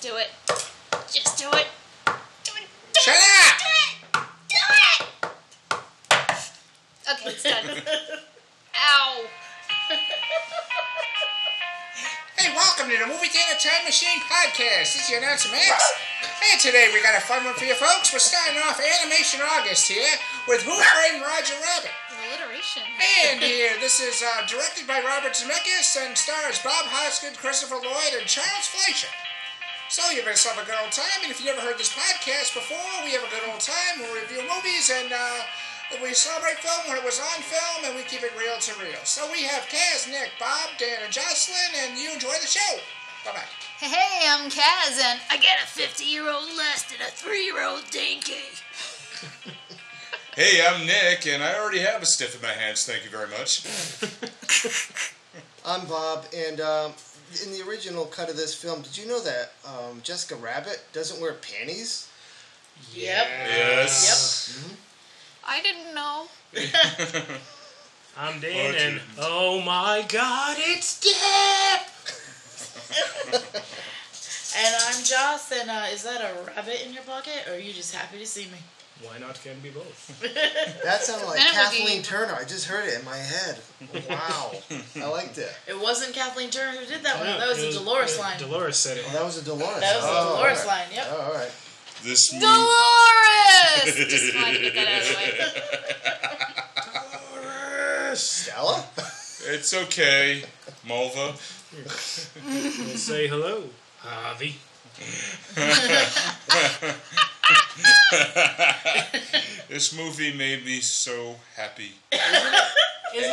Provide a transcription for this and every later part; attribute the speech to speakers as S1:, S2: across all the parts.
S1: do it. Just do it. Do it. Do
S2: Shut
S1: it.
S2: up!
S1: Do it. Do it. Okay, it's done. Ow.
S2: Hey, welcome to the Movie Theater Time Machine Podcast. This is your announcer, Max. And today we got a fun one for you folks. We're starting off Animation August here with Who Framed Roger Rabbit.
S1: Alliteration.
S2: And here, this is uh, directed by Robert Zemeckis and stars Bob Hoskins, Christopher Lloyd, and Charles Fleischer. So you've yourself a good old time, and if you've never heard this podcast before, we have a good old time. We review movies and uh, we celebrate film when it was on film, and we keep it real to real. So we have Kaz, Nick, Bob, Dan, and Jocelyn, and you enjoy the show. Bye bye.
S1: Hey, I'm Kaz, and I got a 50 year old lust and a 3 year old dinky.
S3: Hey, I'm Nick, and I already have a stiff in my hands. Thank you very much.
S4: I'm Bob, and um, in the original cut of this film, did you know that um, Jessica Rabbit doesn't wear panties?
S5: Yep.
S3: Yes.
S1: I didn't know.
S5: I'm Dan,
S3: Fortune.
S5: and oh my God, it's Dip.
S6: And I'm Joss, and uh, is that a rabbit in your pocket, or are you just happy to see me?
S5: Why not? Can be both.
S4: That sounded like
S1: Then it would be-
S4: Kathleen Turner. I just heard it in my head. Wow, I liked it.
S6: It wasn't Kathleen Turner who did that one. That was a Dolores line.
S5: Dolores said it.
S4: Well, that was a Dolores.
S6: That was a
S4: Oh,
S6: Dolores
S4: all right.
S6: line, yep.
S4: Oh, all right.
S3: This movie.
S1: Dolores! Just wanted to get that out of the way.
S4: Stella.
S3: It's okay, Mulva.
S5: We'll say hello, Harvey.
S3: This movie made me so happy.
S5: Isn't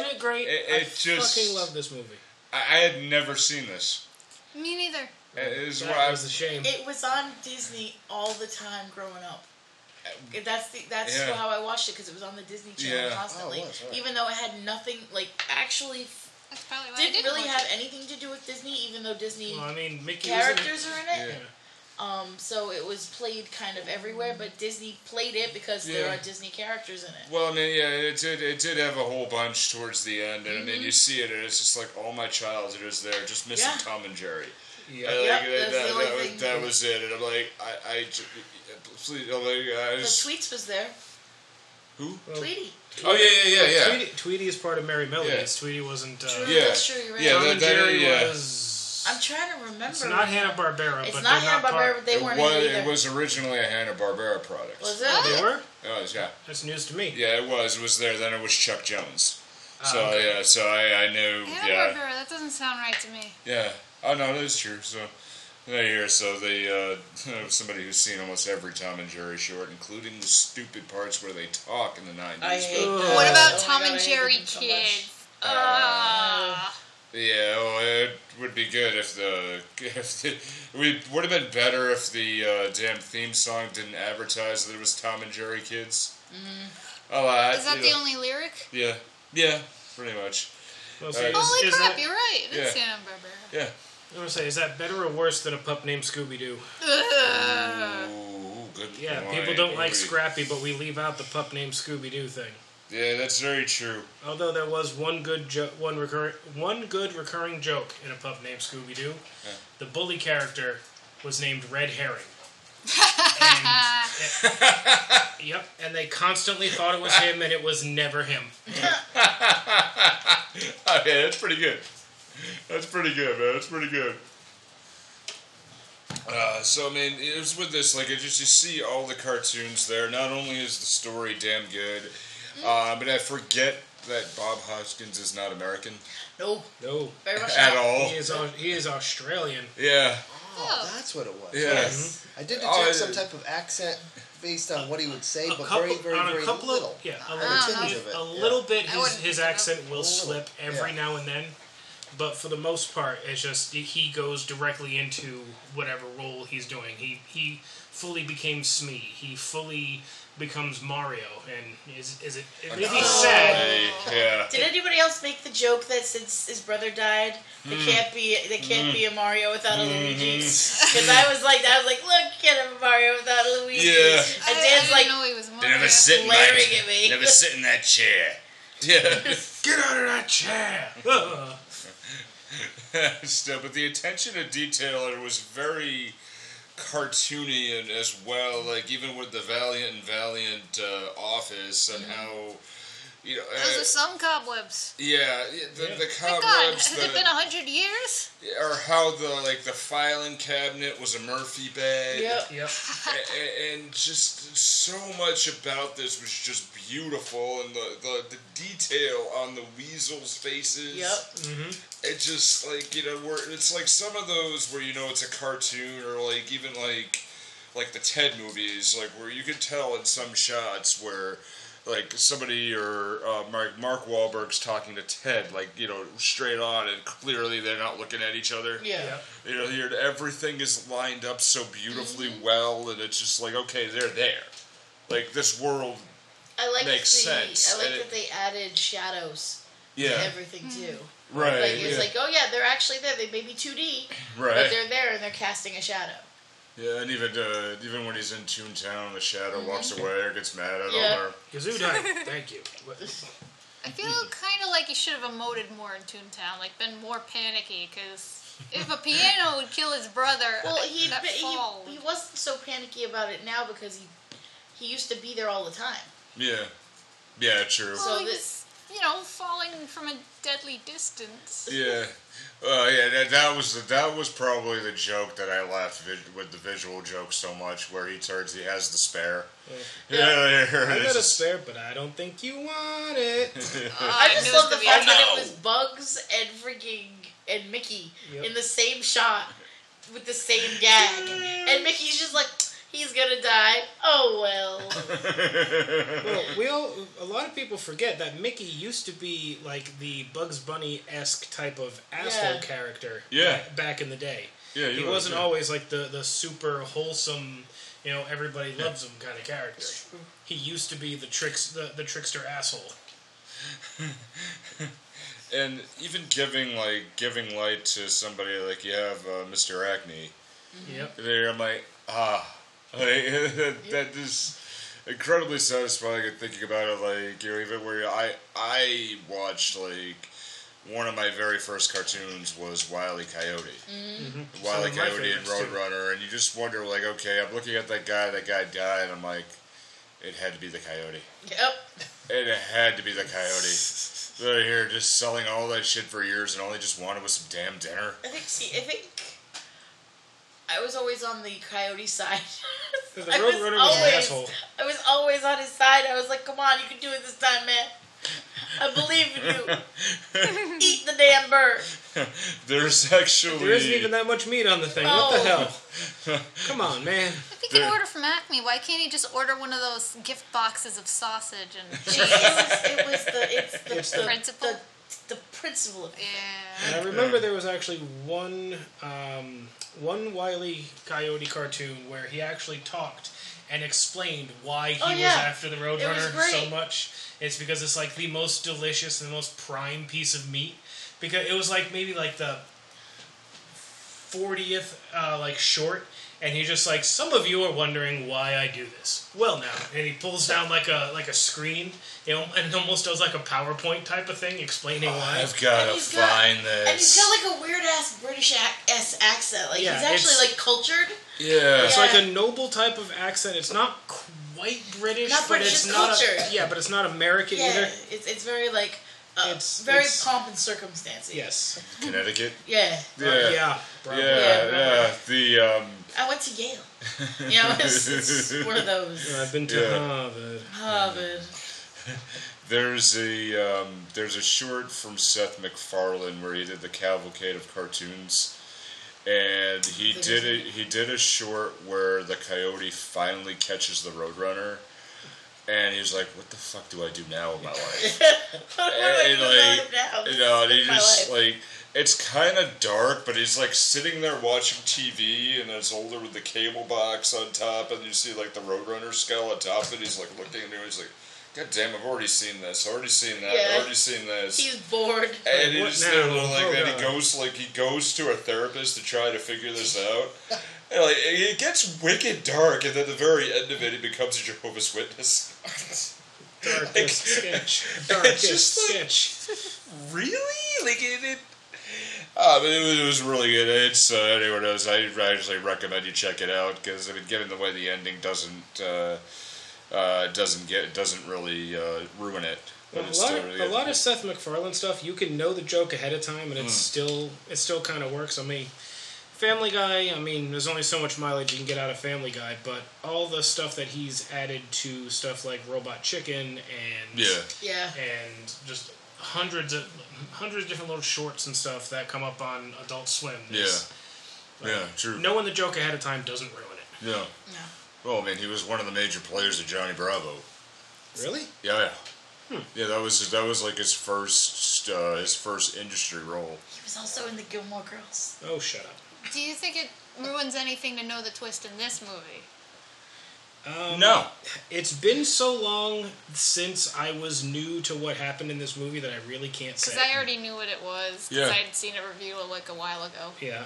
S5: it great?
S3: It-
S5: I
S3: it just-
S5: fucking love this movie.
S3: I, I had never seen this. Uh,
S1: Me neither.
S3: It is
S5: That
S3: what I
S5: was a shame.
S6: It was on Disney all the time growing up. It- That's the that's
S3: Yeah.
S6: how I watched it because it was on the Disney Channel
S3: Yeah.
S6: constantly,
S4: Oh, it was, all right.
S6: even though it had nothing like actually f-
S1: That's probably why I
S6: didn't,
S1: didn't
S6: really
S1: watch
S6: have
S1: it.
S6: anything to do with Disney, even though Disney
S5: well, I mean, Mickey was in it.
S6: characters are in it.
S3: Yeah.
S6: Um, so it was played kind of everywhere, but Disney played it because there
S3: Yeah.
S6: are Disney characters in it.
S3: Well, and then, yeah, it did. It did have a whole bunch towards the end, and then you see it, and it's just like all my childhood is there, just missing
S6: Mm-hmm. Yeah.
S3: Tom and Jerry.
S5: Yeah.
S3: I,
S6: Yep,
S3: like,
S6: that's the
S3: that,
S6: only
S3: that was-
S6: thing.
S3: that was it, and I'm like, I, I, j- please, I'm like, I
S6: The
S3: just-
S6: Tweets was there.
S3: who?
S5: Well,
S6: Tweety.
S3: Oh yeah, yeah, yeah, yeah.
S5: Tweety, Tweety is part of Mary Melodies.
S3: Yeah.
S5: Tweety wasn't. Uh,
S6: True.
S3: Yeah.
S6: That's true. You're right.
S3: Yeah,
S5: Tom
S3: that-
S5: and
S3: that-
S5: Jerry
S3: yeah.
S5: was.
S6: I'm trying to remember.
S5: it's not Hanna Barbera,
S6: It's
S5: but
S6: not
S5: they're
S6: Hanna
S5: not
S6: Barbera,
S5: Part,
S6: but they
S3: It
S6: weren't
S3: was,
S6: in it
S3: it
S6: either.
S3: was originally a Hanna Barbera product.
S6: Was
S5: they
S6: it?
S5: were.
S3: It was, yeah,
S5: That's news to me.
S3: yeah, it was. It was there. Then it was Chuck Jones.
S5: Ah,
S3: so
S5: okay.
S3: yeah, so I, I knew,
S1: Hanna
S3: yeah,
S1: Barbera, that doesn't sound right to me.
S3: yeah. Oh no, that is true. So there you are. So the uh, somebody who's seen almost every Tom and Jerry short, including the stupid parts where they talk in the
S6: I
S3: nineties.
S6: hate
S5: Ugh.
S6: that.
S1: What about
S6: Oh my
S1: Tom
S6: God, I
S1: and
S6: hated
S1: Jerry
S6: them so much.
S1: Kids? Ah.
S3: Yeah, well, it would be good if the if the, we would have been better if the uh, damn theme song didn't advertise that it was Tom and Jerry kids. Mm-hmm. Oh, I,
S1: Is that
S3: you
S1: the
S3: know,
S1: only lyric?
S3: Yeah, yeah, pretty much.
S5: Well, see, is,
S1: Holy
S5: is
S1: crap,
S5: that,
S1: you're right. It is
S3: yeah.
S1: Hanna Barbera.
S3: Yeah.
S5: I'm gonna say, is that better or worse than a pup named Scooby Doo?
S1: Ugh.
S3: Ooh, good
S5: Yeah,
S3: point.
S5: people don't like
S3: Ooh.
S5: Scrappy, but we leave out the pup named Scooby Doo thing.
S3: Yeah, that's very true.
S5: Although there was one good jo- one recurring one good recurring joke in a pup named Scooby Doo. The bully character was named Red Herring. and, yep, and they constantly thought it was him, and it was never him.
S3: Oh, yeah, that's pretty good. That's pretty good, man. That's pretty good. Uh, so I mean, it was with this like it just you see all the cartoons there. Not only is the story damn good,
S6: Mm.
S3: uh, but I forget that Bob Hoskins is not American
S6: No,
S5: No,
S6: very much
S3: at
S6: not.
S3: all.
S5: he is Au- he is Australian.
S3: Yeah,
S4: Oh, that's what it was.
S3: yeah.
S4: I did
S3: Oh,
S4: detect
S3: it-
S4: some type of accent based on what he would say,
S5: A
S4: but
S5: couple,
S4: very, very,
S5: on a
S4: very
S5: couple
S4: little.
S5: of yeah, a
S4: a
S5: little,
S4: tinge of it.
S5: a
S4: yeah.
S5: little bit.
S1: I
S5: His,
S1: wouldn't
S5: his
S1: pick it up.
S5: accent will slip every
S4: yeah.
S5: now and then, but for the most part, it's just he- he goes directly into whatever role he's doing. He he fully became Smee. He fully becomes Mario, and is is it? If he's sad,
S3: Hey, Oh, yeah.
S6: Did anybody else make the joke that since his brother died, they
S5: Hmm.
S6: can't be they can't be a Mario without a Luigi?
S3: Mm-hmm.
S6: Because I was like, I was like, look, can't have a Mario without a Luigi.
S3: Yeah.
S1: I, I
S6: And Dan's
S1: didn't
S6: like,
S1: know he was one.
S3: Never sit in
S6: glaring
S3: my,
S6: at me.
S3: never sit in that chair. Yeah.
S5: get out of that chair. Ugh.
S3: Still, but the attention to detail it was very cartoony and as well. Like even with the Valiant and Valiant uh, office and how you know.
S1: Mm-hmm. Those
S3: uh,
S1: are some cobwebs.
S3: yeah, yeah, the, the
S1: Thank God.
S3: cobwebs,
S1: Has it
S3: the,
S1: been a hundred years?
S3: or how the like the filing cabinet was a Murphy bed.
S6: Yep.
S5: Yep.
S3: A- a- and just so much about this was just beautiful, and the, the, the detail on the weasels' faces.
S6: Yep.
S3: It just like you know, where it's like some of those where you know it's a cartoon, or like even like like the Ted movies, like where you could tell in some shots where. Like somebody or uh, Mark Mark Wahlberg's talking to Ted, like you know, straight on, and clearly they're not looking at each other.
S6: Yeah.
S5: Yep.
S3: You know, here everything is lined up so beautifully
S6: Mm-hmm.
S3: well, and it's just like, okay, they're there. Like this world,
S6: I like
S3: Makes
S6: the,
S3: sense,
S6: I like
S3: and
S6: that they added shadows
S3: yeah,
S6: to everything too.
S1: Hmm.
S3: right,
S6: Like it's
S3: yeah,
S6: like, oh yeah, they're actually there. They may be 2D, but
S3: right,
S6: they're there and they're casting a shadow.
S3: yeah, and even uh, even when he's in Toontown, the shadow walks away or gets mad at
S6: Mm-hmm. Yeah.
S3: him. Or,
S5: Kazoo time. Thank you. What-
S1: I feel
S3: Mm-hmm.
S1: kind of like you should have emoted more in Toontown, like been more panicky, because if a piano would kill his brother,
S6: Well, he
S1: that
S6: but
S1: fall
S6: he, he wasn't so panicky about it now because he he used to be there all the time.
S3: yeah, yeah, true.
S1: Well,
S6: so
S1: he
S6: that-
S1: was, you know, falling from a deadly distance.
S3: Yeah, uh, yeah. That, that was the, that was probably the joke that I laughed vid- with the visual joke so much, where he turns, he has the spare. Yeah,
S5: I got a
S3: it's-
S5: spare, but I don't think you want it.
S6: Ah, I just love the
S1: It was
S6: fact
S1: the
S6: that it was Bugs and freaking and Mickey
S5: Yep.
S6: in the same shot with the same gag, and Mickey's just like, he's gonna die. Oh well.
S5: Well, we all, a lot of people forget that Mickey used to be like the Bugs Bunny esque type of asshole
S6: Yeah.
S5: character.
S3: Yeah.
S5: ba- Back in the day.
S3: yeah,
S5: He
S3: was,
S5: wasn't
S3: yeah.
S5: always like the, the super wholesome, you know, everybody loves him kind of character. He used to be the tricks the, the trickster asshole.
S3: and even giving like giving light to somebody like you have uh, Mr. Acne
S5: Yep.
S3: there, I'm like ah, like, that, that is incredibly satisfying. And thinking about it, like you know, even where I I watched like one of my very first cartoons was Wile E. Coyote, Wile E.
S5: Mm-hmm. Some of my
S3: Coyote and
S5: favorites, too.
S3: Roadrunner, and you just wonder like, okay, I'm looking at that guy, that guy died, and I'm like, it had to be the coyote.
S6: Yep.
S3: It had to be the coyote. They're here just selling all that shit for years and all they just wanted was some damn dinner.
S6: I think. See, I think. I was always on the coyote side.
S5: The
S6: I was
S5: Roadrunner was an
S6: always-
S5: asshole.
S6: I was always on his side. I was like, "Come on, you can do it this time, man. I believe in you. Eat the damn bird."
S3: There's actually.
S5: There isn't even that much meat on the thing. What
S6: Oh.
S5: the hell? Come on, man.
S1: If he can
S3: There-
S1: order from Acme, why can't he just order one of those gift boxes of sausage and cheese?
S6: it was, it was the it's the,
S5: It's
S6: the,
S5: the
S1: principle.
S6: The, the principle of it.
S1: yeah.
S5: And I remember there was actually one um, one Wiley Coyote cartoon where he actually talked and explained why he
S6: Oh,
S5: was
S6: yeah.
S5: after the Roadrunner
S6: great.
S5: so much. It's because it's like the most delicious and the most prime piece of meat. Because it was like maybe like the fortieth uh, like short, and he's just like, "Some of you are wondering why I do this." Well, now, and he pulls down like a like a screen, you know, and almost does like a PowerPoint type of thing explaining why.
S3: Oh, I've got
S6: And
S3: to
S6: he's got-
S3: find
S6: And
S3: this.
S6: he's got like a weird ass British ac- ass accent. Like
S5: Yeah,
S6: he's
S5: it's-
S6: actually like cultured.
S3: yeah.
S5: It's
S6: Yeah.
S5: like a noble type of accent. It's not quite British,
S6: Not
S5: but
S6: British,
S5: it's
S6: it's
S5: not.
S6: cultured.
S5: A, yeah, but it's not American
S6: Yeah,
S5: either.
S6: it's it's very like uh,
S5: It's-
S6: very
S5: it's-
S6: pomp and circumstances.
S5: Yes.
S3: Connecticut.
S6: Yeah.
S5: Yeah. yeah.
S3: Yeah,
S5: probably.
S3: yeah,
S6: Yeah,
S3: The um,
S6: I went to Yale. You know, it's, it's one of those. Oh,
S5: I've been to
S3: Yeah.
S5: Harvard.
S6: Harvard.
S3: there's a um, there's a short from Seth MacFarlane where he did the cavalcade of cartoons, and he
S6: Think
S3: did
S6: it's-
S3: it. He did a short where the coyote finally catches the roadrunner, and he's like, "What the fuck do I do now with my life?"
S6: What am I
S3: and,
S6: doing
S3: like,
S6: now?
S3: you know, and he
S6: My
S3: just
S6: life.
S3: like it's kind of dark, but he's like sitting there watching TV, and it's older with the cable box on top, and you see like the Roadrunner skull on top, and he's like looking at it, he's like, "God damn, I've already seen this, already seen that,
S6: Yeah.
S3: already seen this."
S6: He's bored.
S3: and
S5: Like, what
S3: he's
S5: now?
S3: there like
S5: Oh,
S3: that. He
S5: God.
S3: goes like he goes to a therapist to try to figure this out. And like it gets wicked dark, and at the very end of it, he becomes a Jehovah's Witness.
S5: Darkest sketch. Darkest
S3: just like-
S5: sketch.
S3: really? Like it, it Uh, but it was, it was really good. It's uh, anyone knows. I actually recommend you check it out because I mean, given the way the ending doesn't uh, uh, doesn't get doesn't really uh, ruin it. But
S5: a
S3: it's
S5: lot,
S3: still
S5: of,
S3: really
S5: a
S3: good.
S5: lot of Seth MacFarlane stuff, you can know the joke ahead of time,
S3: Mm.
S5: and it's still it still kind of works. I mean, Family Guy. I mean, there's only so much mileage you can get out of Family Guy, but all the stuff that he's added to stuff like Robot Chicken and
S3: yeah.
S6: Yeah.
S5: and just hundreds of hundreds of different little shorts and stuff that come up on Adult Swim. is-
S3: Yeah, true.
S5: Knowing the joke ahead of time doesn't ruin it.
S3: Yeah. Well, I mean, he was one of the major players of Johnny Bravo.
S5: Really?
S3: Yeah, yeah.
S5: Hmm.
S3: Yeah, that was that was like his first uh, his first industry role.
S6: He was also in the Gilmore Girls.
S5: Oh, shut up.
S1: Do you think it ruins anything to know the twist in this movie?
S5: Um,
S3: no,
S5: It's been so long since I was new to what happened in this movie that I really can't say.
S1: Because I already knew what it was.
S3: Yeah.
S1: Because I'd seen a review like a while ago.
S5: yeah.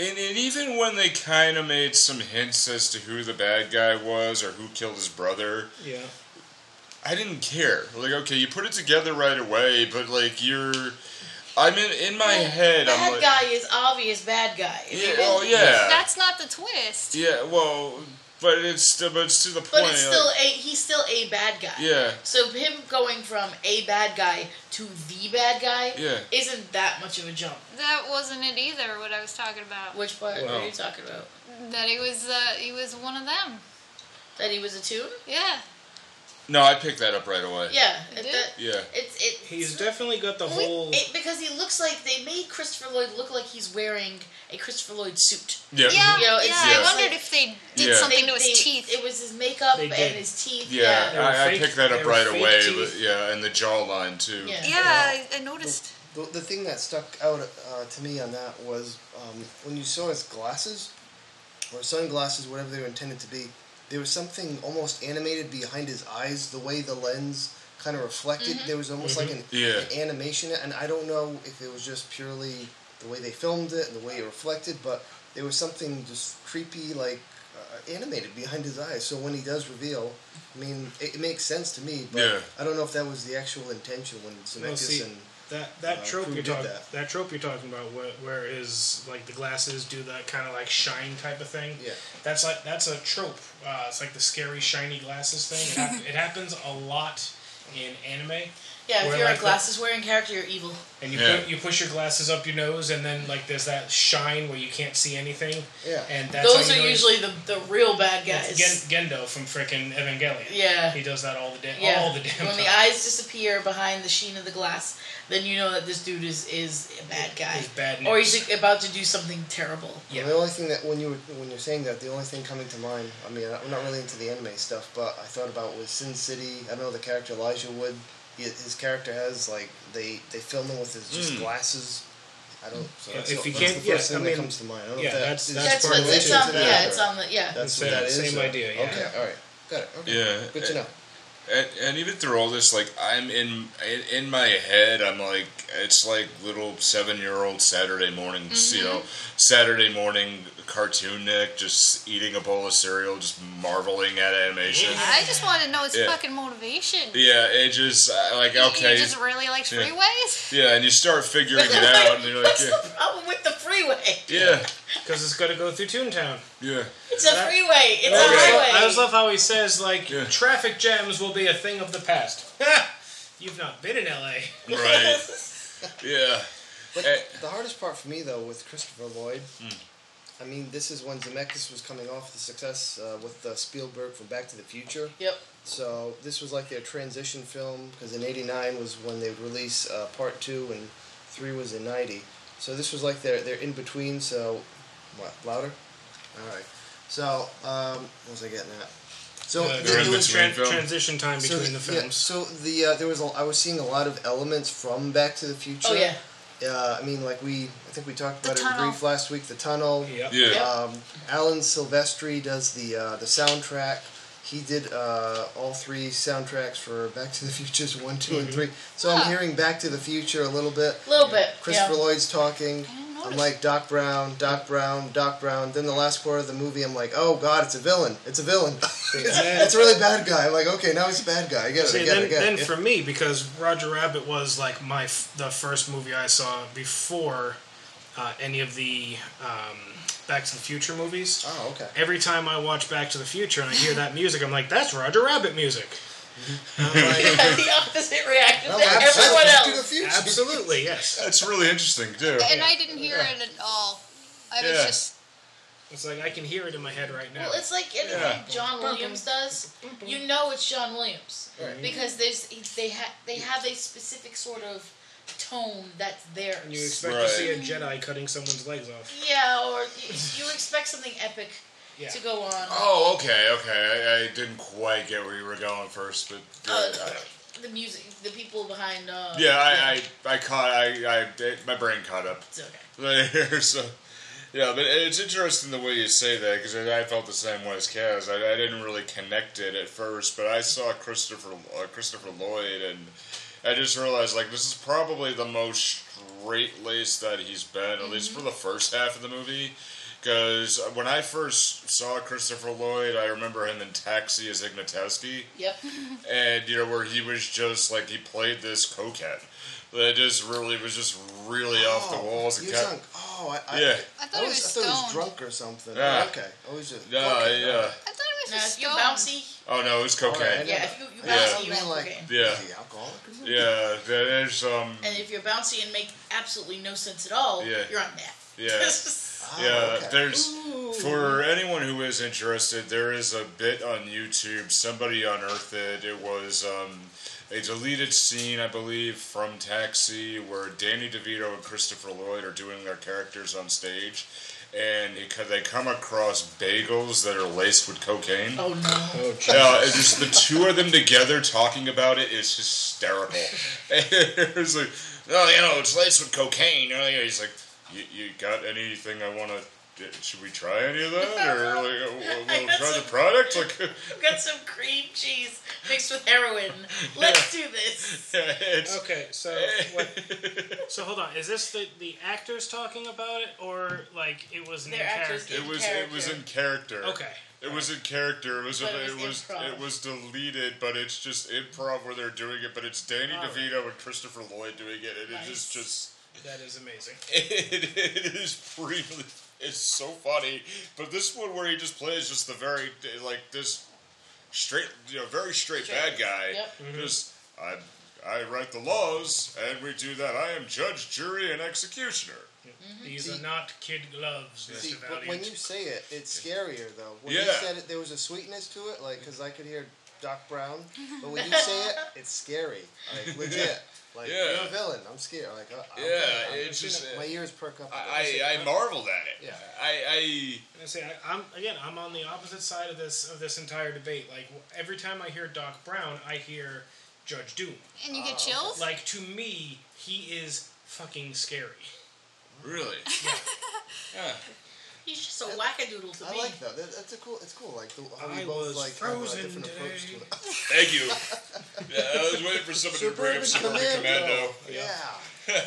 S3: and, and even when they kind of made some hints as to who the bad guy was or who killed his brother,
S5: Yeah.
S3: I didn't care. Like, okay, you put it together right away, but like you're, I'm in in my head.
S6: Bad
S3: I'm like,
S6: guy is obvious bad guy. If you
S3: yeah,
S6: didn't-
S3: oh yeah,
S1: That's not the twist.
S3: yeah. Well, but it's still, but it's to the point.
S6: But it's still
S3: like-
S6: a he's still a bad guy.
S3: yeah,
S6: So him going from a bad guy to the bad guy
S3: yeah.
S6: isn't that much of a jump.
S1: That wasn't it either. What I was talking about.
S6: Which part
S3: Wow.
S6: are you talking about?
S1: That he was. Uh, he was one of them.
S6: That he was a tune?
S1: Yeah.
S3: No, I picked that up right away.
S6: Yeah. It,
S1: did?
S6: that,
S3: Yeah.
S6: it's it.
S5: He's definitely got the
S6: Wait,
S5: whole.
S6: it- because he looks like they made Christopher Lloyd look like he's wearing a Christopher Lloyd suit.
S3: Yeah.
S1: Yeah.
S6: You know,
S1: yeah.
S6: it's-
S1: I
S3: Yeah.
S1: wondered if they did
S3: Yeah.
S1: something
S6: They-
S1: to his
S6: they-
S1: teeth.
S6: It was his makeup
S5: They
S6: and
S5: did.
S6: his teeth.
S3: Yeah,
S5: They were
S3: I, I
S5: fake-
S3: picked that
S5: they
S3: up
S5: were
S3: right
S5: fake
S3: away.
S5: teeth.
S3: But, yeah, and the jawline too.
S6: Yeah.
S1: Yeah, I, I noticed.
S4: The, the thing that stuck out uh, to me on that was um, when you saw his glasses, or sunglasses, whatever they were intended to be, there was something almost animated behind his eyes, the way the lens kind of reflected. There was almost like an,
S3: Mm-hmm. Yeah.
S4: an animation, and I don't know if it was just purely the way they filmed it and the way it reflected, but there was something just creepy, like uh, animated behind his eyes. So when he does reveal, I mean, it, it makes sense to me, but
S3: Yeah.
S4: I don't know if that was the actual intention when Zemeckis
S5: see,
S4: and.
S5: That that
S4: Uh,
S5: trope
S4: who
S5: you're
S4: did
S5: talking that?
S4: that?
S5: trope you're talking about where, where is like the glasses do that kind of like shine type of thing.
S4: Yeah.
S5: That's like that's a trope. Uh, it's like the scary shiny glasses thing. It, hap- it happens a lot in anime.
S6: Yeah,
S5: We're
S6: if you're
S5: like
S6: a
S5: the-
S6: glasses wearing character, you're evil.
S5: And you
S3: Yeah.
S5: put, you push your glasses up your nose, and then like there's that shine where you can't see anything.
S4: Yeah.
S5: And that's how
S6: Those
S5: you
S6: are
S5: know you're-
S6: usually the, the real bad guys.
S5: It's Gen- Gendo from frickin' Evangelion.
S6: Yeah.
S5: He does that all the damn
S6: yeah.
S5: all the damn
S6: when
S5: time.
S6: the eyes disappear behind the sheen of the glass, then you know that this dude is, is a bad guy.
S5: He's bad
S6: Or
S5: news.
S6: he's like, about to do something terrible.
S5: Yeah.
S4: The only thing that when you were when you're saying that, the only thing coming to mind, I mean, I'm not really into the anime stuff, but I thought about was Sin City. I don't know the character Elijah Wood. He, his character has like they they film him with his just glasses. I don't. So
S5: Yeah,
S4: that's
S5: if
S4: the-
S5: you
S4: that's
S5: can't-
S4: the first thing
S5: yeah, I
S4: that
S5: mean,
S4: comes to mind. I don't know
S5: yeah,
S4: if that
S5: that's-
S4: is
S5: that's
S6: That's
S5: part
S6: what
S5: of it.
S4: related
S6: it's
S4: to
S6: on.
S4: that,
S6: Yeah,
S4: or-
S6: it's on the yeah.
S4: That's
S5: Same-
S4: what that is.
S5: same
S4: or-
S5: idea, yeah.
S4: Okay. All right. Got it. Okay.
S3: Yeah. eh,
S4: Good to know.
S3: And, and even through all this, like I'm in in, in my head, I'm like it's like little seven year old Saturday morning, you know,
S1: Mm-hmm.
S3: Saturday morning cartoon Nick just eating a bowl of cereal, just marveling at animation.
S5: Yeah.
S1: I just wanted to know his
S3: Yeah.
S1: fucking motivation.
S3: Yeah, it just I- like
S1: He-
S3: okay,
S1: He just really likes
S3: Yeah.
S1: freeways.
S3: yeah, and you start figuring it out, and you're like,
S6: What's the problem with the freeway?
S3: yeah,
S5: Because it's gotta go through Toontown.
S3: yeah, yeah.
S6: It's a
S5: That-
S6: freeway. It's
S5: I
S6: a
S5: just
S3: Okay.
S5: love-
S6: highway.
S5: I just love how he says like
S3: Yeah.
S5: traffic jams will be a thing of the past. You've not been in LA.
S3: right, yeah,
S4: But
S3: Eh.
S4: the hardest part for me, though, with Christopher Lloyd, I mean, this is when Zemeckis was coming off the success uh, with uh, Spielberg from Back to the Future.
S6: Yep.
S4: So this was like their transition film because in '89 was when they released uh, part two and three was in '90. So this was like their their in between. So what louder? All right. So um, what was I getting at? So
S5: Uh,
S4: th-
S3: They're in
S4: there was-
S3: between
S5: tran-
S3: film.
S5: transition time
S4: so
S5: between the,
S4: the- yeah,
S5: films.
S4: so the uh, there was a, I was seeing a lot of elements from Back to the Future.
S6: Oh yeah.
S4: Uh, I mean, like we I think we talked
S1: The
S4: about it in
S1: tunnel.
S4: brief last week. The tunnel.
S5: Yeah.
S3: yeah,
S6: Yeah.
S4: Um, Alan Silvestri does the uh, the soundtrack. He did uh, all three soundtracks for Back to the Futures one, 2
S5: Mm-hmm.
S4: and three. So
S1: Huh.
S4: I'm hearing Back to the Future a little bit.
S6: A little bit.
S4: Christopher
S6: yeah.
S4: Lloyd's talking.
S1: didn't
S4: I'm
S1: notice.
S4: like Doc Brown, Doc Brown, Doc Brown. Then the last part of the movie, I'm like, oh god, it's a villain. It's a villain. it's, it's a really bad guy. I'm like, okay, now he's a bad guy. I get it. I
S5: See,
S4: get
S5: then,
S4: it. I get
S5: then
S4: it.
S5: for me, because Roger Rabbit was like my f- the first movie I saw before uh, any of the um, Back to the Future movies.
S4: Oh, okay.
S5: Every time I watch Back to the Future and I hear that music, I'm like, that's Roger Rabbit music. And I'm like,
S6: the opposite reaction
S4: Well,
S6: to
S4: that's-
S6: everyone
S4: that's to the
S6: else.
S4: future.
S5: absolutely, yes.
S3: That's really interesting too.
S1: And I didn't hear it at all. I was
S3: Yeah.
S1: just
S5: It's like I can hear it in my head right now.
S6: Well, it's like anything
S3: Yeah.
S6: John Williams does.
S4: Mm-hmm.
S6: You know it's John Williams because there's they ha- they have a specific sort of tone that's
S5: And you
S6: theirs.
S5: expect
S3: Right.
S5: to see a Jedi cutting someone's legs off.
S6: Yeah, or you, you expect something epic
S5: Yeah.
S6: to go on.
S3: Oh, okay, okay. I, I didn't quite get where you were going first, but
S6: Uh,
S3: uh,
S6: the music, the people behind. Uh,
S3: yeah, I, I, I caught, I, I, it- my brain caught up
S6: It's okay.
S3: there. So, yeah, but it's interesting the way you say that because I felt the same way as Kaz. I, I didn't really connect it at first, but I saw Christopher, uh, Christopher Lloyd, and I just realized like this is probably the most straight laced that he's been, at least for the first half of the movie. Because when I first saw Christopher Lloyd, I remember him in Taxi as Ignatowski
S6: Yep.
S3: and you know where he was just like he played this cokehead that just really was just really off the walls
S4: He
S3: and
S4: was
S3: kept
S4: on, oh, I, I,
S3: Yeah.
S1: I thought he
S4: always-
S1: was
S4: I thought he was
S1: stoned.
S4: drunk or something.
S3: Yeah.
S4: Okay. Always just.
S3: no
S4: okay,
S3: yeah
S4: alright.
S1: I thought it
S6: Now,
S1: was
S6: if you
S1: stone.
S6: bouncy,
S3: oh no it was
S4: Alright, I
S3: cocaine
S6: Yeah,
S4: know.
S6: if you- you
S4: Yeah.
S6: bounce, you
S4: I mean,
S6: want
S4: like,
S6: cocaine.
S3: yeah
S4: is he alcoholic or something?
S3: yeah there's um
S6: and if you're bouncy and make absolutely no sense at all,
S3: Yeah.
S6: you're on that.
S3: yeah
S4: Oh,
S3: yeah
S4: okay.
S3: there's for anyone who is interested there is a bit on youtube somebody unearthed it it was um a deleted scene, I believe, from Taxi, where Danny DeVito and Christopher Lloyd are doing their characters on stage, and he, co- they come across bagels that are laced with cocaine.
S6: oh no.
S4: Oh,
S3: Yeah, it's just the two of them together talking about it is hysterical. it's like, oh, you know, it's laced with cocaine. Oh, yeah. He's like, you, you got anything I want to? Should we try any of that, or like, uh, we'll,
S6: I
S3: we'll
S6: got
S3: try the
S6: some-
S3: product? Like,
S6: I've got some cream cheese mixed with heroin. Let's do this.
S3: it's
S5: Okay, so what, so hold on. Is this the, the actors talking about it, or like it was an
S6: They're actors.
S5: character?
S3: it was it was in character.
S5: Okay.
S3: It was in character. It was
S6: But
S3: it,
S6: it was
S3: was
S6: improv.
S3: it was deleted, but it's just improv where they're doing it. But it's Danny
S5: All right.
S3: DeVito and Christopher Lloyd doing it, and it is
S6: Nice.
S3: just.
S5: That is amazing.
S3: it, it is really it's so funny but this one where he just plays just the very like this straight you know very straight bad guy
S6: Yep.
S3: just i i write the laws and we do that i am judge jury and executioner
S5: These
S4: Mhm. See-
S5: are not kid gloves, Mr.
S4: See, but
S5: Valiant.
S4: when you say it, it's scarier though. When you
S3: Yeah.
S4: said it, there was a sweetness to it, like because I could hear Doc Brown. But when you say it, it's scary, like legit. Like
S3: Yeah.
S4: you're a villain. I'm scared. Like uh, okay,
S3: Yeah,
S4: I'm
S3: it's
S4: gonna-
S3: just- uh,
S4: my ears perk up.
S3: i i, I marveled at it
S4: Yeah.
S3: i
S5: I say I, I'm again. I'm on the opposite side of this of this entire debate. Like wh- every time I hear Doc Brown, I hear Judge Doom.
S1: And
S3: Oh.
S1: you get chills?
S5: Like to me, he is fucking scary.
S3: i really
S6: He's just a wackadoodle to
S4: I
S6: me.
S4: like that. that. That's a cool. It's cool. Like the, how we
S5: I
S4: both
S5: was
S4: like have a
S5: frozen
S4: different approach to
S5: today.
S4: it.
S3: thank you yeah, i was waiting for somebody to bring up suburban commando
S4: Yeah.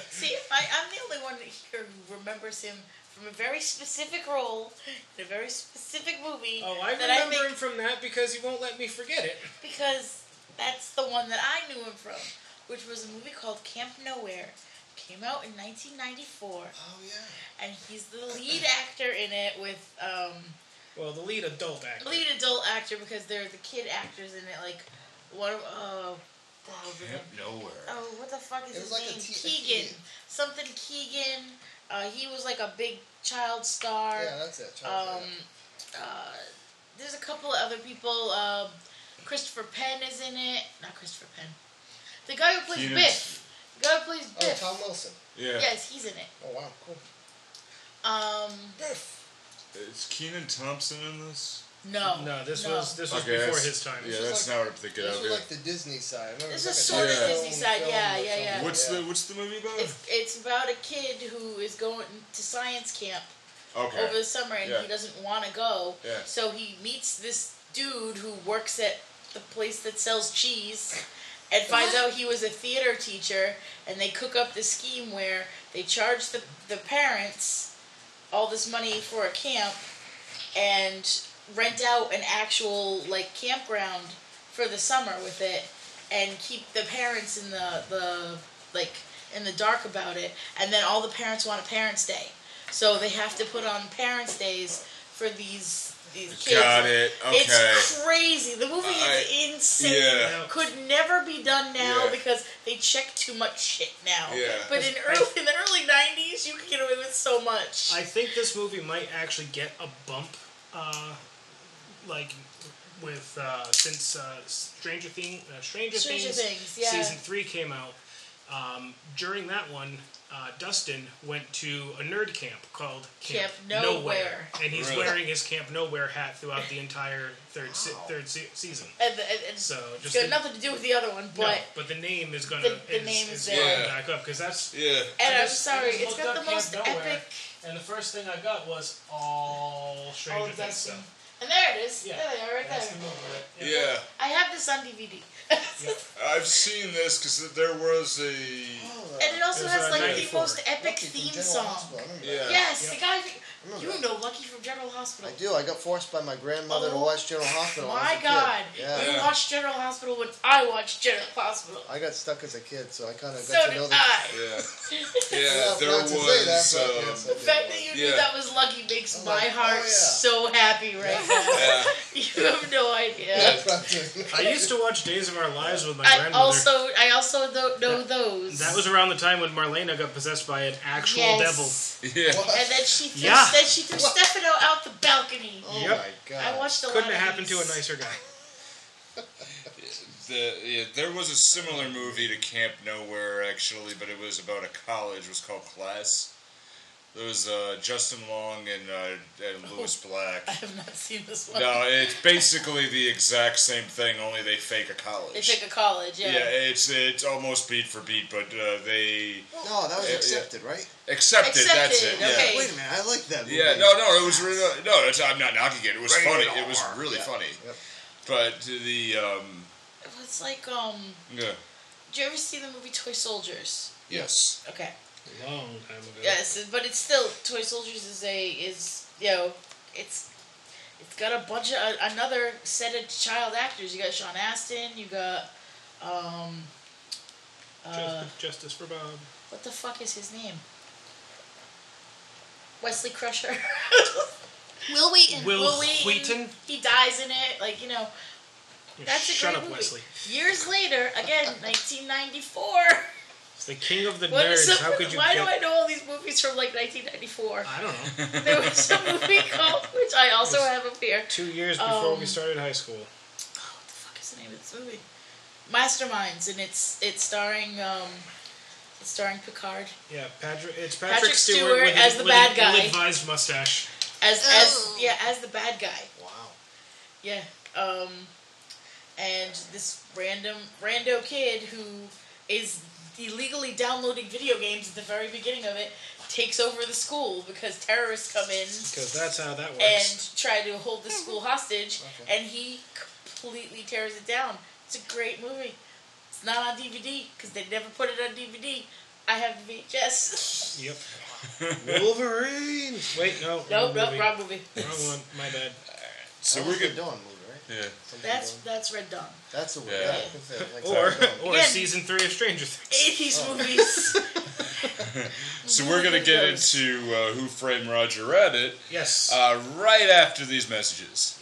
S6: See, I, I'm the only one here who remembers him from a very specific role in a very specific movie.
S5: Oh, I
S6: that
S5: remember
S6: I think
S5: him from that because he won't let me forget it.
S6: because that's the one that I knew him from, which was a movie called Camp Nowhere. Came out in 1994,
S4: Oh yeah.
S6: and he's the lead actor in it with um,
S5: Well, the lead adult actor.
S6: lead adult actor because they're the kid actors in it. Like, what? Oh, the hell is his name?
S3: nowhere
S6: oh, what the fuck is
S4: It
S6: his
S4: was like a
S6: name?
S4: te- a
S6: Keegan,
S4: teen-
S6: something Keegan. Uh, he was like a big child star.
S4: Yeah, that's it.
S6: um,
S4: Charles, yeah.
S6: uh, there's a couple of other people. Um, Christopher Penn is in it. Not Christopher Penn. The guy who plays
S3: Keenan's-
S6: Biff. The guy who plays
S4: oh,
S6: Biff.
S4: Tom Wilson.
S3: yeah
S6: Yes, he's in it.
S4: Oh wow, cool.
S6: Um,
S3: it's keenan thompson in this
S6: no.
S5: No, this was this was
S3: Okay,
S5: before
S3: that's-
S5: his time.
S3: yeah
S4: is
S3: that's
S4: like-
S3: not what i'm thinking
S4: This
S3: of
S4: was
S3: yeah.
S4: like the Disney side. I remember
S6: This
S4: it was
S6: is
S4: like a
S3: sorta
S4: film-
S6: Disney side,
S4: film
S6: yeah,
S4: or
S6: yeah, yeah.
S4: something.
S3: What's
S4: Yeah.
S3: the what's the movie about?
S6: It's, it's about a kid who is going to science camp
S3: okay.
S6: over the summer and
S3: Yeah.
S6: he doesn't want to go.
S3: Yeah.
S6: So he meets this dude who works at the place that sells cheese and finds out he was a theater teacher and they cook up this scheme where they charge the, the parents all this money for a camp and rent out an actual like campground for the summer with it and keep the parents in the the like in the dark about it, and then all the parents want a Parents' Day, so they have to put on Parents' Days for these these kids.
S3: Got it. Okay.
S6: It's crazy. The movie
S3: I-
S6: is insane.
S3: yeah.
S6: Could never be done now
S3: Yeah.
S6: because they check too much shit now.
S3: Yeah.
S6: But in early in the early nineties, you could get away with so much.
S5: I think this movie might actually get a bump, uh, like with uh, since uh, Stranger Thing, uh, Stranger,
S6: Stranger
S5: Things,
S6: Things, yeah.
S5: season three came out. Um, during that one, uh, Dustin went to a nerd camp called Camp,
S6: Camp Nowhere.
S5: and he's
S3: Really?
S5: wearing his Camp Nowhere hat throughout the entire third se- third se- season.
S6: and, and, and
S5: So
S6: it's
S5: just
S6: got
S5: the-
S6: nothing to do with the other one, but.
S5: no, but the name is gonna
S6: The- the
S5: is,
S6: name is
S5: is
S6: there.
S5: going
S3: Yeah.
S5: back up because that's
S3: Yeah.
S6: And
S5: I
S6: I'm
S5: just-
S6: sorry,
S5: I just
S6: it's
S5: looked
S6: got
S5: up
S6: the most
S5: Camp Nowhere,
S6: epic.
S5: And the first thing I got was all Stranger
S6: All of
S5: Things
S6: Dustin.
S5: stuff.
S6: And there it is.
S5: Yeah.
S6: There they are, Oh, right
S5: That's
S6: there.
S5: the movie,
S3: Yeah.
S5: right?
S6: I have this on DVD.
S3: I've seen this because there was a.
S6: and it also
S5: It was,
S6: has
S5: uh,
S6: like the
S5: 94.
S6: most epic
S4: Lucky from
S6: theme
S4: General
S6: song.
S4: Hospital, I remember
S3: Yeah.
S4: that.
S6: Yes, the
S5: Yeah.
S6: guy.
S4: remember
S6: You
S4: that.
S6: know Lucky from General Hospital.
S4: I do. I got forced by my grandmother
S6: Oh,
S4: to watch General Hospital. when I was
S6: My
S4: a kid.
S6: God,
S4: Yeah.
S6: you watched General Hospital when I watched General Hospital.
S4: I got stuck as a kid, so I kind of
S6: So
S4: got to
S6: did
S4: know that.
S6: I.
S3: Yeah.
S4: Yeah,
S3: Yeah,
S4: not
S3: there
S4: to
S3: was. um,
S4: say that, but yes, I
S6: The
S4: did
S6: fact
S4: watch
S6: that
S4: it.
S6: you
S3: Yeah.
S6: knew that was Lucky makes
S4: I'm
S6: my
S4: like, oh,
S6: heart
S4: yeah.
S6: so happy right now.
S3: yeah.
S6: you have no idea.
S5: I used to watch Days of Our Lives with my
S6: I
S5: grandmother.
S6: also I also tho- know those.
S5: that was around the time when Marlena got possessed by an actual
S6: yes.
S3: Yeah.
S4: What?
S6: And then she threw,
S5: Yeah.
S6: then she threw Stefano out the balcony.
S4: Oh
S5: Yep.
S4: my God.
S6: I watched a
S5: devil.
S6: lot of
S5: Couldn't have happened to a
S6: these.
S5: nicer guy.
S3: The, yeah, there was a similar movie to Camp Nowhere actually, but it was about a college. It was called Class. It was uh, Justin Long and uh, and Louis Black.
S6: I have not seen this one.
S3: No, it's basically the exact same thing, only they fake a college.
S6: They took a college, yeah.
S3: yeah. it's it's almost beat for beat, but uh, they
S4: No, that was
S3: Yeah, yeah.
S4: accepted, right?
S3: accepted. That's it.
S6: Accepted,
S3: Yeah.
S6: okay.
S4: Wait a minute, I like that movie.
S3: Yeah, no, no, it was really no. It's, I'm not knocking it. It was
S7: Rated
S3: funny. It was
S7: R.
S3: really
S4: Yeah.
S3: funny.
S4: Yep.
S3: But the um,
S6: It was like um.
S3: yeah,
S6: Did you ever see the movie Toy Soldiers?
S3: yes,
S6: Okay.
S5: Long time ago.
S6: Yes, but it's still Toy Soldiers is a is you know it's it's got a bunch of uh, another set of child actors. You got Sean Astin. You got um. Uh,
S5: Justice, Justice for Bob.
S6: what the fuck is his name? Wesley Crusher.
S8: Will Wheaton.
S5: Will
S6: Will Wheaton.
S5: Wheaton.
S6: He dies in it. Like you know,
S5: Yeah,
S6: that's a
S5: Shut
S6: great
S5: up,
S6: movie.
S5: Wesley.
S6: Years later, again, 1994.
S5: It's the king of the
S6: What is
S5: nerds.
S6: up
S5: How
S6: with-
S5: could you
S6: why
S5: get?
S6: do I know all these movies from like 1994?
S5: I don't know.
S6: There was a movie called, which I also have up here.
S5: Two years before
S6: Um,
S5: we started high school.
S6: What the fuck is the name of this movie? Masterminds, and it's it's starring um, it's starring Picard
S5: Yeah, Patrick. It's Patrick,
S6: Patrick
S5: Stewart,
S6: Stewart
S5: with
S6: as
S5: an-
S6: the
S5: with
S6: bad
S5: an
S6: guy.
S5: ill-advised mustache.
S6: as
S8: Oh.
S6: as yeah as the bad guy.
S4: Wow.
S6: Yeah. Um, and this random rando kid who is illegally downloading video games at the very beginning of it takes over the school because terrorists come in
S5: Because that's how that works.
S6: and try to hold the school hostage, and he completely tears it down. It's a great movie. It's not on DVD because they never put it on DVD. I have the VHS.
S5: Yep. Wolverine. Wait, no.
S6: nope, nope,
S5: wrong movie.
S6: wrong movie.
S5: Wrong one. My bad.
S3: So
S4: That
S3: we're
S4: was the
S3: good.
S4: Dawn movie, right?
S3: Yeah.
S4: Something
S6: That's
S4: Dawn.
S6: that's Red Dawn.
S5: Oh.
S4: that's the one.
S3: Yeah.
S4: Yeah. I can say it, like
S5: Or
S4: Dawn.
S5: or
S6: Again.
S5: season three of Stranger Things.
S6: Eighties movies.
S3: So we're gonna get into uh, Who Framed Roger Rabbit
S5: Yes.
S3: uh, right after these messages.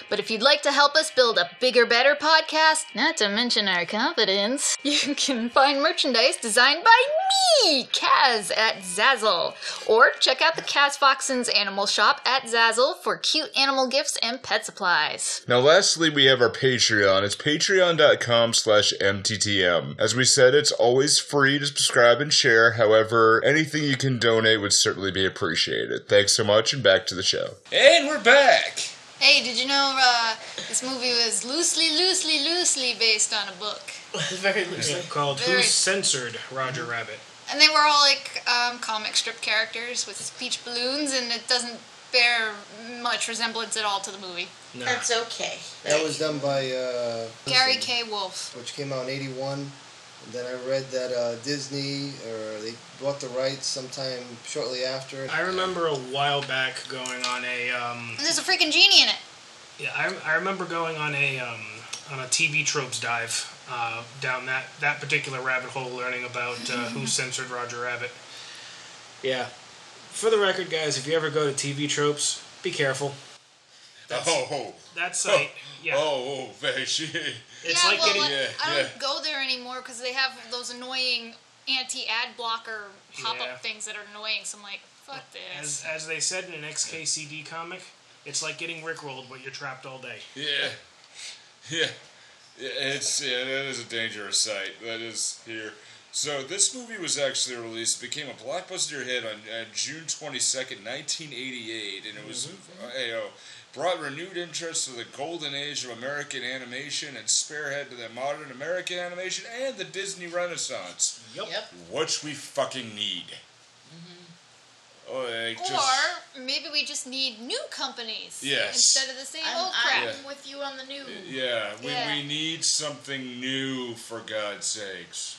S1: But if you'd like to help us build a bigger, better podcast, not to mention our confidence, you can find merchandise designed by me, Kaz, at Zazzle. Or check out the Kaz Foxen's Animal Shop at Zazzle for cute animal gifts and pet supplies.
S3: Now, lastly, we have our Patreon. It's patreon.com slash mttm. As we said, it's always free to subscribe and share. However, anything you can donate would certainly be appreciated. Thanks so much, and back to the show. And we're back.
S8: Hey, did you know uh, this movie was loosely, loosely, loosely based on a book?
S6: very loosely.
S5: called
S8: Very-
S5: Who Censored Roger Rabbit?
S1: And they were all like um, comic strip characters with speech balloons, and it doesn't bear much resemblance at all to the movie.
S5: No.
S6: That's okay.
S4: That was done by uh,
S1: Gary K. Wolf.
S4: which came out in '81. And then I read that uh, Disney or they bought the rights sometime shortly after.
S5: I remember a while back going on a um,
S1: And there's a freaking genie in it.
S5: Yeah, I, I remember going on a um, on a TV tropes dive uh, down that, that particular rabbit hole, learning about uh, who censored Roger Rabbit. Yeah, for the record, guys, if you ever go to TV tropes, be careful. That's,
S9: oh, oh,
S5: that site, yeah,
S9: oh, oh, very she.
S5: it's
S1: yeah,
S5: like
S1: well,
S5: getting
S1: like,
S9: Yeah,
S1: I don't
S9: yeah.
S1: go there anymore because they have those annoying anti-ad blocker pop-up
S5: Yeah.
S1: things that are annoying. So I'm like, fuck this.
S5: as as they said in an XKCD comic, it's like getting rickrolled, but you're trapped all day.
S9: Yeah, yeah, yeah. It's yeah, that is a dangerous site. That is here. So this movie was actually released, became a blockbuster hit on uh, June twenty second, nineteen eighty eight, and it was uh, you know, brought renewed interest to the golden age of American animation and spearhead to the modern American animation and the Disney Renaissance,
S6: Yep.
S9: which we fucking need. Oh, like, just,
S1: or maybe we just need new companies
S9: Yes.
S1: instead of the same
S6: I'm,
S1: old crap.
S6: I'm
S9: Yeah.
S6: with you on the new.
S9: yeah, we,
S1: Yeah.
S9: we need something new for God's sakes.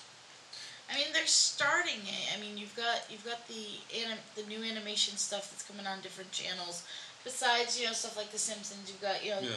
S6: I mean, they're starting it. I mean, you've got you've got the anim- the new animation stuff that's coming on different channels. Besides, you know, stuff like The Simpsons, you've got you know
S9: Yeah.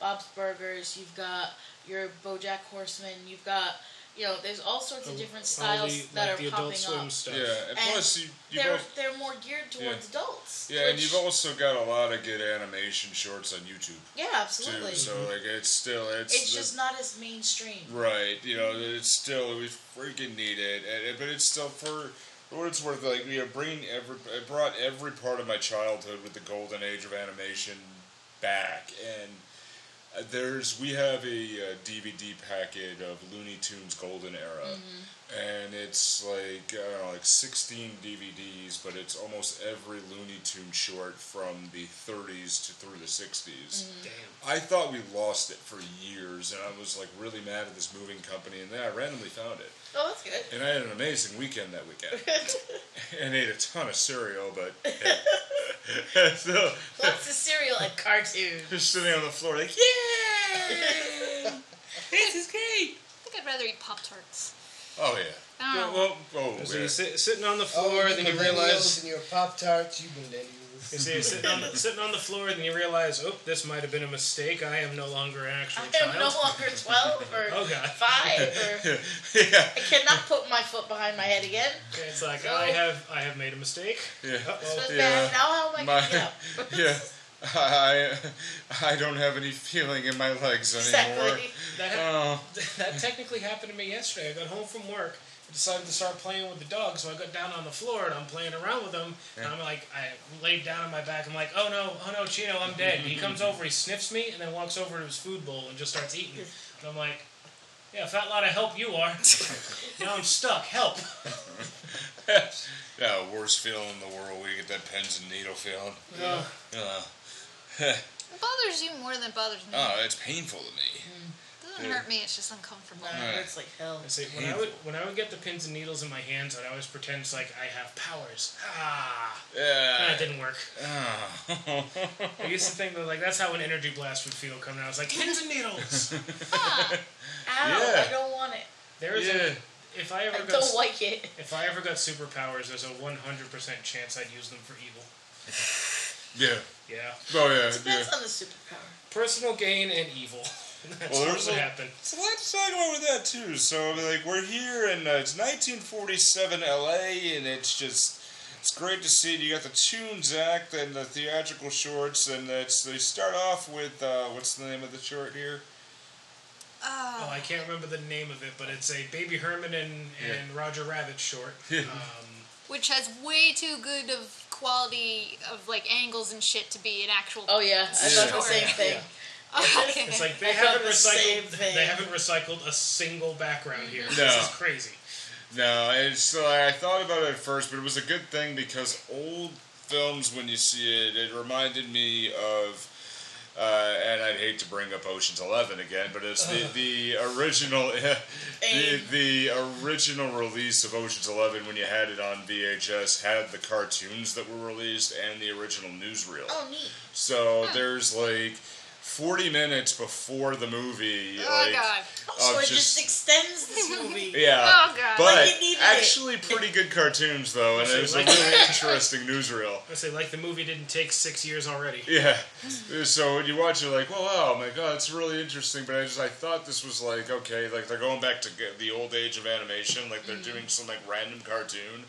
S6: Bob's Burgers, you've got your BoJack Horseman, you've got you know, there's all sorts
S9: Oh,
S6: of different
S5: All
S6: styles
S5: the,
S6: that
S5: like
S6: are
S5: the Adult
S6: popping
S5: Swim
S6: up.
S5: stuff.
S9: Yeah, and,
S6: And
S9: plus you, you
S6: They're
S9: both,
S6: they're more geared towards adults.
S9: yeah, and
S6: which-
S9: you've also got a lot of good animation shorts on YouTube
S6: yeah,
S9: too.
S6: absolutely.
S9: So like, it's still it's,
S6: it's
S9: the-
S6: just not as mainstream.
S9: right. You know, it's still we freaking need it, and, and- but it's still for. for What it's worth, like you know, bringing every, it brought every part of my childhood with the golden age of animation back, and uh, there's we have a uh, DVD packet of Looney Tunes Golden Era, and it's like I don't know, like 16 DVDs, but it's almost every Looney Tune short from the 30s to through the 60s. I thought we lost it for years, and I was like really mad at this moving company, and then I randomly found it,
S6: Oh, that's good.
S9: and I had an amazing weekend that weekend, and ate a ton of cereal, but so
S6: Lots of cereal and cartoon.
S9: just sitting on the floor like yeah. This is
S1: I
S9: great.
S1: think I'd rather eat Pop Tarts.
S9: Oh yeah.
S1: I
S9: Yeah,
S1: don't know.
S9: well, oh,
S5: So
S9: yeah.
S5: you're sit, sitting on the floor,
S4: Oh, you
S5: then you
S4: millennials
S5: realize
S4: and your Pop Tarts, you millennials.
S5: You see, you're sitting on the, sitting on the floor, and you realize, oh, this might have been a mistake. I am no longer an actual
S6: I am
S5: child.
S6: no longer 12 or
S5: Oh, God.
S6: 5 or
S9: yeah.
S6: I cannot put my foot behind my head again.
S5: It's like I have, I have made a mistake.
S9: Yeah.
S6: This
S5: Uh-oh.
S6: was
S9: Oh, Yeah.
S6: bad. Now how am I
S9: My-
S6: going to get up?
S9: yeah. I I don't have any feeling in my legs anymore.
S6: Exactly.
S5: That, hap-
S9: Oh,
S5: that technically happened to me yesterday. I got home from work, I decided to start playing with the dog, so I got down on the floor and I'm playing around with him. And I'm like, I laid down on my back. I'm like, oh no, oh no, Chino, I'm dead. he comes over, he sniffs me, and then walks over to his food bowl and just starts eating. And I'm like, yeah, fat lot of help you are. now I'm stuck. Help.
S9: yeah, worst feeling in the world. We get that pins and needle feeling.
S5: Uh,
S9: Uh,
S1: It bothers you more than it bothers me.
S9: oh, it's painful to me.
S1: it doesn't hurt me. It's just uncomfortable.
S6: No, it hurts like hell.
S5: I say when I would when I would get the pins and needles in my hands, I'd always pretend it's like I have powers. Ah, that
S9: Yeah.
S5: didn't work.
S9: Oh.
S5: I used to think that like that's how an energy blast would feel coming out. It's like pins and needles.
S1: Huh.
S6: Ow,
S9: Yeah.
S6: I don't want it.
S5: There is
S9: yeah.
S5: a, if I
S6: I
S5: ever got
S6: don't like it.
S5: if I ever got superpowers, there's a one hundred percent chance I'd use them for evil.
S9: Yeah.
S5: Yeah,
S9: Oh yeah. Yeah.
S6: Depends on the superpower.
S5: personal gain and evil. That's
S9: Well,
S5: what
S9: there's
S5: would
S9: a-
S5: happen.
S9: So let's talk about with that too. So like we're here and uh, it's 1947 LA, and it's just it's great to see. it. You got the tunes act and the theatrical shorts, and that's they start off with uh, what's the name of the short here?
S1: Ah,
S5: Oh, I can't remember the name of it, but it's a Baby Herman and, and Roger Rabbit short. Um,
S1: Which has way too good of quality of like angles and shit to be an actual.
S6: Oh yeah, I thought the same thing.
S1: okay.
S5: It's like they
S6: I thought
S5: haven't
S6: the same
S5: recycled.
S6: thing.
S5: They haven't recycled a single background here.
S9: No.
S5: This is crazy.
S9: No, it's uh, I thought about it at first, but it was a good thing because old films, when you see it, it reminded me of Uh, and I'd hate to bring up Ocean's Eleven again, but it's the, the original the, the original release of Ocean's Eleven when you had it on VHS had the cartoons that were released and the original newsreel.
S6: Oh, neat.
S9: So there's like 40 minutes before the movie.
S1: Oh,
S9: like,
S1: God.
S6: So
S9: of
S6: it just, extends this movie.
S9: yeah,
S1: Oh, God.
S9: but
S6: Like, it needed it.
S9: actually pretty good cartoons though, and it was a really interesting newsreel.
S5: I say, like the movie didn't take six years already.
S9: Yeah. Uh, So when you watch it, like, well, oh my god, it's really interesting. But I just I thought this was like okay, like they're going back to g- the old age of animation, like they're doing some like random cartoon.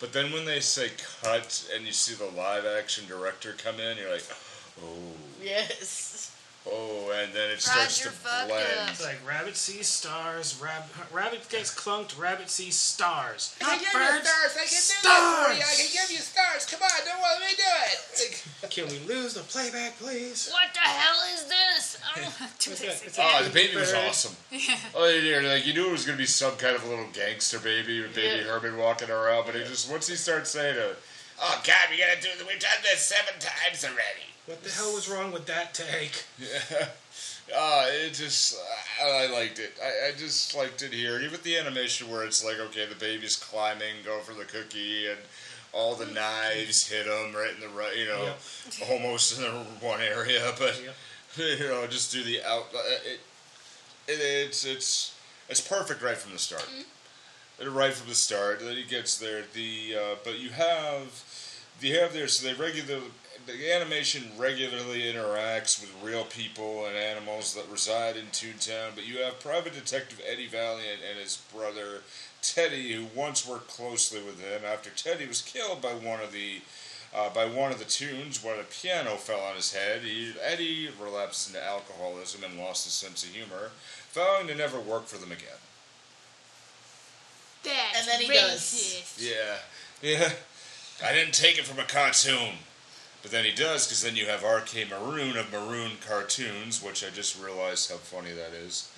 S9: But then when they say cut and you see the live action director come in, you're like, oh,
S6: Yes.
S9: oh, and then it starts
S1: Roger
S9: to
S1: Vaca.
S9: blend.
S5: It's like rabbit sees stars, rab- rabbit gets clunked, rabbit sees stars.
S3: I
S5: Not
S3: give you
S5: birds.
S3: stars. I can do that for you. I can give you stars. Come on, don't let me do it. Like,
S5: Can we lose the playback, please? Uh,
S1: What the hell is this? I don't want to do this
S5: It's
S1: again.
S9: Oh, the baby was
S5: Bird.
S9: awesome. Oh, yeah, like you knew it was gonna be some kind of little gangster baby with baby
S6: Yeah.
S9: Herman walking around, but it just once he starts saying it, oh god, we gotta do it. We've done this seven times already.
S5: What the hell was wrong with that take?
S9: Uh, it just, I, I liked it. I, I just liked it here. Even the animation where it's like, okay, the baby's climbing, going for the cookie, and all the knives hit him right in the right, you know, almost in the one area, but you know, just do the out. uh, It, it, it's it's it's perfect right from the start. Right from the start, then he gets there. The uh, but you have you have there so they regular the animation regularly interacts with real people and animals that reside in Toontown, but you have private detective Eddie Valiant and his brother Teddy, who once worked closely with him. After Teddy was killed by one of the uh, by one of the tunes, when a piano fell on his head, he, Eddie relapsed into alcoholism and lost his sense of humor, vowing to never work for them again.
S1: That's
S6: And then he does.
S1: racist.
S9: Yeah, yeah. I didn't take it from a cartoon. But then he does, because then you have RK Maroon of Maroon Cartoons, which I just realized how funny that is.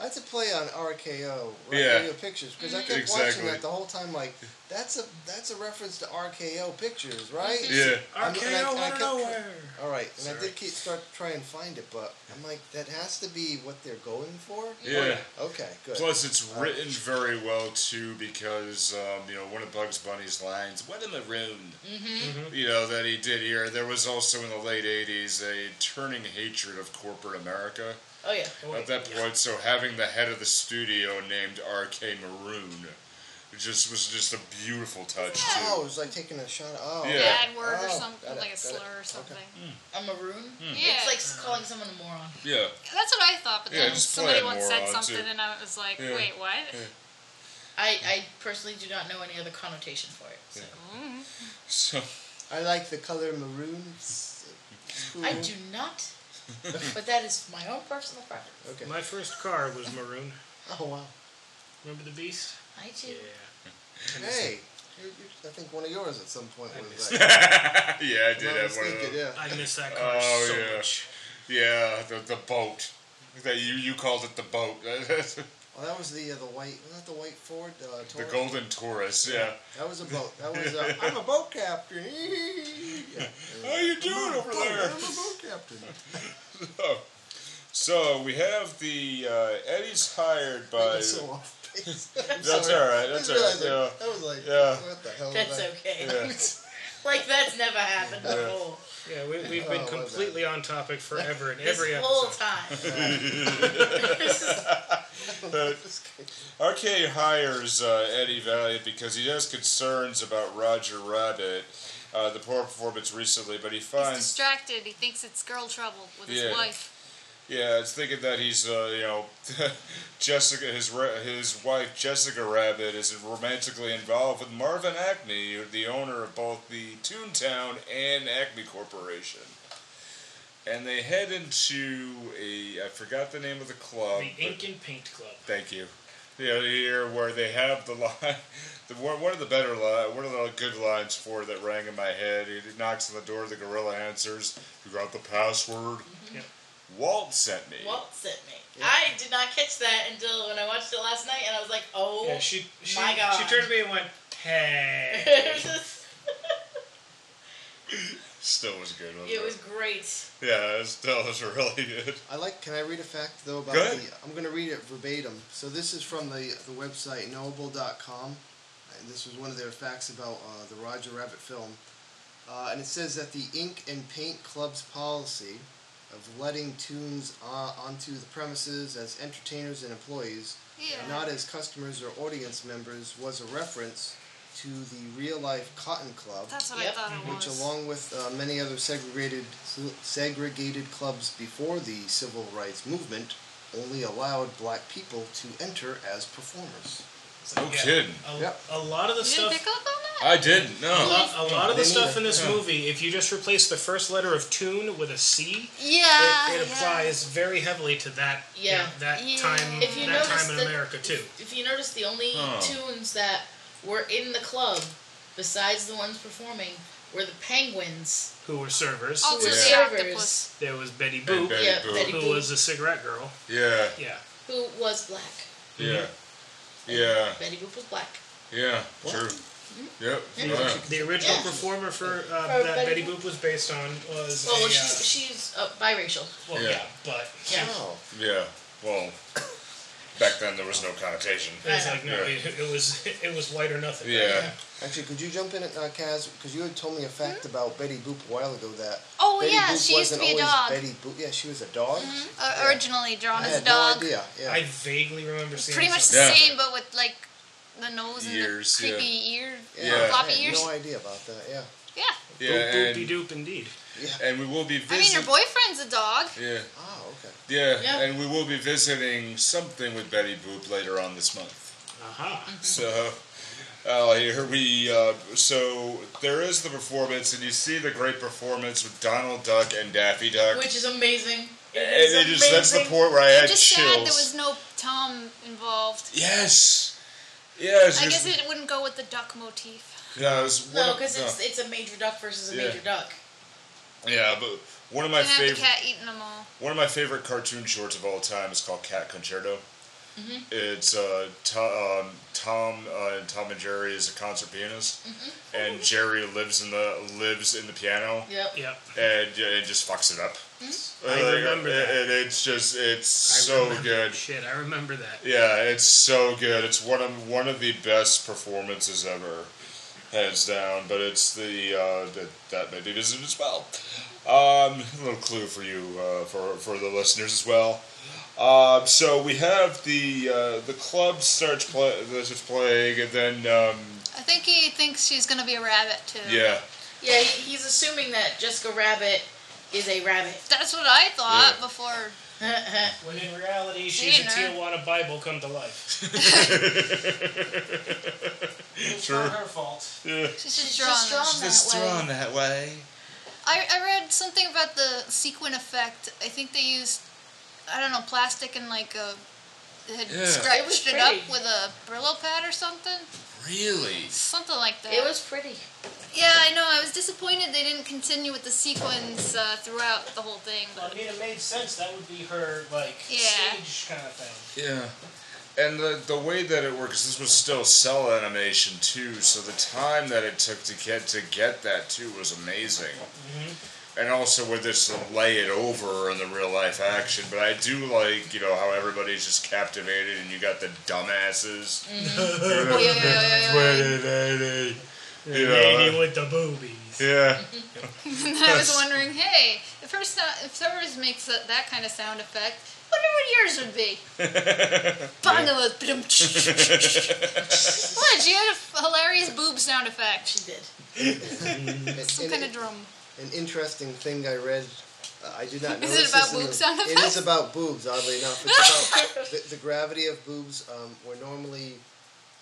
S4: That's a play on RKO, right?
S9: Yeah.
S4: Radio Pictures, because I kept watching
S9: Exactly.
S4: that the whole time. Like, that's a that's a reference to RKO Pictures, right?
S9: Yeah.
S4: I'm- and I-
S5: RKO
S4: I
S5: out of
S4: kept-
S5: nowhere.
S4: All right, and I
S5: Sorry.
S4: did keep start to try and find it, but I'm like, that has to be what they're going for.
S9: Yeah.
S4: Okay, good.
S9: Plus, it's written very well too, because um, you know one of Bugs Bunny's lines, "What a maroon," mm-hmm. you know that he did here. There was also in the late '80s a turning hatred of corporate America
S6: Oh yeah.
S9: at that point. So having the head of the studio named RK Maroon, it just was just a beautiful touch too.
S4: oh, it was like taking a shot. Oh,
S9: Yeah.
S1: Bad word or
S4: Oh,
S1: something,
S4: got it,
S1: like a
S4: got it.
S1: slur or something.
S6: A maroon.
S9: Hmm.
S1: Yeah.
S6: It's like s- calling someone a moron.
S9: Yeah.
S1: That's what I thought, but
S9: Yeah,
S1: then
S9: just
S1: somebody
S9: plain
S1: once said
S9: moron,
S1: something,
S9: too.
S1: and I was like,
S9: Yeah.
S1: wait, what?
S6: I, I personally do not know any other connotation for it. So.
S9: So
S4: I like the color maroon. It's cool.
S6: I do not. but that is my own personal preference.
S4: Okay.
S5: My first car was maroon.
S4: Oh wow.
S5: Remember the Beast?
S6: I do.
S5: Yeah.
S4: Hey, you- you- I think one of yours at some point was
S5: missed
S4: like.
S9: yeah, I did
S4: if I'm not
S9: have one
S4: mistaken, yeah.
S5: I
S9: of those.
S5: miss that car
S9: Oh,
S5: so
S9: yeah.
S5: much.
S9: Yeah, the the boat. That you you called it the boat.
S4: Oh, that was the uh, the white. Was that the white Ford? Uh,
S9: the
S4: Taurus?
S9: Golden Taurus. Yeah.
S4: That was a boat. That was. Uh, I'm a boat captain. yeah.
S9: How you doing over
S4: I'm
S9: there?
S4: a boat captain.
S9: So we have the uh, Eddie's hired by.
S4: That's so off base.
S9: That's all right. That's all right. Yeah.
S4: That was like,
S9: Yeah.
S4: what the hell?
S6: That's
S4: was that?
S6: okay.
S9: Yeah.
S6: like that's never happened before.
S5: Yeah, we, we've been
S4: Oh, my
S5: completely on topic forever in
S6: This
S5: every
S6: whole
S5: episode.
S6: time.
S9: RK hires uh, Eddie Valiant because he has concerns about Roger Rabbit, uh, the poor performance recently, but he
S1: He's
S9: finds
S1: distracted. He thinks it's girl trouble with
S9: Yeah.
S1: his wife.
S9: Yeah, it's thinking that he's, uh, you know, Jessica, his ra- his wife Jessica Rabbit is romantically involved with Marvin Acme, the owner of both the Toontown and Acme Corporation. And they head into a, I forgot the name of the club.
S5: The Ink and Paint Club.
S9: Thank you. You know, here where they have the line, the one, one of the better line, one of the good lines for that rang in my head. He knocks on the door. The gorilla answers. You got the password.
S5: Yep.
S9: Walt sent me.
S6: Walt sent me. I did not catch that until when I watched it last night, and I was like, oh.
S5: Yeah, she, she,
S6: my God.
S5: she turned to me and went, hey.
S6: Just-
S9: still was good. Wasn't
S6: It was great.
S9: Yeah, it was, that was really good.
S4: I like. Can I read a fact though about
S9: Go ahead.
S4: the? I'm going to read it verbatim. So this is from the the website knowable.com, and this was one of their facts about uh, the Roger Rabbit film, uh, and it says that the Ink and Paint Club's policy of letting tunes uh, onto the premises as entertainers and employees,
S1: Yeah.
S4: not as customers or audience members, was a reference to the real life Cotton Club
S1: That's what
S6: Yep.
S1: I thought it
S4: which,
S1: was.
S4: along with uh, many other segregated segregated clubs before the civil rights movement, only allowed black people to enter as performers.
S9: No kidding.
S5: A,
S4: Yep.
S5: a lot of the
S1: you didn't
S5: stuff.
S1: pick up on that?
S9: I didn't.
S5: A
S9: No.
S5: lot, a lot of the
S4: They need
S5: stuff
S4: it,
S5: in this
S9: yeah.
S5: movie, if you just replace the first letter of tune with a C,
S1: yeah.
S5: it, it applies very heavily to that
S6: Ah, Yeah.
S5: that
S1: Yeah.
S5: time
S6: If you
S5: that
S6: notice
S5: time in
S6: the-
S5: America too.
S6: If you notice, the only
S9: Oh.
S6: tunes that were in the club, besides the ones performing, were the penguins.
S5: Who were servers?
S1: Also,
S9: Yeah.
S1: the octopus.
S5: There was Betty Boop,
S9: Betty
S6: yeah,
S9: Boop.
S6: Oh. Betty
S5: who
S6: Boop,
S5: was a cigarette girl.
S9: Yeah.
S5: Yeah,
S6: who was black.
S9: Yeah. Yeah.
S6: Betty Boop was black.
S9: Yeah. True. Yep. Mm-hmm. Yeah.
S5: the original
S6: Yeah.
S5: performer for uh,
S6: Or
S5: that
S6: Betty
S5: Betty Boop was based on was
S6: Well,
S5: a, uh,
S6: Oh, she, she's uh, biracial.
S5: well,
S9: Yeah.
S5: yeah, but
S6: Yeah.
S4: Oh,
S9: Yeah. Well, back then there was no connotation.
S5: it was like no,
S9: Yeah.
S5: it, it was it was white or nothing.
S9: Yeah.
S4: actually, could you jump in, uh, Kaz? Because you had told me a fact about Betty Boop a while ago that
S1: Hmm? Oh,
S4: Betty
S1: yeah,
S4: Boop
S1: she used to
S4: wasn't
S1: be a
S4: always
S1: dog.
S4: Betty Boop. Yeah, she was a dog.
S1: Uh,
S4: Yeah.
S1: originally drawn
S4: I
S1: as a
S4: had
S1: dog.
S4: no idea. Yeah.
S5: I vaguely remember seeing
S1: Pretty much the
S5: something.
S9: Yeah.
S1: same, but with like the nose and
S9: Ears,
S1: the
S9: yeah.
S1: creepy ear,
S9: Yeah.
S4: I
S1: floppy
S4: had
S1: ears.
S4: no idea about that. Yeah.
S1: Yeah.
S9: Yeah.
S5: Boop boopy
S9: And,
S5: doop indeed.
S9: and we will be
S1: I mean, your
S9: visiting.
S1: boyfriend's a dog.
S9: Yeah.
S4: Oh, okay.
S9: yeah.
S6: Yeah.
S9: And we will be visiting something with Betty Boop later on this month.
S5: Aha.
S6: Mm-hmm.
S9: So, uh, here we. Uh, so there is the performance, and you see the great performance with Donald Duck and Daffy Duck.
S6: Which is amazing. It
S9: and
S6: is
S9: it is, that's the
S6: amazing.
S9: point where I had
S1: Just
S9: chills.
S1: sad there was no Tom involved.
S9: yes, yes.
S1: I guess it wouldn't go with the duck motif.
S9: yeah, it was one
S6: No,
S9: of-
S6: because
S9: no.
S6: it's it's a major duck versus a
S9: Yeah.
S6: major duck.
S9: yeah, but one of my
S1: And have the
S9: favorite
S1: cat eating them all.
S9: one of my favorite cartoon shorts of all time is called Cat Concerto.
S1: Mm-hmm.
S9: It's uh, to, um, Tom uh, Tom and Jerry is a concert pianist,
S1: Mm-hmm.
S9: and Jerry lives in the lives in the piano.
S6: Yep.
S5: Yep.
S9: and yeah, it just fucks it up.
S5: I
S4: uh,
S5: remember
S9: and,
S5: that.
S9: and it's just it's
S5: I
S9: so
S5: remember-
S9: good.
S5: Shit, I remember that.
S9: Yeah, it's so good. It's one of one of the best performances ever, hands down. But it's the uh, that that may be visited as well. Um, a little clue for you uh, for for the listeners as well. Um, so we have the uh, the club starts play, starts playing, and then um,
S1: I think he thinks she's gonna be a rabbit too.
S9: yeah,
S6: Yeah, he- he's assuming that Jessica Rabbit is a rabbit.
S1: That's what I thought
S9: Yeah.
S1: before.
S5: When in reality,
S1: she's
S5: she's
S1: Seeing
S5: a
S1: a her.
S5: Tijuana Bible come to life. it's
S9: True.
S5: not her fault.
S1: She's just
S6: She's
S1: drawn.
S6: just
S1: them.
S6: drawn that way.
S9: that way.
S1: I, I read something about the sequin effect. I think they used, I don't know, plastic and like a. They had
S9: Yeah.
S6: It
S1: scratched
S6: was
S1: it up
S6: pretty.
S1: with a Brillo pad or something.
S9: Really.
S1: Something like that.
S6: It was pretty.
S1: yeah, I know. I was disappointed they didn't continue with the sequins uh, throughout the whole thing.
S5: Well, I
S1: But
S5: mean, it made sense. That would be her, like,
S1: Yeah.
S5: stage kind of thing.
S9: Yeah. And the, the way that it works, this was still cell animation too, so the time that it took to get to get that too was amazing. And also with this lay it over in the real life action, but I do like you know how everybody's just captivated and you got the dumbasses.
S1: Oh, yeah, yeah, yeah, yeah, yeah.
S9: You
S5: Lady
S9: know,
S5: with the boobies.
S9: yeah,
S1: And I was wondering, hey, if her so- if hers makes that, that kind of sound effect, wonder what yours would be. Bangala. what? She had a hilarious boob sound effect.
S6: She did.
S4: And-
S1: Some
S4: and
S1: kind
S4: it-
S1: of drum.
S4: an interesting thing I read. Uh, I did not
S1: Is it
S4: notice
S1: about
S4: this in the-
S1: boob sound
S4: It is about boobs, oddly enough. It's about the, the gravity of boobs. Um, were normally,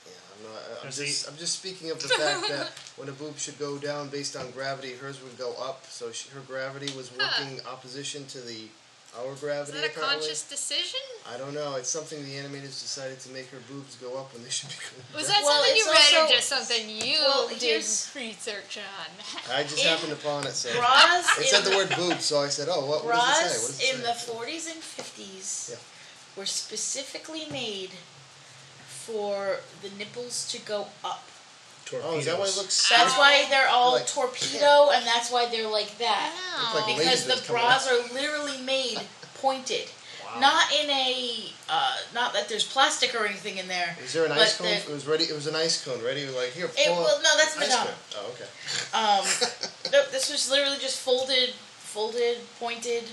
S4: yeah, I'm, not, I'm
S5: Does
S4: just
S5: he-
S4: I'm just speaking of the fact that when a boob should go down based on gravity, hers would go up. So she, her gravity was working opposition to the our
S1: Is
S4: gravity.
S1: that a
S4: apparently.
S1: conscious decision?
S4: I don't know. It's something the animators decided to make her boobs go up when they should be going
S1: Was
S4: down.
S1: that
S6: Well,
S1: something you
S6: it's
S1: read or
S6: also-
S1: just something you
S6: Well,
S1: did
S6: here's-
S1: research on?
S4: I just
S6: in
S4: happened upon it. So
S6: Bras
S4: it
S6: in
S4: said the word boobs, so I said, "Oh, what, what does it say?" What
S6: Bras
S4: does it
S6: in
S4: say?
S6: the 40s and 50s
S4: Yeah.
S6: were specifically made for the nipples to go up.
S5: torpedoes.
S4: Oh, is that why it looks?
S6: That's why they're all
S4: Like-
S6: torpedo, and that's why they're like that.
S4: Look like
S6: Because
S4: lasers
S6: the
S4: coming out.
S6: bras are literally made pointed. Not in a, uh, not that there's plastic or anything in there.
S4: Is there an
S6: but
S4: ice cone?
S6: the-
S4: It was ready. It was an ice cone ready. You're Like here,
S6: It
S4: pull
S6: well,
S4: up
S6: no, that's
S4: ice
S6: Madonna.
S4: cone. Oh, okay.
S6: Um, no, this was literally just folded, folded, pointed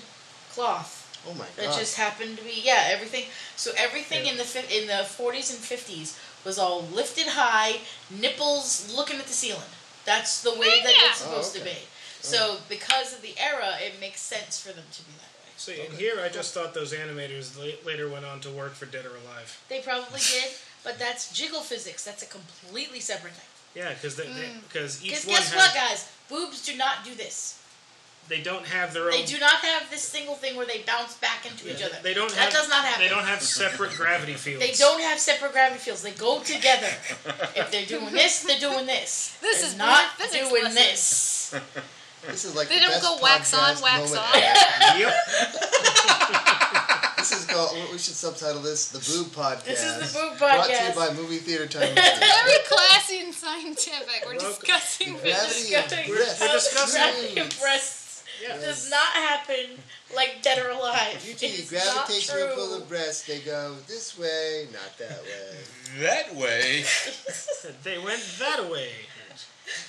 S6: cloth.
S4: Oh my
S6: That
S4: god.
S6: just happened to be yeah everything. So everything in the fif- in the forties and fifties was all lifted high, nipples looking at the ceiling. That's the way that it's
S4: Oh,
S6: supposed
S4: okay.
S6: to be. So because of the era, it makes sense for them to be that way.
S5: See, and here I just thought those animators la- later went on to work for Dead or Alive.
S6: They probably did, but that's jiggle physics. That's a completely separate thing.
S5: Yeah, because because
S6: Because
S5: each one
S6: Mm. guess
S5: has,
S6: what, guys? Boobs do not do this.
S5: they don't have their own.
S6: They do not have this single thing where they bounce back into each other.
S5: They don't.
S6: That
S5: have,
S6: does not happen.
S5: They don't have separate gravity fields.
S6: They don't have separate gravity fields. They go together. if they're doing this, they're doing this.
S1: This
S6: They're
S1: is
S6: not
S1: physics
S6: doing
S1: lesson.
S6: this.
S4: This is like
S1: They
S4: the
S1: don't
S4: best
S1: go wax on,
S4: podcast
S1: wax
S4: moment
S1: off.
S4: ever.
S5: Yep.
S4: This is called. We should subtitle this the Boob Podcast.
S6: This is the Boob
S4: Brought to you
S6: Podcast.
S4: by Movie Theater Time. Magazine.
S1: Very classy and scientific. We're
S5: Welcome.
S1: discussing physics.
S4: Gravity and
S6: We're-
S4: breasts.
S5: we're discussing-
S6: Gravity of breasts
S5: Yeah.
S6: does not happen like dead or alive.
S4: You
S6: It
S4: two
S6: is not
S4: gravitate to a full
S6: true.
S4: of breasts. They go this way, not that way.
S9: That way,
S5: They went that way.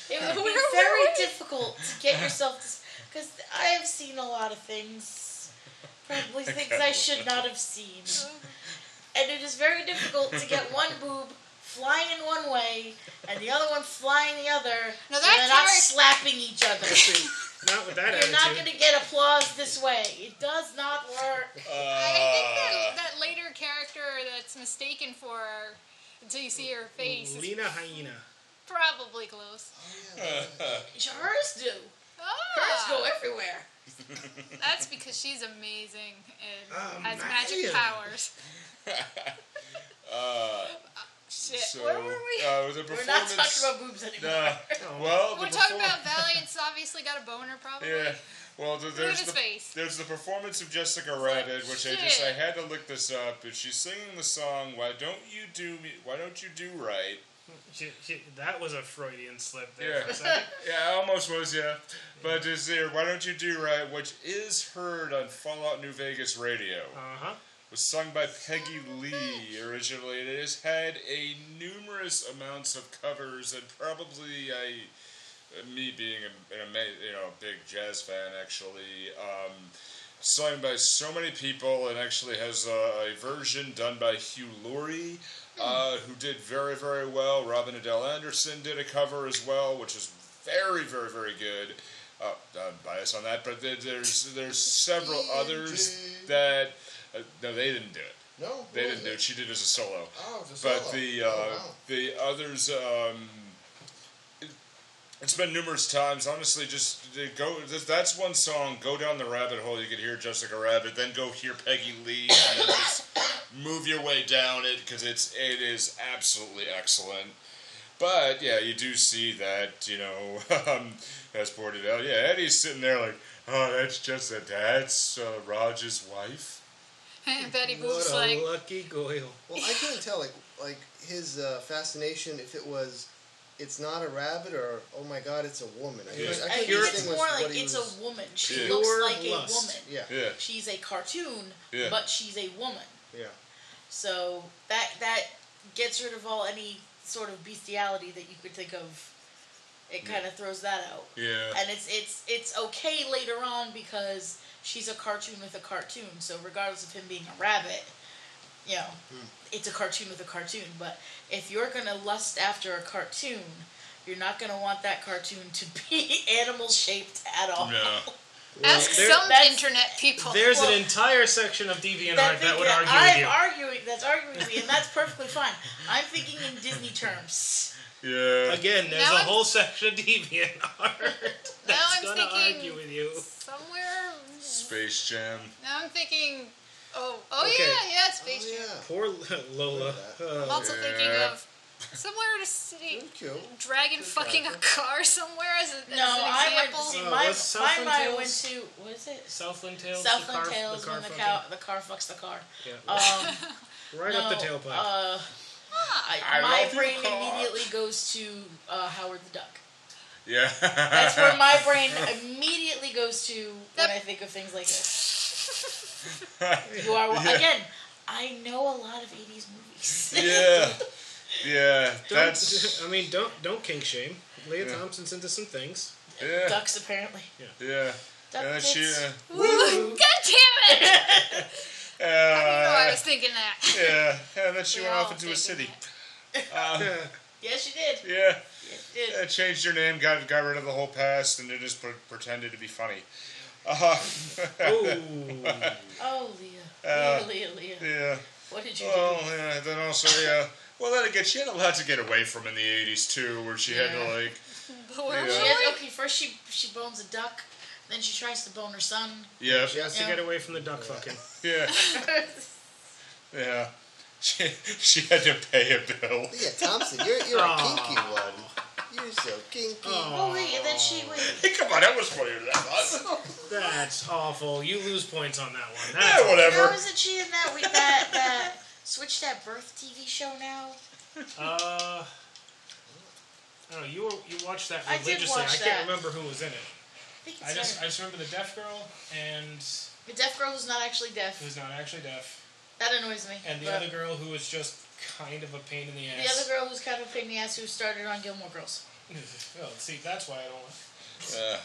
S6: It would be very difficult to get yourself to. Because I have seen a lot of things. Probably things I should not have seen. And it is very difficult to get one boob flying one way and the other one flying the other.
S1: Now
S6: so
S1: that
S6: they're not
S1: part-
S6: slapping each other.
S5: Not with that
S6: You're
S5: attitude.
S6: not going to get applause this way. It does not work.
S1: I think that,
S9: uh,
S1: that later character that's mistaken for her until you see her face is
S5: Lena Hyena.
S1: probably close.
S6: Hers do. Hers go
S1: Ah,
S6: everywhere.
S1: that's because she's amazing and
S5: Oh,
S1: has
S5: Maria.
S1: magic powers.
S9: uh,
S1: Shit,
S9: so
S1: where were we?
S9: uh, the
S6: We're not talking
S9: performance.
S6: about boobs anymore.
S9: nah, well, the
S1: We're talking
S9: perform-
S1: about Valiant's obviously got a boner probably.
S9: Yeah. Well,
S1: Look
S9: th-
S1: at
S9: there's
S1: his
S9: the
S1: face.
S9: There's the performance of Jessica Rabbit, which I just I
S1: shit.
S9: had to look this up. But she's singing the song "Why Don't You Do Me? Why Don't You Do Right?"
S5: She, she, that was a Freudian slip there.
S9: Yeah.
S5: For a second.
S9: Yeah, I almost was yeah, but is there "Why Don't You Do Right," which is heard on Fallout New Vegas radio,
S5: Uh huh.
S9: was sung by Peggy Lee originally. It has had a numerous amounts of covers, and probably I. Me being a, an ama- you know a big jazz fan actually, um, sung by so many people and actually has a, a version done by Hugh Laurie, uh, who did very, very well. Robin Adele Anderson did a cover as well, which is very, very, very good. Uh, I'm biased on that, but there- there's there's several others that uh, no, they didn't do it.
S4: No,
S9: They didn't do it. She did it as a solo.
S4: Oh, it's a
S9: But
S4: solo.
S9: the uh,
S4: Oh, wow.
S9: the others, um, it, has been numerous times. Honestly, just to go. th- That's one song. Go down the rabbit hole. You could hear Jessica Rabbit, then go hear Peggy Lee, and then just move your way down it because it's it is absolutely excellent. But yeah, you do see that you know, um, as pointed out, yeah, Eddie's sitting there like, oh, that's just a, that's uh, Roger's wife.
S1: And Betty
S5: What
S1: Boop's
S5: a
S1: like,
S5: lucky goyle.
S4: Well, I couldn't tell like like his uh, fascination if it was, it's not a rabbit or oh my god, it's a woman. I,
S9: Yeah.
S4: couldn't- I
S6: I
S4: couldn't
S6: think
S5: Pure-
S6: it's
S4: distinguish
S6: more
S4: what
S6: like
S4: he
S6: it's
S4: was-
S6: a woman. She
S9: Yeah.
S6: looks
S5: Pure
S6: like a
S5: lust.
S6: woman.
S4: Yeah,
S9: Yeah,
S6: She's a cartoon,
S9: Yeah.
S6: but she's a woman.
S4: yeah.
S6: So that that gets rid of all any sort of bestiality that you could think of. It kind of throws that out,
S9: yeah.
S6: and it's it's it's okay later on because she's a cartoon with a cartoon. So regardless of him being a rabbit, you know,
S5: Hmm.
S6: it's a cartoon with a cartoon. But if you're gonna lust after a cartoon, you're not gonna want that cartoon to be animal shaped at all.
S9: No.
S1: ask
S5: there-
S1: some
S6: That's-
S1: internet people.
S5: There's
S6: Well,
S5: an entire section of DeviantArt
S6: That
S5: that
S6: thing
S5: would argue
S6: I'm
S5: with you.
S6: arguing that's arguing with me, and that's perfectly fine. I'm thinking in Disney terms.
S9: Yeah.
S5: Again, there's
S1: Now
S5: a
S1: I'm-
S5: whole section of DeviantArt
S1: now
S5: that's
S1: I'm
S5: going to
S1: thinking
S5: argue with you.
S1: somewhere.
S9: Space Jam.
S1: Now I'm thinking, oh, oh
S5: Okay.
S1: yeah, yeah, Space
S4: Oh
S1: Jam.
S4: yeah,
S5: Poor Lola. Uh,
S1: I'm also thinking
S9: Yeah.
S1: of somewhere in a city,
S4: Thank you.
S1: dragon fucking a car somewhere as, a, as
S6: No,
S1: an
S6: I went
S1: example.
S6: to see
S5: Uh,
S6: my
S5: what's
S6: my
S5: Southland
S6: mind
S5: Tales?
S6: went to what is it?
S5: Southland Tales. the
S6: Southland
S5: car-
S6: Tales
S5: the car
S6: when the
S5: fucking-
S6: cow the car fucks the car.
S5: Yeah,
S6: Um,
S5: right up the
S6: no,
S5: tailpipe.
S6: Uh, I,
S9: I
S6: my
S9: love you,
S6: brain
S9: Carl.
S6: immediately goes to uh, Howard the Duck.
S9: Yeah.
S6: That's where my brain immediately goes to when I think of things like this. You are again. I know a lot of '80s movies.
S9: yeah. Yeah. That's.
S5: Don't, I mean, don't don't kink shame. Leah Thompson sent us some things.
S9: Yeah.
S6: Ducks apparently.
S9: Yeah.
S6: Duck
S9: And she.
S6: fits.
S9: Uh,
S1: Ooh, God damn it! I know I
S9: yeah.
S1: was thinking that.
S9: Yeah. And then she
S1: We
S9: went
S1: all
S9: off into a
S1: thinking
S9: city.
S6: Yes, you did.
S9: Yeah.
S6: Yes, you did.
S9: Yeah, changed her name, got got rid of the whole past, and it just pre- pretended to be funny. Uh,
S5: Ooh,
S6: Oh, Leah. Leah, Leah, Leah.
S9: yeah.
S6: What did you
S9: Well, yeah. Then also, yeah. Well, then again, she had a lot to get away from in the '80s too, where she had to
S6: Yeah.
S9: like,
S1: But where
S9: Yeah.
S6: do?
S1: were
S6: She has,
S1: we?
S6: okay, first she she bones a duck, then she tries to bone her son.
S9: yeah,
S4: She has
S5: to
S4: to
S5: get away from the duck fucking.
S9: yeah, yeah. She, she had to pay a bill.
S4: Yeah, Thompson, you're, you're a
S5: Aw.
S4: kinky one. You're so kinky.
S6: Oh wait, and then she wait.
S9: Hey, come on, that was funnier than that.
S5: That's awful. You lose points on that one. That's
S9: Yeah,
S6: How
S9: whatever.
S6: isn't she in that we that that switch that birth TV show now?
S5: Uh, I don't know. You were, you watched that
S6: I did
S5: religiously.
S6: watch
S5: can't
S6: that.
S5: remember who was in it.
S6: I think it's
S5: I just
S6: her.
S5: I just remember the deaf girl and
S6: the deaf girl who's not actually deaf.
S5: who's not actually deaf,
S6: That annoys me.
S5: and the
S6: but
S5: other girl who was just kind of a pain in the
S6: the other
S5: ass.
S6: girl who's kind of a pain in the ass who started on Gilmore Girls.
S5: oh, see, that's why I don't. want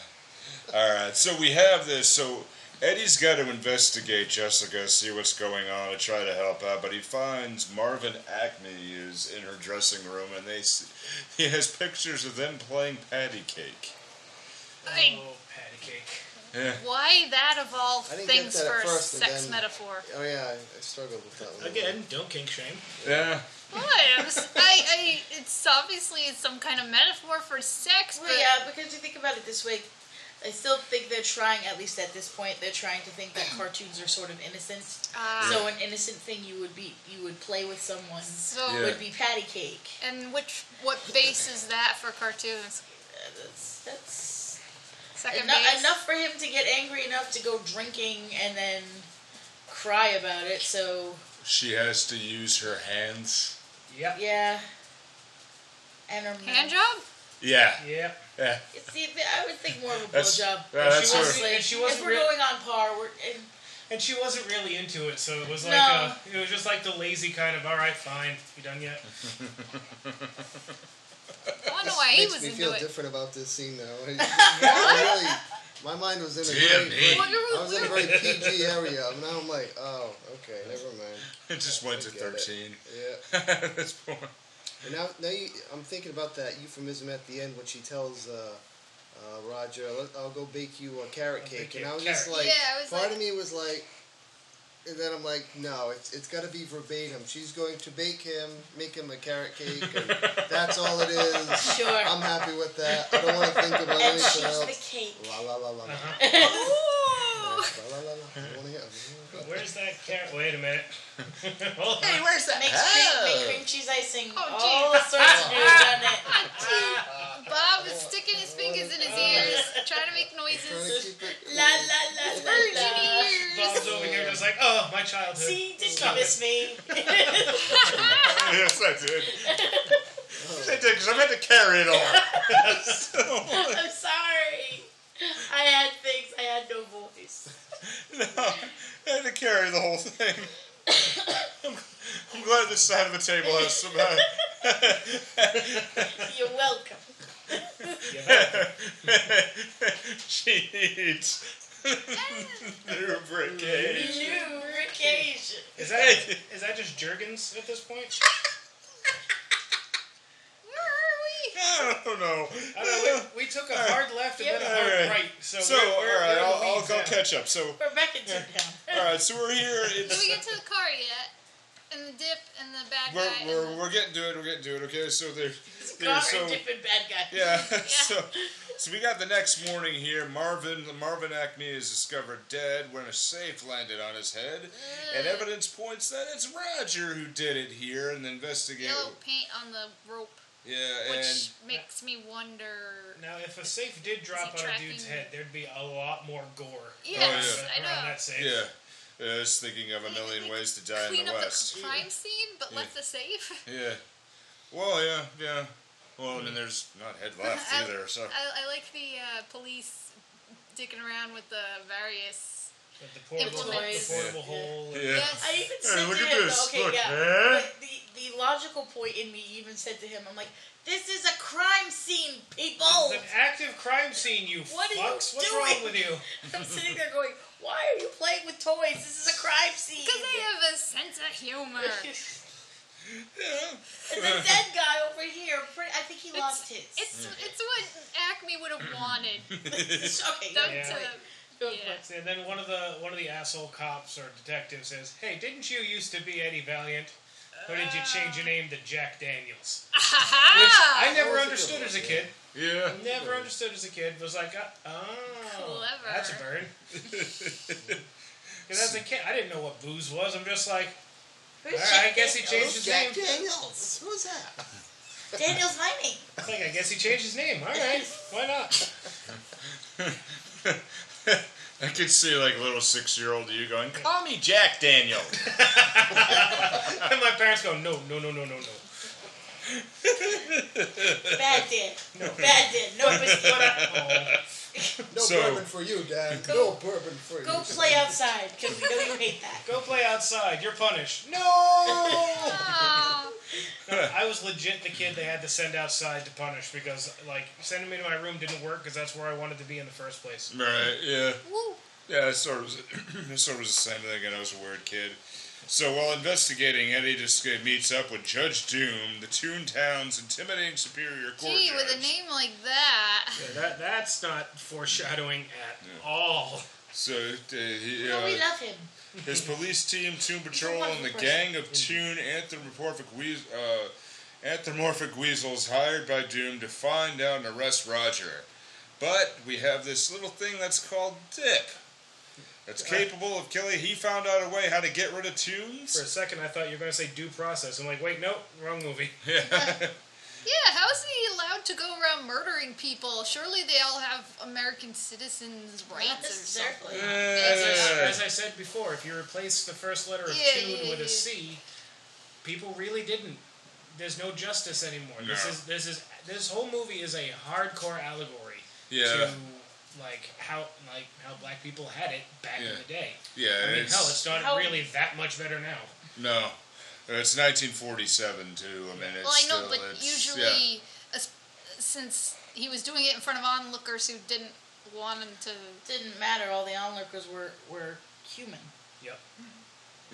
S9: All right, so we have this. So Eddie's got to investigate Jessica, see what's going on, and try to help out. But he finds Marvin Acme is in her dressing room, and they s- he has pictures of them playing patty cake.
S1: Hey,
S5: Oh, patty cake.
S9: Yeah.
S1: Why that of all
S4: I didn't
S1: things
S4: get
S1: for
S4: that at
S1: a
S4: first, and
S1: sex
S4: then-
S1: metaphor?
S4: Oh yeah, I, I struggled with that one.
S5: Again, don't kink shame.
S9: Yeah.
S1: What? I, was, I, I, it's obviously it's some kind of metaphor for sex, but
S6: Well, yeah, because you think about it this way, I still think they're trying. At least at this point, they're trying to think that cartoons are sort of innocent.
S1: Ah.
S6: so an innocent thing you would be you would play with someone
S1: So-
S9: Yeah.
S6: would be patty cake.
S1: and which what base is that for cartoons?
S6: Uh, that's that's
S1: Second
S6: Enough,
S1: base.
S6: enough for him to get angry enough to go drinking and then cry about it. So
S9: She has to use her hands.
S5: Yep.
S6: yeah, and her
S1: Hand job?
S9: Yeah.
S5: Yep.
S9: Yeah.
S6: See, I would think more of a
S9: That's-
S6: blowjob.
S9: yeah, that's
S5: She wasn't-
S9: her.
S6: Honestly,
S5: and she wasn't
S6: if we're
S5: real-
S6: going on par, we're and
S5: And she wasn't really into it, so it was
S6: No.
S5: like uh it was just like the lazy kind of all right, fine, you done yet?
S1: I wonder why he
S4: Makes
S1: was
S4: me
S1: into
S4: feel
S1: it.
S4: different about this scene now. I really, my mind was in a
S9: Dear
S4: very,
S9: me.
S4: I was in a very PG area. and Now I'm like, oh, okay, never mind.
S9: It just went to
S4: I get it.
S9: 13
S4: Yeah.
S9: at this point.
S4: And now, now you, I'm thinking about that euphemism at the end, what she tells uh, uh, Roger, "Let- "I'll go bake you a carrot
S5: bake
S4: cake,"
S5: you
S4: and I
S5: a
S4: was just
S5: carrot
S4: like,
S1: cake. Yeah, I was
S4: part
S1: like-
S4: of me was like, and then I'm like, no, it's it's got to be verbatim. She's going to bake him, make him a carrot cake, and that's all it is.
S6: sure.
S4: I'm happy with that. I don't want to think about
S6: and
S4: anything
S6: she's the
S4: else.
S6: cake.
S4: La la la la la.
S1: Ooh.
S4: La la la la. I wanna hear-
S5: Where's that carrot? Wait a minute. Hold on.
S6: where's that? Make cream, make cream cheese icing.
S1: Oh,
S6: all
S1: geez.
S6: sorts of moves on it.
S1: Bob is sticking his fingers in his ears, trying to make
S4: Trying
S1: noises.
S4: to keep it-
S6: La la la la la.
S1: Virgin ears.
S5: Bob's over here just like, oh my childhood.
S6: See, did you
S5: Stop it.
S6: miss me?
S9: yes, I did. Yes, I did, because I had to carry it on.
S6: I'm sorry. I had things. I had no voice.
S9: No, I had to carry the whole thing. I'm, I'm glad this side of the table has some. Uh,
S6: You're welcome.
S9: she needs lubrication.
S6: Lubrication.
S5: Is that is that just Jergens at this point?
S1: Where
S9: I don't know.
S5: I don't know. We, we took a hard left and then a hard
S9: Alright.
S5: right. So,
S9: So,
S5: we're, we're,
S9: all right,
S5: we're
S9: I'll, I'll,
S5: weeds
S9: I'll
S5: now.
S9: catch up. So,
S6: We're back in town.
S9: all right, so we're here.
S1: are we? Did
S9: It's
S1: we get to the car yet? And the dip and the bad
S9: we're,
S1: guy.
S9: we're,
S1: and the-
S9: we're getting to it. We're getting to it. Okay, so they're,
S6: Car
S9: they're so
S6: and different bad guy.
S9: yeah. So, so we got the next morning here. Marvin Marvin Acme is discovered dead when a safe landed on his head, and evidence points that it's Roger who did it here. And the investigator,
S1: yellow paint on the rope,
S9: yeah, and
S1: which makes me wonder.
S5: Now if a safe did drop
S1: Is
S5: on
S1: he
S5: a dude's
S1: tracking-
S5: head, there'd be a lot more gore.
S1: Yes,
S5: around
S1: I know.
S5: that safe.
S9: Oh, yeah, yeah, I was thinking of a million ways to die in
S1: Clean
S9: the
S1: up
S9: West.
S1: the crime scene, but left the safe.
S9: Yeah. Well, yeah, yeah. Well, I mean, there's not head left
S1: I-
S9: either, so.
S1: I, I like the uh, police dicking around with the various.
S5: With the portable, the
S1: Implements.
S5: portable
S6: Yeah.
S5: hole. and-
S9: Yeah.
S1: Yes.
S6: I even
S9: Hey,
S6: said
S9: look
S6: to him,
S9: at
S6: though,
S9: this.
S6: okay,
S9: Look,
S6: yeah.
S9: eh?
S6: But the, the logical point in me even said to him, I'm like, this is a crime
S1: Oh.
S6: scene, people!
S5: It's an active crime scene, you
S6: What are you
S5: fucks. What's
S6: doing?
S5: wrong with you?
S6: I'm sitting there going, why are you playing with toys? This is a crime scene!
S1: Because they have a sense of humor.
S9: Yeah.
S6: And the dead guy over here, pretty, I think he lost his.
S1: It's it's what Acme would have wanted them
S6: okay, yeah.
S5: Yeah.
S1: to. Yeah.
S5: And then one of the one of the asshole cops or detectives says, "Hey, didn't you used to be Eddie Valiant? Or did you change
S1: Uh.
S5: your name to Jack Daniels?" Which I never
S4: That was a good
S5: understood
S4: one,
S5: as a
S4: yeah.
S5: kid.
S9: Yeah.
S5: Never understood as a kid. Was like, uh, oh,
S1: Clever.
S5: that's a bird. Because as a kid, I didn't know what booze was. I'm just like, all right, I guess he changed his name.
S4: Jack Daniels. Who's that?
S6: Daniel's my name.
S5: It's like, I guess he changed his name. All right, why not?
S9: I could see like little six year old you going, Call me Jack Daniel.
S5: And my parents go, no, no, no, no, no, no.
S6: Bad dad. No. Bad dad. No, but
S4: No
S9: So-
S4: bourbon for you, Dad. No bourbon for
S6: go
S4: you.
S6: play outside because we know you hate that.
S5: Go play outside. You're punished. No,
S1: Aw.
S5: I was legit the kid they had to send outside to punish because like sending me to my room didn't work because that's where I wanted to be in the first place.
S9: Right, yeah.
S1: Woo.
S9: Yeah, it sort of was, it sort of was the same thing, and I was a weird kid. So while investigating, Eddie just uh, meets up with Judge Doom, the Toontown's intimidating superior court
S1: Gee,
S9: judge.
S1: with a name like that.
S5: That that's not foreshadowing at all.
S9: So uh, he,
S6: No, Oh, we
S9: uh,
S6: love him.
S9: his police team, Toon Patrol, and the gang of Toon anthropomorphic weas uh, anthropomorphic weasels hired by Doom to find out and arrest Roger. But we have this little thing that's called Dip. That's capable of killing. He found out a way how to get rid of Toons.
S5: For a second, I thought you were going to say due process. I'm like, wait, no, wrong movie.
S1: Yeah, how is he allowed to go around murdering people? Surely they all have American citizens'
S6: Not
S1: rights or something.
S6: necessarily.
S5: As, I,
S9: Yeah.
S5: as I said before, if you replace the first letter of
S1: Yeah,
S5: tune
S1: yeah,
S5: with
S1: yeah.
S5: a C, people really didn't. There's no justice anymore. This
S9: No.
S5: is this is this whole movie is a hardcore allegory
S9: Yeah.
S5: to like how like how black people had it back
S9: Yeah.
S5: in the day.
S9: Yeah,
S5: I mean,
S9: it's,
S5: hell, it's not
S6: How-
S5: really that much better now.
S9: no, it's 1947 too. I mean, it's
S1: Well, I know,
S9: still,
S1: but
S9: it's,
S1: usually, as- since he was doing it in front of onlookers who didn't want him to.
S6: didn't matter. All the onlookers were were human
S5: Yep.
S9: yeah,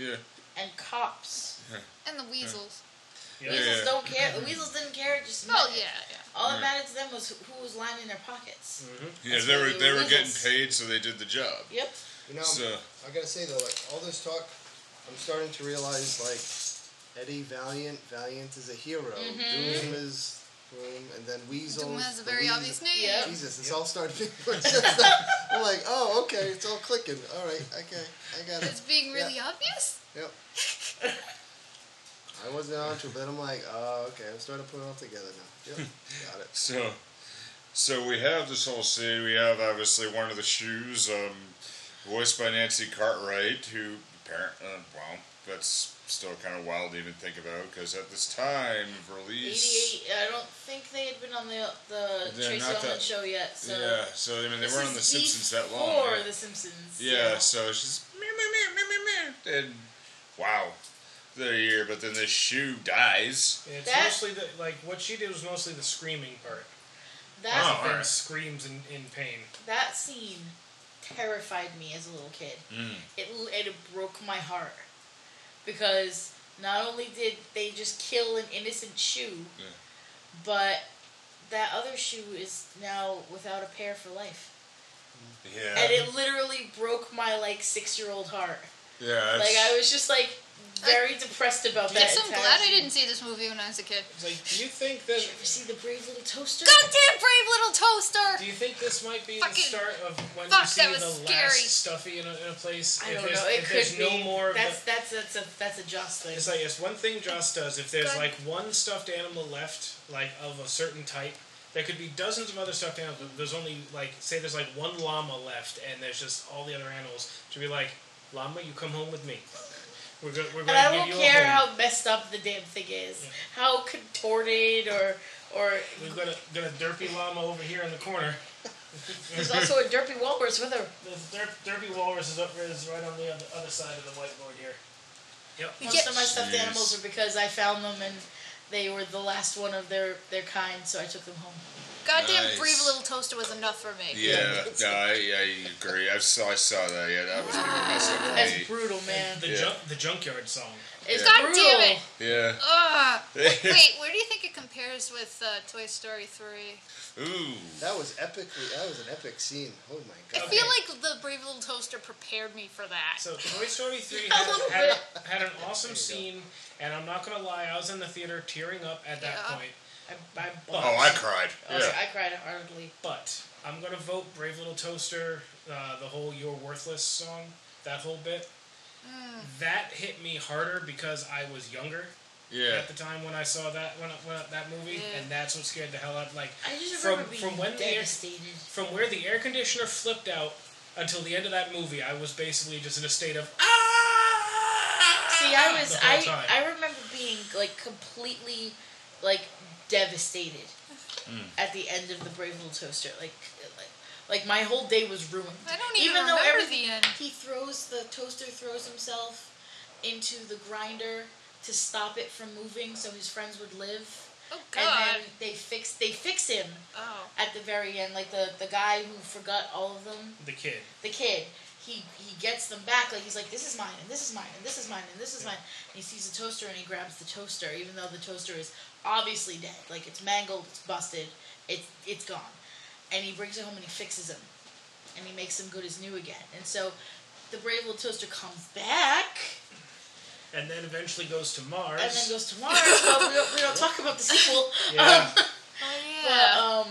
S9: yeah,
S6: and cops.
S1: And the weasels.
S5: Yep.
S9: Yeah.
S6: Weasels don't care. The weasels didn't care. It just
S1: Well,
S6: mattered.
S1: Oh, yeah, yeah.
S6: All that mattered to them was who- who was lining their pockets.
S9: yeah.
S6: That's
S9: They
S6: why
S9: were
S6: they
S9: they
S6: were
S9: were getting
S6: rebels.
S9: paid, so they did the job.
S6: Yep.
S4: You know,
S9: So
S4: I gotta say though, like all this talk, I'm starting to realize like Eddie Valiant, Valiant is a hero. Doom is Doom, and then Weasel.
S1: Mm-hmm. Doom has a very obvious name.
S6: Yeah.
S4: Jesus, it's all starting. to make sense now. I'm like, oh, okay, it's all clicking. All right, okay, I got
S1: It's
S4: it.
S1: being really obvious.
S4: Yep. I wasn't onto it, but I'm like, oh, okay, I'm starting to put it all together now. Yep, got it.
S9: so so we have this whole scene. We have obviously one of the shoes, um, voiced by Nancy Cartwright, who apparent uh, well, that's still kind of wild to even think about because at this time of release,
S6: Eighty-eight. I don't think they had been on the the
S9: They're
S6: Tracy
S9: not
S6: Ullman
S9: that-
S6: show yet. So
S9: yeah. So I mean, they
S6: This
S9: weren't on
S6: is
S9: The Simpsons that long.
S6: Before
S9: right?
S6: the Simpsons.
S9: Yeah, so she's meow, meow, meow, meow, meow, meow. and wow, they're here. But then the shoe dies.
S5: It's
S6: That-
S5: mostly the like what she did was mostly the screaming part.
S6: That
S9: Oh.
S5: Everything
S9: Alright.
S5: screams in, in pain.
S6: that scene terrified me as a little kid.
S5: Mm.
S6: It l- it broke my heart because not only did they just kill an innocent shoe,
S9: Yeah.
S6: but that other shoe is now without a pair for life.
S9: Yeah,
S6: And it literally broke my like six year old heart.
S9: yeah.
S6: Like
S9: it's-
S6: I was just like very depressed about that.
S1: Yes, I'm
S6: entire
S1: glad I
S6: scene.
S1: didn't see this movie when I was a kid.
S5: It's like, do you think that?
S6: Did you ever see the brave little toaster?
S1: Goddamn brave little toaster!
S5: Do you think this might be the
S1: Fucking-
S5: start of when
S1: fuck,
S5: you see
S1: that
S5: the
S1: was
S5: last
S1: scary.
S5: stuffy in a, in a place?
S6: I
S5: If
S6: don't
S5: there's-
S6: know. It
S5: if
S6: could
S5: there's
S6: be.
S5: no more. of the-
S6: that's that's that's a that's a Joss thing.
S5: it's like it's one thing Joss does. If there's
S1: Good.
S5: like one stuffed animal left, like of a certain type, there could be dozens of other stuffed animals. But there's only like say there's like one llama left, and there's just all the other animals. To be like, llama, you come home with me. We're, go- we're
S6: And
S5: going
S6: I
S5: to
S6: don't
S5: give you
S6: care
S5: a home.
S6: how messed up the damn thing is, how contorted or or
S5: We've got a, got a derpy llama over here in the corner.
S6: there's also a derpy walrus with her.
S5: The der- derpy walrus is, up, is right on the other, other side of the whiteboard here. Yep.
S6: Most
S10: get-
S6: of my stuffed
S9: Jeez.
S6: animals are because I found them and they were the last one of their their kind, so I took them home.
S1: Goddamn
S9: Nice.
S1: brave little toaster was enough for me.
S9: Yeah, no, I, I agree. I saw, I saw that. Yeah, that was gonna mess up
S6: That's
S9: for me.
S6: brutal, man.
S5: The,
S9: Yeah.
S5: junk, the junkyard song.
S6: It's
S9: God
S1: damn
S6: brutal.
S1: it.
S9: Yeah.
S1: Ugh. Wait, wait, where do you think it compares with uh, Toy Story 3?
S9: Ooh.
S4: That was epic. That was an epic scene. Oh my
S1: I
S4: god.
S1: feel like the Brave Little Toaster prepared me for that.
S5: So Toy Story 3 had, had, had an awesome scene, and I'm not going to lie, I was in the theater tearing up at that
S1: Yeah.
S5: point. I, I, but,
S9: Oh, I cried.
S6: I was-
S9: Yeah.
S6: I cried heartily.
S5: But I'm gonna vote Brave Little Toaster, uh, the whole "You're Worthless" song, that whole bit.
S6: Mm.
S5: That hit me harder because I was younger
S9: Yeah.
S5: at the time when I saw that when, when that movie,
S1: Yeah.
S5: and that's what scared the hell out. Like
S6: I just
S5: From-
S6: remember
S5: from
S6: being
S5: when the air-
S6: devastated.
S5: from where the air conditioner flipped out until the end of that movie, I was basically just in a state of ah.
S6: See, I was
S5: the whole
S6: I
S5: time.
S6: I remember being like completely like devastated
S5: Mm.
S6: at the end of the Brave Little Toaster. Like like like my whole day was ruined.
S1: I don't even remember the end.
S6: He throws the toaster throws himself into the grinder to stop it from moving so his friends would live.
S1: Oh,
S6: And
S1: God.
S6: then they fix they fix him
S1: Oh.
S6: at the very end, like the, the guy who forgot all of them
S5: the kid.
S6: the kid. He he gets them back. Like he's like, this is mine, and this is mine, and this is mine, and this is mine. And he sees the toaster, and he grabs the toaster, even though the toaster is obviously dead. Like it's mangled, it's busted, it's it's gone. And he brings it home and he fixes him, and he makes him good as new again. And so, the brave little toaster comes back,
S5: And then eventually goes to Mars.
S6: and then goes to Mars. but we don't we don't talk about the sequel.
S5: Yeah.
S1: Oh,
S6: But,
S1: yeah.
S6: um,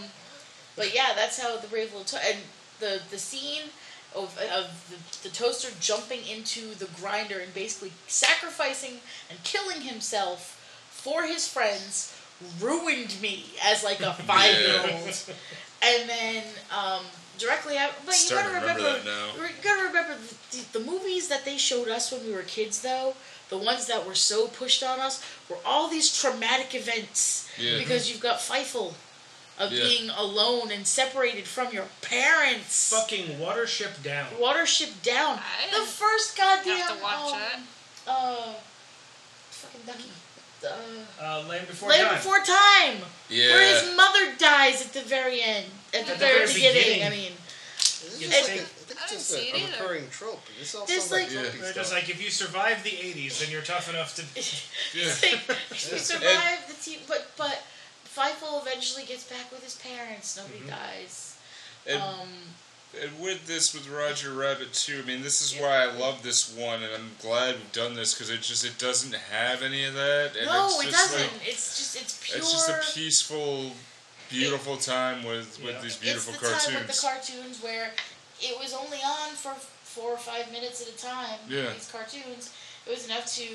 S6: but yeah, that's how the brave little to- and the the scene of of the, the toaster jumping into the grinder and basically sacrificing and killing himself for his friends ruined me as like a five year old. And then um, directly after, but you
S9: Starting
S6: gotta
S9: to
S6: remember,
S9: remember that now.
S6: you gotta remember the, the movies that they showed us when we were kids though. The ones that were so pushed on us were all these traumatic events
S9: Yeah.
S6: because you've got Feifel of
S9: Yeah.
S6: being alone and separated from your parents.
S5: Fucking Watership Down.
S6: Watership Down.
S1: I
S6: the
S1: didn't
S6: first goddamn.
S1: have to watch
S6: um,
S1: it.
S6: Uh, fucking ducky. Uh,
S5: Uh, Land Before
S6: Land
S5: Time.
S6: Before Time. Where
S9: Yeah.
S6: his mother dies at the very end. At the,
S5: the
S6: very,
S5: very
S6: beginning,
S5: beginning.
S6: I mean.
S4: This
S5: You
S4: is just
S5: think-
S4: a, I think
S1: I
S4: it's just
S1: don't see it
S4: a, a
S1: either.
S4: recurring trope. This all
S6: There's
S4: sounds like,
S6: like-
S4: tropey
S5: They're
S4: stuff.
S5: just like if you survive the '80s, then you're tough enough to
S9: Yeah.
S6: if you survive the team, but but Feifel eventually gets back with his parents. Nobody dies.
S9: And,
S6: Um,
S9: and with this, with Roger Rabbit too. I mean, this is why I love this one, and I'm glad we've done this because it just it doesn't have any of that. And
S6: no,
S9: it's
S6: it
S9: just
S6: doesn't.
S9: Like,
S6: it's just it's pure.
S9: it's just a peaceful, beautiful time with with
S5: Yeah.
S9: these
S6: it's
S9: beautiful
S6: the
S9: cartoons.
S6: time with the cartoons where it was only on for four or five minutes at a time.
S9: Yeah.
S6: These cartoons, it was enough to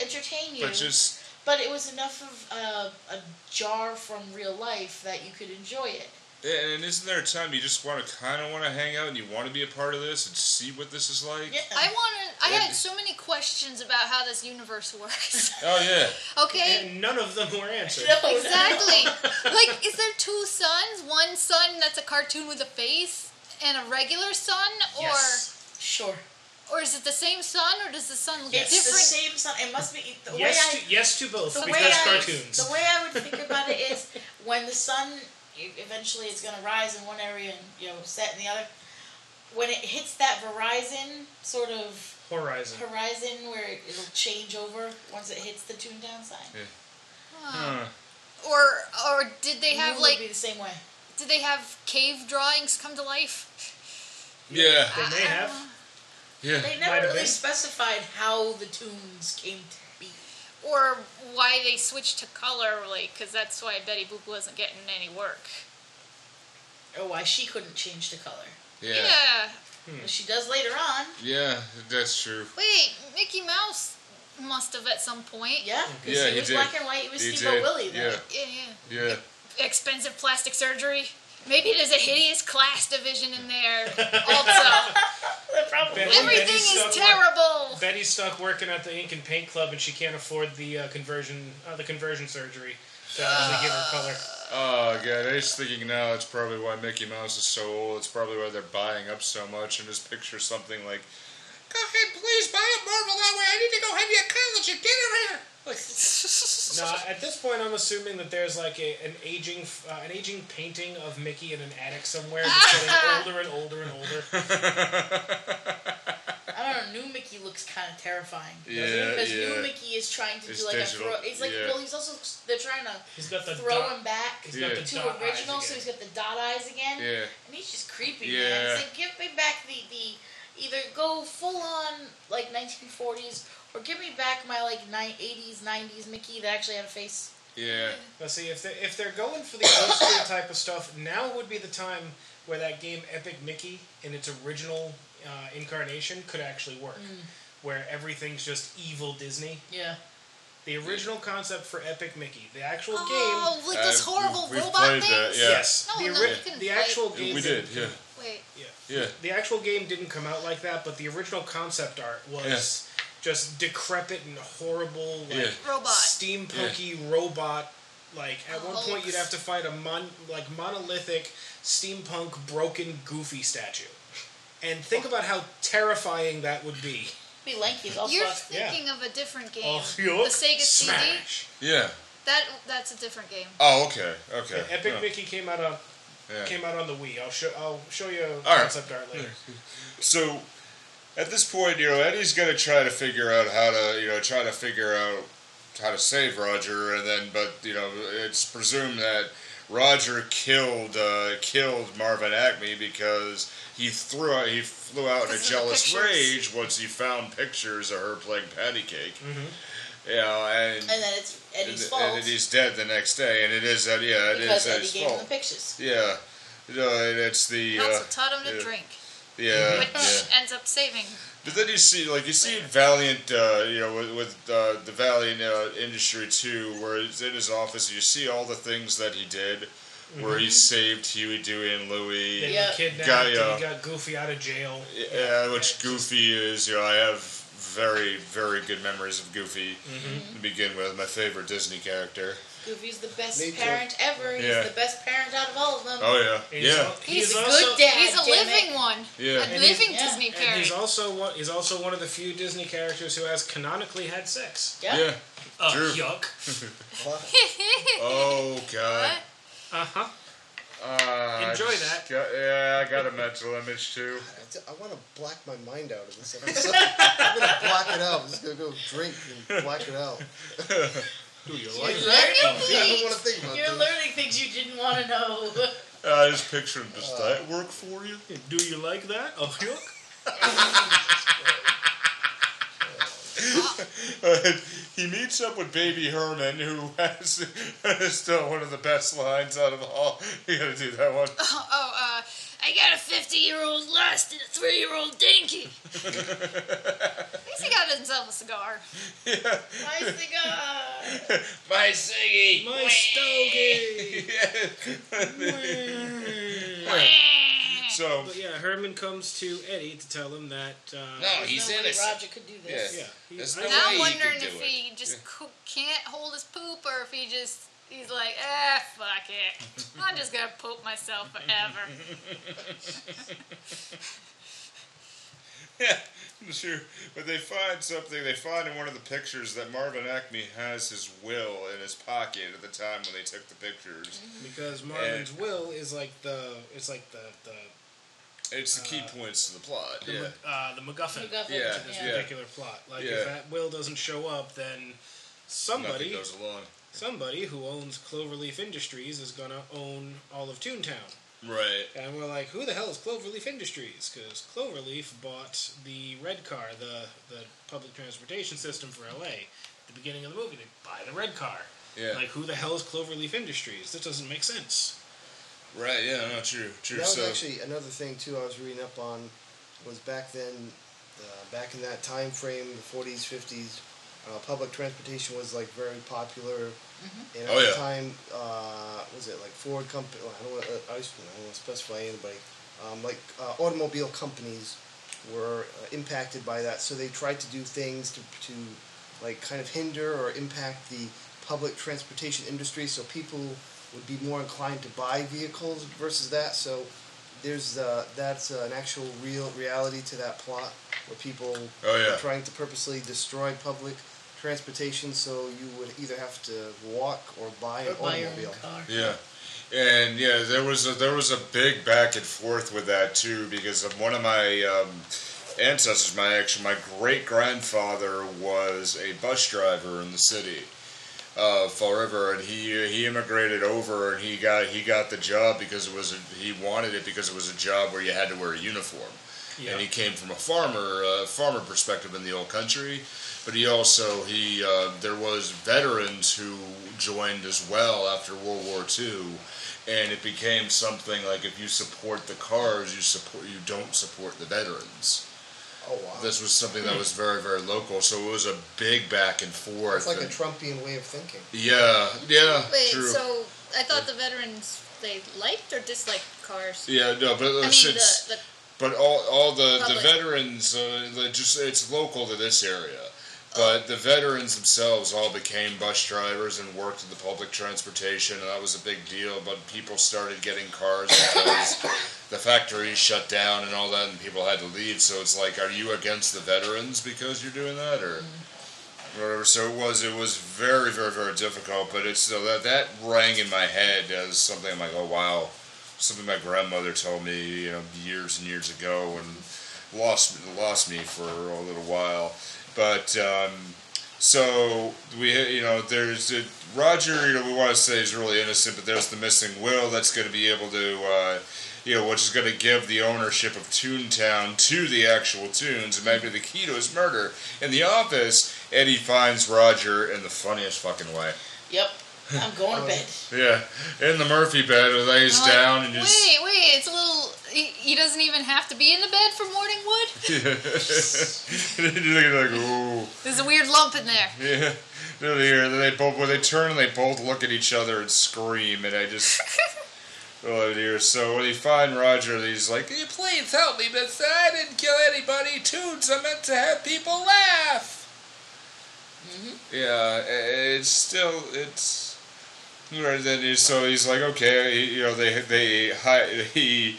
S6: entertain you,
S9: but just
S6: but it was enough of a, a jar from real life that you could enjoy it.
S9: and isn't there a time you just want to kind of want to hang out and you want to be a part of this and see what this is like?
S6: Yeah.
S1: I wanted. I
S9: Yeah.
S1: had so many questions about how this universe works.
S9: Oh yeah.
S1: Okay.
S5: and none of them were answered.
S6: No,
S1: Exactly. like, is there two suns? One sun that's a cartoon with a face and a regular sun, or
S5: Yes.
S6: Sure.
S1: or is it the same sun, or does the sun look
S6: It's the
S1: different?
S6: same sun. It must be the
S5: yes,
S6: way I
S5: to, yes to both
S6: the way
S5: because
S6: I,
S5: cartoons.
S6: The way I would think about it is when the sun e- eventually is going to rise in one area and you know set in the other. When it hits that Verizon sort of
S5: Horizon.
S6: horizon where it- it'll change over once it hits the tune down sign.
S9: Huh.
S1: Or or did they
S6: The
S1: have
S6: moon will be
S1: like
S6: the same way.
S1: did they have cave drawings come to life?
S9: Yeah.
S5: They may have.
S1: Uh,
S9: Yeah.
S6: They
S5: Might have
S6: never really
S5: been.
S6: specified how the tunes came to be.
S1: Or why they switched to color, like, because that's why Betty Boop wasn't getting any work.
S6: Or why she couldn't change the color.
S9: Yeah.
S1: Yeah.
S5: Hmm.
S6: But she does later on.
S9: Yeah, that's true.
S1: Wait, Mickey Mouse must have at some point.
S6: Yeah. 'cause
S9: Yeah,
S6: he
S9: he
S6: was
S9: did.
S6: black and white. It was
S9: He
S6: Steve
S9: did,
S6: Willie then.
S9: yeah.
S1: Yeah, yeah.
S9: Yeah.
S1: expensive plastic surgery. Maybe there's a hideous class division in there also.
S6: That
S5: Betty,
S6: Probably.
S5: Betty's
S1: Everything is
S5: stuck work-
S1: terrible.
S5: Betty's stuck working at the ink and paint club, and she can't afford the uh, conversion uh, the conversion surgery to actually give her color.
S9: Oh god, I was thinking now that's probably why Mickey Mouse is so old. It's probably why they're buying up so much. And just picture something like,
S3: Go ahead, please buy a marble that way. I need to go head to college and get her here.
S5: No, at this point, I'm assuming that there's like a, an aging uh, an aging painting of Mickey in an attic somewhere, just getting older and older and older.
S6: I don't know. New Mickey looks kind of terrifying.
S9: yeah,
S6: Because
S9: yeah.
S6: new Mickey is trying to
S9: It's
S6: do like
S9: digital,
S6: a throw. It's like
S9: yeah.
S6: well, he's also they're trying to
S5: He's got the
S6: throw
S5: dot-
S6: him back
S5: He's
S9: Yeah.
S5: got the
S6: to
S5: dot eyes
S6: original,
S5: again.
S6: so he's got the dot eyes again,
S9: yeah.
S6: and he's just creepy. Man.
S9: Yeah.
S6: It's like give me back the the either go full on like 1940s or give me back my like ni- 80s 90s Mickey that actually had a face.
S9: Yeah.
S5: Now, see if they if they're going for the old school type of stuff, now would be the time where that game Epic Mickey in its original uh, incarnation could actually work,
S1: Mm.
S5: where everything's just evil Disney.
S6: Yeah.
S5: The original concept for Epic Mickey, the actual game.
S1: Oh, with those
S9: Uh,
S1: horrible
S9: we've- we've
S1: robot
S9: played
S1: things.
S9: that, yeah.
S5: Yes,
S1: No,
S5: the,
S1: no,
S5: ori-
S1: you couldn't
S5: the
S1: play-
S5: actual game.
S9: We did, yeah.
S1: Wait.
S9: Yeah.
S5: The actual game didn't come out like that, but the original concept art was
S9: Yes.
S5: just decrepit and horrible, like
S9: Yeah.
S1: Robot.
S5: steampunky robot. Like at one point,
S1: Hulks.
S5: you'd have to fight a mon- like monolithic, steampunk, broken, goofy statue, and think about how terrifying that would be.
S6: Be lanky is also.
S1: You're
S6: a-
S5: yeah.
S1: thinking of a different game.
S5: Oh,
S1: the Sega CD.
S5: Smash.
S9: Yeah.
S1: That that's a different game.
S9: Oh, okay. Okay.
S5: Epic
S9: Oh,
S5: Mickey came out on
S9: yeah.
S5: came out on the Wii. I'll show I'll show you
S9: right.
S5: concept art later.
S9: So, at this point, you know, Eddie's gonna try to figure out how to, you know, try to figure out how to save Roger, and then, but you know, it's presumed that Roger killed uh, killed Marvin Acme because he threw out, he flew out in a
S1: Because of the
S9: jealous
S1: pictures.
S9: rage once he found pictures of her playing patty cake. You know, and.
S6: and then it's Eddie's
S9: and-
S6: fault
S9: and he's dead the next day, and it is that yeah, it is
S6: because Eddie
S9: Eddie's
S6: gave him the
S9: fault.
S6: pictures.
S9: Yeah, you know, and it's the
S1: That's
S9: uh,
S1: what taught him to
S9: yeah.
S1: drink,
S9: yeah,
S1: which
S9: yeah.
S1: ends up saving.
S9: But then you see, like you see in Valiant, uh, you know, with, with uh, the Valiant uh, industry too, where it's in his office, you see all the things that he did, where he saved Huey, Dewey, and
S5: Then
S9: Louie.
S5: he
S6: Yeah.
S5: Mm-hmm. kidnapped
S9: Got
S5: and
S9: ya.
S5: he got Goofy out of jail.
S9: Yeah, which Goofy is. You know, I have very, very good memories of Goofy
S5: Mm-hmm.
S9: to begin with. My favorite Disney character.
S6: Goofy's the best
S4: Me too.
S6: parent ever. He's
S9: Yeah.
S6: the best parent out of all of them.
S9: Oh yeah,
S5: And
S9: yeah,
S5: al-
S6: He's, a
S5: also-
S6: good dad.
S1: he's a
S6: damn
S1: living
S6: it.
S1: one,
S9: yeah.
S1: a
S5: And he's-
S1: living
S6: yeah.
S1: Disney
S5: And he's
S1: character.
S5: also one, he's also one of the few Disney characters who has canonically had sex.
S6: Yeah.
S9: yeah.
S5: Uh,
S9: True.
S5: Yuck.
S9: Oh god.
S1: What?
S5: Uh huh.
S9: Uh, I
S5: Enjoy that.
S9: just got- yeah, I got a mental image too.
S4: I, want to black my mind out of this episode. I'm gonna black it out. I'm just gonna go drink and black it out.
S6: You're
S4: I don't
S6: learning,
S4: want to think about
S6: you're
S4: this.
S6: learning things you didn't want to know. Oh,
S9: Uh, I just picture him.
S5: Uh.
S9: Does that work for you?
S5: Do you like that? Oh, yuck.
S9: Uh, he meets up with Baby Herman, who has is still one of the best lines out of all. You gotta do that one.
S1: Oh, oh, uh, I got a 50 year old lust and a 3 year old dinky. At least he got himself a cigar.
S6: My cigar.
S9: My Ziggy.
S5: My stogie.
S9: so
S5: But yeah, Herman comes to Eddie to tell him that. Uh,
S6: He's no innocent. Roger could do this.
S5: Yeah. He,
S9: There's
S5: I-
S9: no-
S1: now
S9: way
S1: I'm
S9: you
S1: wondering
S9: could do
S1: if
S9: it.
S1: he just co- can't hold his poop or if he just. He's like, ah, fuck it. I'm just gonna poop myself forever.
S9: yeah, sure. But they find something. They find in one of the pictures that Marvin Acme has his will in his pocket at the time when they took the pictures.
S5: because Marvin's will is like the it's like the the
S9: It's the key
S4: Uh,
S9: points to the plot.
S5: the,
S9: Yeah.
S5: uh, the MacGuffin
S6: MacGuffin,
S9: Yeah,
S5: of this
S9: yeah.
S5: particular plot. Like
S9: Yeah.
S5: if that will doesn't show up, then
S9: Nothing
S5: somebody
S9: goes along.
S5: somebody who owns Cloverleaf Industries is gonna own all of Toontown.
S9: Right.
S5: And we're like, who the hell is Cloverleaf Industries? Because Cloverleaf bought the red car, the, the public transportation system for LA. At the beginning of the movie, they buy the red car.
S9: Yeah.
S5: Like, who the hell is Cloverleaf Industries? This doesn't make sense.
S9: Right. Yeah. No. True. True.
S4: That was
S9: so.
S4: actually another thing too. I was reading up on was back then, uh, back in that time frame, the forties, fifties. Uh, public transportation was like very popular, and at
S9: Oh,
S4: the
S9: yeah.
S4: time, uh, was it like Ford company? I don't want to, I just- I don't want to specify anybody. Um, like uh, automobile uh, companies were uh, impacted by that, so they tried to do things to, to like kind of hinder or impact the public transportation industry, so people would be more inclined to buy vehicles versus that. So there's uh, that's uh, an actual real reality to that plot where people
S9: Oh, yeah.
S4: were trying to purposely destroy public transportation, so you would either have to walk or buy an
S6: Or buy your own
S4: automobile.
S6: car.
S9: Yeah, and yeah, there was a, there was a big back and forth with that too because of one of my um, ancestors, my actually my great grandfather was a bus driver in the city uh, forever, and he he immigrated over and he got he got the job because it was a, he wanted it because it was a job where you had to wear a uniform.
S5: Yeah.
S9: And he came from a farmer uh, farmer perspective in the old country, but he also he uh, there was veterans who joined as well after World War II, and it became something like if you support the cars, you support you don't support the veterans.
S4: Oh wow,
S9: This was something that was very very local, so it was a big back and forth.
S4: it's like a
S9: and-
S4: Trumpian way of thinking.
S9: yeah, yeah,
S1: Wait,
S9: true.
S1: so I thought the veterans they liked or disliked cars.
S9: yeah, no, but
S1: I mean
S9: since
S1: the, the
S9: But all, all the, the
S1: Public.
S9: veterans, uh, the, just it's local to this area. But the veterans themselves all became bus drivers and worked in the public transportation, and that was a big deal. But people started getting cars because the factories shut down and all that, and people had to leave. So it's like, are you against the veterans because you're doing that, or whatever? So it was it was very very very difficult. But it's so that that rang in my head as something I'm like, oh wow, something my grandmother told me, you know, years and years ago, and lost lost me for a little while. But um, so we, you know, there's uh, Roger. You know, we want to say he's really innocent, but there's the missing will that's going to be able to, uh, you know, which is going to give the ownership of Toontown to the actual Toons, and maybe the key to his murder. In the office, Eddie finds Roger in the funniest fucking way.
S6: Yep. I'm going
S4: Oh.
S6: to bed.
S9: Yeah, in the Murphy bed, he lays
S1: I'm like,
S9: down and just.
S1: Wait, wait, it's a little. He, he doesn't even have to be in the bed for morning wood.
S9: and then you're looking like, ooh.
S1: There's a weird lump in there.
S9: Yeah. They're there. Then they both when they turn and they both look at each other and scream and I just Oh dear. So when they find Roger he's like, Can you please help me, miss? I didn't kill anybody. Tunes are meant to have people laugh. Yeah, i- it's still it's Right, then he's- so he's like, okay, you know, they they hi- he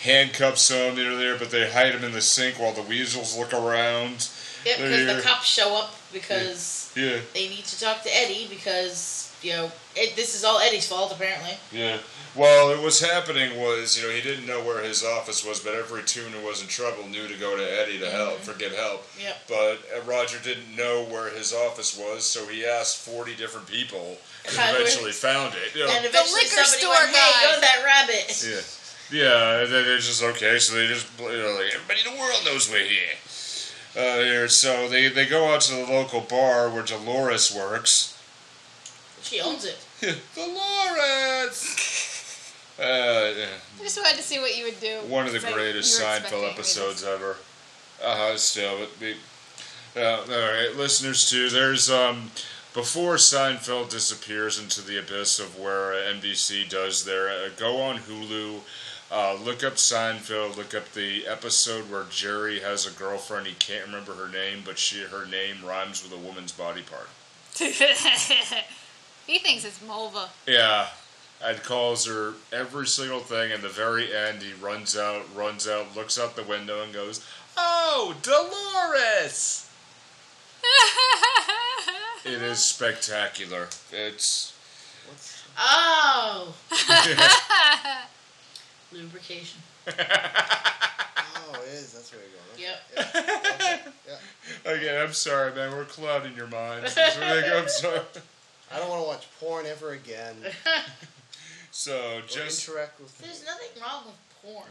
S9: handcuffs him, you know, there, but they hide him in the sink while the weasels look around.
S6: Yep,
S9: They're
S6: because
S9: here.
S6: the cops show up because
S9: Yeah.
S6: they need to talk to Eddie because, you know, it, this is all Eddie's fault apparently.
S9: Yeah. Well, it was happening was, you know, he didn't know where his office was, but every tuner was in trouble knew to go to Eddie to help, for get help.
S6: Yep.
S9: But uh, Roger didn't know where his office was, so he asked 40 different people and
S6: How do we-
S9: eventually found it. You know.
S6: And eventually
S1: liquor
S6: somebody
S1: store
S6: went, hey,
S1: guy."
S6: go to that rabbit.
S9: Yeah. Yeah, and then it's just okay, so they just, you know, like, everybody in the world knows we're here. Uh, here. So they, they go out to the local bar where Dolores works.
S6: She owns it.
S9: Dolores! Uh, yeah.
S1: I just wanted to see what you would do.
S9: One of the
S1: It's like
S9: greatest
S1: you were
S9: Seinfeld
S1: expecting me to-
S9: episodes ever. Uh huh. Still, but we, uh, all right, listeners too. There's um before Seinfeld disappears into the abyss of where uh, NBC does their uh, go on Hulu. Uh, look up Seinfeld. Look up the episode where Jerry has a girlfriend. He can't remember her name, but she her name rhymes with a woman's body part.
S1: he thinks it's Mulva.
S9: Yeah. And calls her every single thing. In the very end, he runs out, runs out, looks out the window, and goes, "Oh, Dolores!" It is spectacular. It's
S6: Oh. Lubrication.
S4: Oh, it is. That's where you're going.
S6: Yep.
S9: again. I'm sorry, man. We're clouding your minds. It's really- I'm sorry.
S4: I don't want to watch porn ever again. or
S9: So just
S4: interact with.
S6: There's nothing wrong with porn.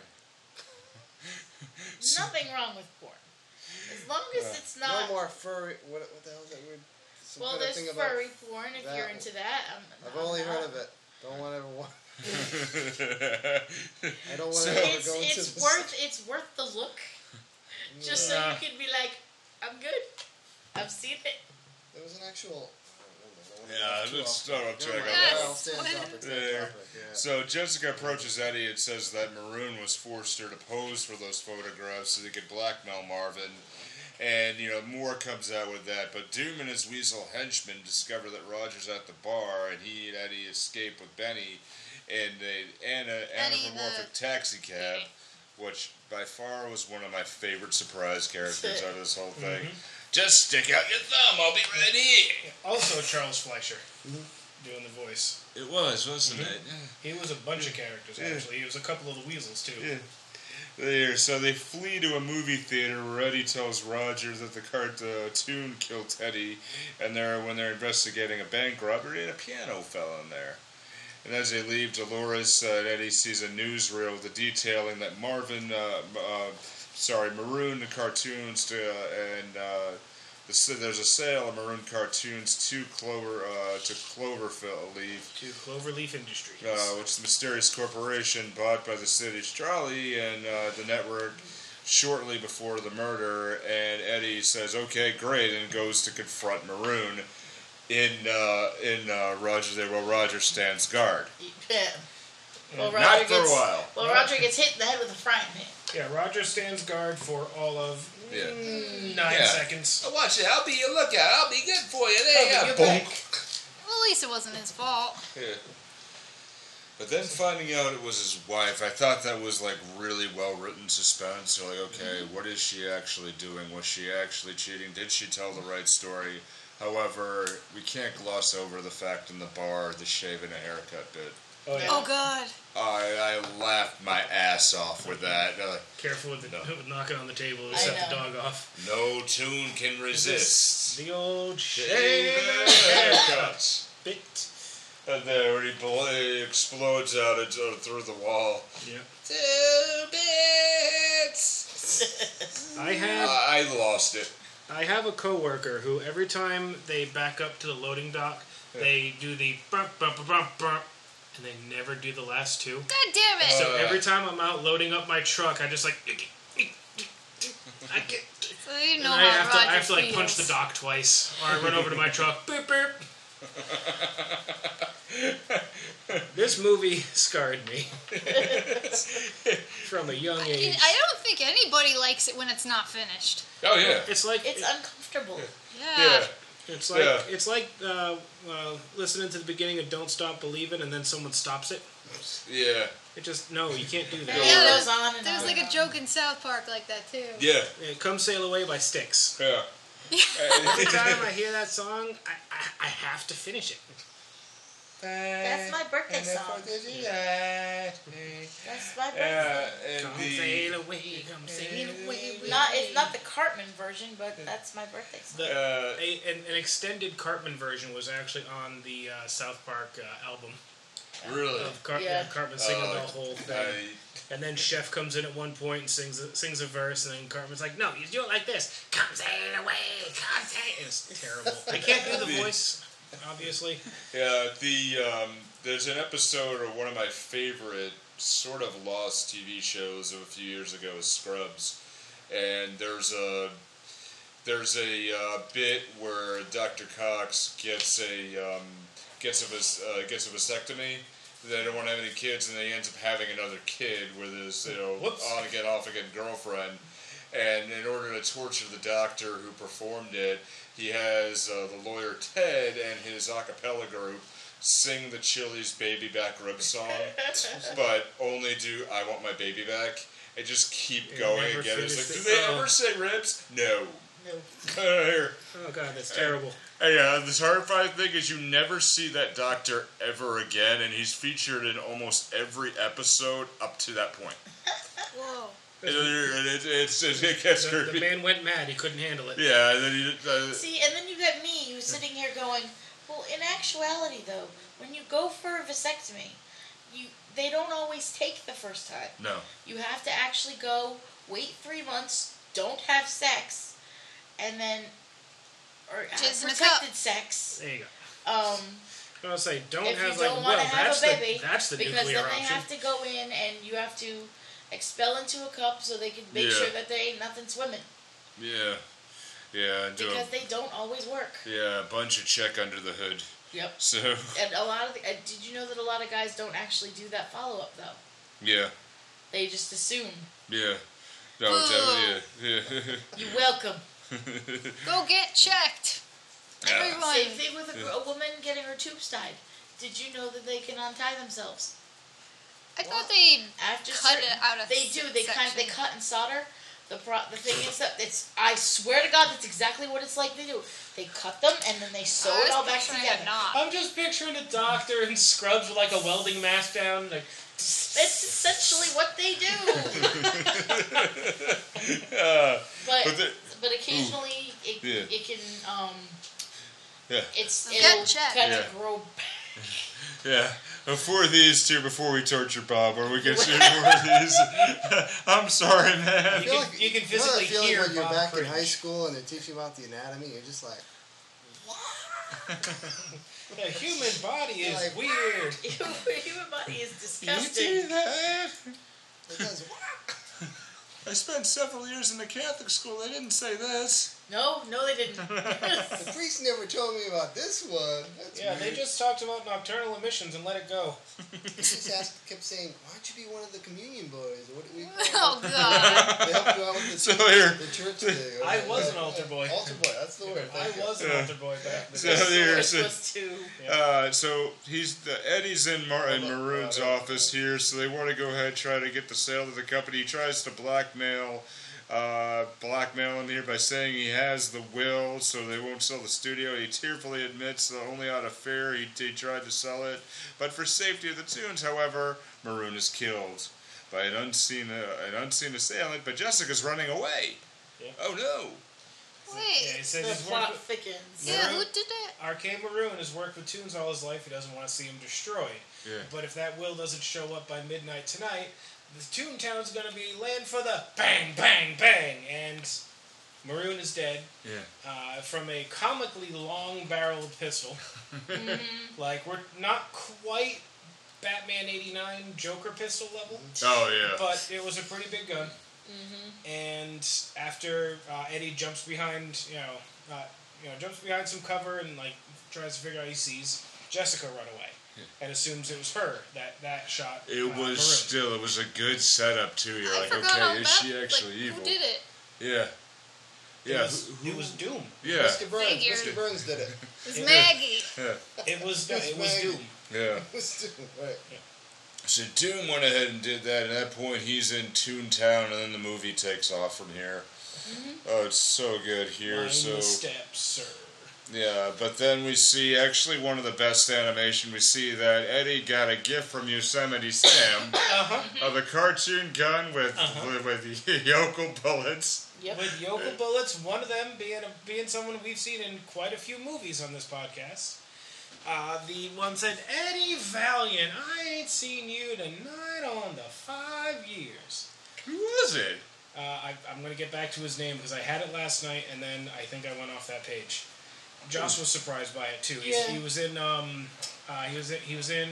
S6: nothing wrong with porn. As long as it's
S4: No
S6: not.
S4: more furry. What, what the hell is that weird? Some
S6: well,
S4: kind of
S6: there's
S4: thing about-
S6: furry porn if
S4: that.
S6: you're into that. I'm,
S4: I've
S6: I'm
S4: only
S6: not.
S4: heard of it. Don't want to ever watch.
S9: yeah,
S4: I don't want
S9: So-
S4: to ever
S6: It's,
S4: go into
S6: it's
S4: this.
S6: worth it's worth the look. Just so
S9: Yeah.
S6: you can be like, I'm good. I've seen it.
S4: There was an actual. I don't remember. I don't wanna go too
S9: let's
S4: off.
S9: not check
S4: Never
S9: on
S4: mind.
S9: that.
S4: I'll stay on topic. stay on
S9: Yeah.
S4: topic, yeah.
S9: So Jessica approaches Eddie and says that Maroon was forced her to pose for those photographs so they could blackmail Marvin. And, you know, more comes out with that. But Doom and his weasel henchmen discover that Roger's at the bar and he and Eddie escape with Benny in an ana-
S1: Benny the-
S9: anamorphic taxi cab, which by far was one of my favorite surprise characters out of this whole thing. Just stick out your thumb, I'll be right here.
S5: Also, Charles Fleischer
S9: Mm-hmm.
S5: doing the voice.
S9: It was, wasn't it?
S5: He was a bunch of characters actually. He was a couple of the weasels too.
S9: Yeah. There, so they flee to a movie theater where Eddie tells Roger that the cartoon killed Teddy, and they're when they're investigating a bank robbery and a piano fell in there. And as they leave, Dolores uh, and Eddie sees a newsreel with the detailing that Marvin, uh, m- uh, sorry, Maroon cartoons to, uh, and uh, the, s- there's a sale of Maroon cartoons to Clover uh, to Cloverfield Leaf
S5: To Cloverleaf Industries.
S9: uh, which the mysterious corporation bought by the city's trolley and uh, the network shortly before the murder. And Eddie says, "Okay, great," and goes to confront Maroon. In uh, in uh, Roger, there well Roger stands guard.
S6: Yeah. Well, Roger
S9: Not for a
S6: gets,
S9: while.
S6: Well, Roger gets hit in the head with a frying pan.
S5: yeah, Roger stands guard for all of
S9: Yeah.
S5: mm, nine
S9: Yeah.
S5: seconds. Oh,
S9: Watch it. I'll be your lookout. I'll be good for you.
S6: Cover your back.
S1: Well, at least it wasn't his fault.
S9: Yeah. But then finding out it was his wife, I thought that was like really well written suspense. You're like, okay, what is she actually doing? Was she actually cheating? Did she tell the right story? However, we can't gloss over the fact in the bar, the shave and a haircut bit.
S5: Oh yeah.
S1: Oh God.
S9: I, I laughed my ass off with that. And I'm like,
S5: Careful with the with knocking on the table to
S6: I
S5: set the
S6: know.
S5: dog off.
S9: no tune can resist.
S5: The old
S9: Shave
S5: shave
S9: and a haircut.
S5: bit.
S9: And there he bl- he explodes out into, through the wall.
S5: Yeah.
S9: Two bits!
S5: I have
S9: I I lost it.
S5: I have a coworker who every time they back up to the loading dock, they do the bump bump bump bump, bump and they never do the last two.
S1: God damn it.
S5: So
S9: Uh.
S5: every time I'm out loading up my truck, I just like I get
S1: So you
S5: and
S1: know
S5: I
S1: how
S5: have to
S1: Roger
S5: I have to like
S1: feels.
S5: punch the dock twice, or I run over to my truck. Boop boop. this movie scarred me from a young age.
S1: I don't think anybody likes it when it's not finished.
S9: Oh yeah.
S5: It's like
S6: It's uncomfortable.
S1: Yeah.
S9: Yeah.
S5: It's like
S9: Yeah.
S5: it's like uh, uh, listening to the beginning of "Don't Stop Believing" and then someone stops it.
S9: Yeah.
S5: It just no, you can't do
S6: And
S5: that.
S1: Yeah.
S6: it goes on and
S1: There was
S6: on
S1: like
S6: and
S1: a
S6: on.
S1: joke in South Park like that too.
S9: Yeah.
S5: Yeah, Uh, Come sail away by Sticks.
S9: Yeah.
S5: Every time I hear that song, I, I, I have to finish it.
S6: That's my birthday song. That's my birthday.
S9: Yeah, and
S5: Come
S9: the,
S5: sail away, come sail away. with
S6: Not
S5: me.
S6: it's not the Cartman version, but that's my birthday song.
S5: The-
S9: uh,
S5: a, an, an extended Cartman version was actually on the uh, South Park uh, album
S9: really.
S5: of Cart-
S6: Yeah.
S5: yeah, Cartman singing
S9: Oh,
S5: the whole thing.
S9: I,
S5: And then Chef comes in at one point and sings a, sings a verse, and then Cartman's like, "No, you do it like this. Come sail away, come sail." It's terrible. I can't do the voice, obviously.
S9: yeah, the um, there's an episode of one of my favorite sort of lost TV shows of a few years ago, is Scrubs, and there's a there's a uh, bit where Dr. Cox gets a um, gets a vas- uh, gets a vasectomy. They don't want to have any kids, and they ends up having another kid with his you know
S5: Whoops.
S9: on again off again girlfriend. And in order to torture the doctor who performed it, he has uh, the lawyer Ted and his a cappella group sing the Chili's Baby Back Rib song, but only do I Want My Baby Back. And just keep
S5: It
S9: going
S5: never
S9: again. It's like,
S5: finished
S9: do
S5: it.
S9: they
S5: Oh.
S9: ever say ribs? No.
S6: No.
S9: Hey,
S5: Oh god, that's terrible.
S9: uh, this horrifying thing is you never see that doctor ever again, and he's featured in almost every episode up to that point.
S1: Whoa.
S9: And it, it's, it, gets
S5: The, the
S9: creepy.
S5: man went mad; he couldn't handle it.
S9: Yeah, and then he, uh,
S6: See, and then you got me who's sitting here going, well, in actuality, though, when you go for a vasectomy, you they don't always take the first time.
S9: no.
S6: You have to actually go, wait three months, don't have sex, and then or have
S1: Jizz in a cup.
S6: protected sex.
S5: There you go.
S6: Um,
S5: I was like, don't
S6: if
S5: have
S6: you
S5: like
S6: don't
S5: well,
S6: want to have
S5: that's
S6: a baby,
S5: the that's the
S6: because
S5: nuclear
S6: then they
S5: option.
S6: have to go in and you have to expel into a cup so they can make
S9: Yeah.
S6: sure that there ain't nothing swimming
S9: Yeah. Yeah, and do
S6: because
S9: a,
S6: they don't always work.
S9: yeah, a bunch of check under the hood.
S6: Yep.
S9: So
S6: And a lot of the, uh, did you know that a lot of guys don't actually do that follow up though?
S9: yeah,
S6: They just assume
S9: yeah, no,
S1: Boo.
S9: definitely, yeah, yeah.
S6: you welcome.
S1: Go get checked.
S9: Yeah.
S1: Everyone.
S6: Same thing with a, gr- a woman getting her tubes tied. Did you know that they can untie themselves
S1: I thought they
S6: after
S1: Cut
S6: certain?
S1: it out of
S6: they do. They kind of, they
S1: section.
S6: cut and solder. The pro, the thing is that it's. I swear to God, that's exactly what it's like. They do. They cut them and then they sew
S1: I
S6: it
S1: was
S6: all back
S1: picturing
S6: together.
S1: a knot.
S5: I'm just picturing a doctor in scrubs with like a welding mask down. Like,
S6: That's essentially what they do. but
S9: But
S6: but,
S9: the-
S6: occasionally it,
S9: Yeah.
S6: it can um
S9: Yeah.
S6: it's
S1: Gut
S6: it'll
S1: check.
S6: kind of
S9: Yeah.
S6: grow back.
S9: Yeah. Before these two, before we torture Bob, or we get to more of these. I'm sorry, man.
S5: you,
S4: feel
S5: can,
S4: like-
S5: you
S4: You know
S5: can
S4: that
S5: physically
S4: feeling
S5: hear
S4: when you're
S5: Bob
S4: back
S5: cringe.
S4: in high school and they teach you about the anatomy? You're just like,
S5: The human body is
S4: Like-
S5: weird.
S6: human body is
S9: You
S6: disgusting.
S9: do that?
S4: it does
S9: I spent several years in the Catholic school. They didn't say this.
S6: No, no, they didn't.
S4: The priest never told me about this one. That's
S5: Yeah,
S4: weird.
S5: they just talked about nocturnal emissions and let it go.
S4: He just asked, kept saying, "Why don't you be one of the communion boys?" Or what do we?
S1: Oh god.
S4: They helped you out with the,
S9: So here,
S4: the church thing.
S5: I
S4: Or-
S5: was an
S4: yeah,
S5: altar
S4: yeah.
S5: boy.
S4: Altar boy. That's the word.
S5: I
S4: Thank you.
S5: was an
S9: Yeah.
S5: altar boy back
S9: So
S5: then.
S9: here,
S6: It
S9: so,
S6: was two.
S9: uh, so he's the Eddie's in Martin Maroon's office here, so they want to go ahead and try to get the sale of the company. He tries to blackmail, uh, blackmail him here by saying he has the will, so they won't sell the studio. He tearfully admits that only out of fear he, he tried to sell it, but for safety of the tunes, however, Maroon is killed by an unseen uh, an unseen assailant. But Jessica's running away.
S5: Yeah.
S9: Oh no!
S5: Yeah, he
S1: Wait.
S5: says
S6: The
S5: he's worked
S6: plot
S5: with-
S6: thickens.
S1: Yeah, who did that?
S5: Arcade Maroon has worked with Toons all his life. He doesn't want to see him destroyed.
S9: Yeah.
S5: But if that will doesn't show up by midnight tonight, the Toontown's going to be land for the bang, bang, bang. And Maroon is dead
S9: Yeah.
S5: uh, from a comically long barreled pistol. Like, we're not quite Batman 89 Joker pistol level,
S9: Oh yeah.
S5: but it was a pretty big gun. And after uh, Eddie jumps behind, you know, uh, you know, jumps behind some cover and like tries to figure out he sees Jessica run away and assumes it was her that that shot.
S9: It
S5: uh,
S9: was
S5: Maroon.
S9: still. It was a good setup too. You're
S1: I
S9: like,
S1: forgot all
S9: okay, is
S1: about-
S9: she actually
S1: like,
S9: evil?
S1: Who did it?
S9: Yeah,
S5: It
S9: yeah,
S5: was,
S9: who-
S5: it was Doom.
S9: yeah,
S4: Mr. Burns.
S1: Figured.
S4: Mr. Burns did it.
S1: It
S5: It-
S1: was Maggie.
S5: It was no, it was
S4: Maggie.
S5: Doom.
S9: yeah.
S4: Mr. Right.
S9: So Doom went ahead and did that. At that point, he's in Toontown, and then the movie takes off from here.
S1: Mm-hmm.
S9: Oh, it's so good here.
S5: Line
S9: so
S5: the steps, sir.
S9: Yeah, but then we see actually one of the best animation. We see that Eddie got a gift from Yosemite Sam
S5: Uh-huh.
S9: of a cartoon gun with with, with yokel bullets.
S6: Yep.
S5: With yokel bullets, one of them being a, being someone we've seen in quite a few movies on this podcast. Uh, the one said, Eddie Valiant, I ain't seen you tonight on the five years.
S9: Who was it?
S5: Uh, I, I'm going to get back to his name because I had it last night and then I think I went off that page. Josh was surprised by it too. He's,
S6: Yeah.
S5: He was in, um, uh, he was in, he was in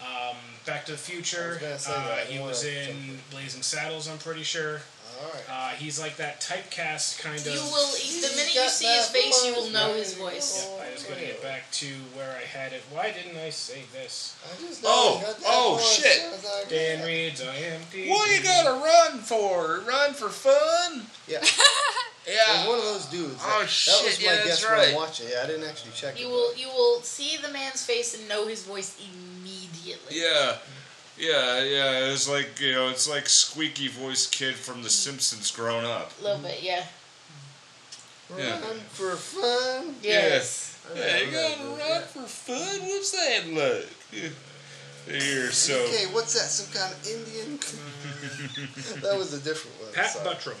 S5: um, Back to the
S4: I
S5: Future.
S4: was gonna say
S5: uh,
S4: that.
S5: he
S4: Yeah,
S5: was
S4: I
S5: in Blazing Saddles, I'm pretty sure.
S4: All right.
S5: Uh, he's like that typecast kind of.
S6: You will eat the minute you
S4: got
S6: see his
S4: that
S6: face, you will
S4: voice,
S6: know
S4: man.
S6: his voice.
S5: I was gonna get back to where I had it. Why didn't I say this?
S4: I just know
S9: Oh,
S4: I got that
S9: oh,
S4: voice.
S9: shit.
S4: I was like,
S5: Dan reads I am D. E.
S9: What you gotta run for? Run for fun?
S4: Yeah. There's
S9: Yeah.
S4: one of those dudes.
S9: Oh,
S4: that,
S9: shit,
S4: That was my
S9: yeah, that's
S4: guess
S9: right.
S4: when I watched it. Yeah, I didn't actually check
S6: You
S4: it.
S6: will you will see the man's face and know his voice immediately.
S9: Yeah. Yeah, yeah. It's like you know, it's like squeaky voiced kid from The Simpsons grown up.
S6: A little bit, yeah.
S4: but
S9: yeah.
S4: Run for fun.
S6: Yes.
S9: Yeah, you gotta run for fun. What's that look? Yeah. Here, so
S4: Okay, what's that? Some kind of Indian? that was a different one.
S5: Pat
S4: sorry.
S5: Buttram.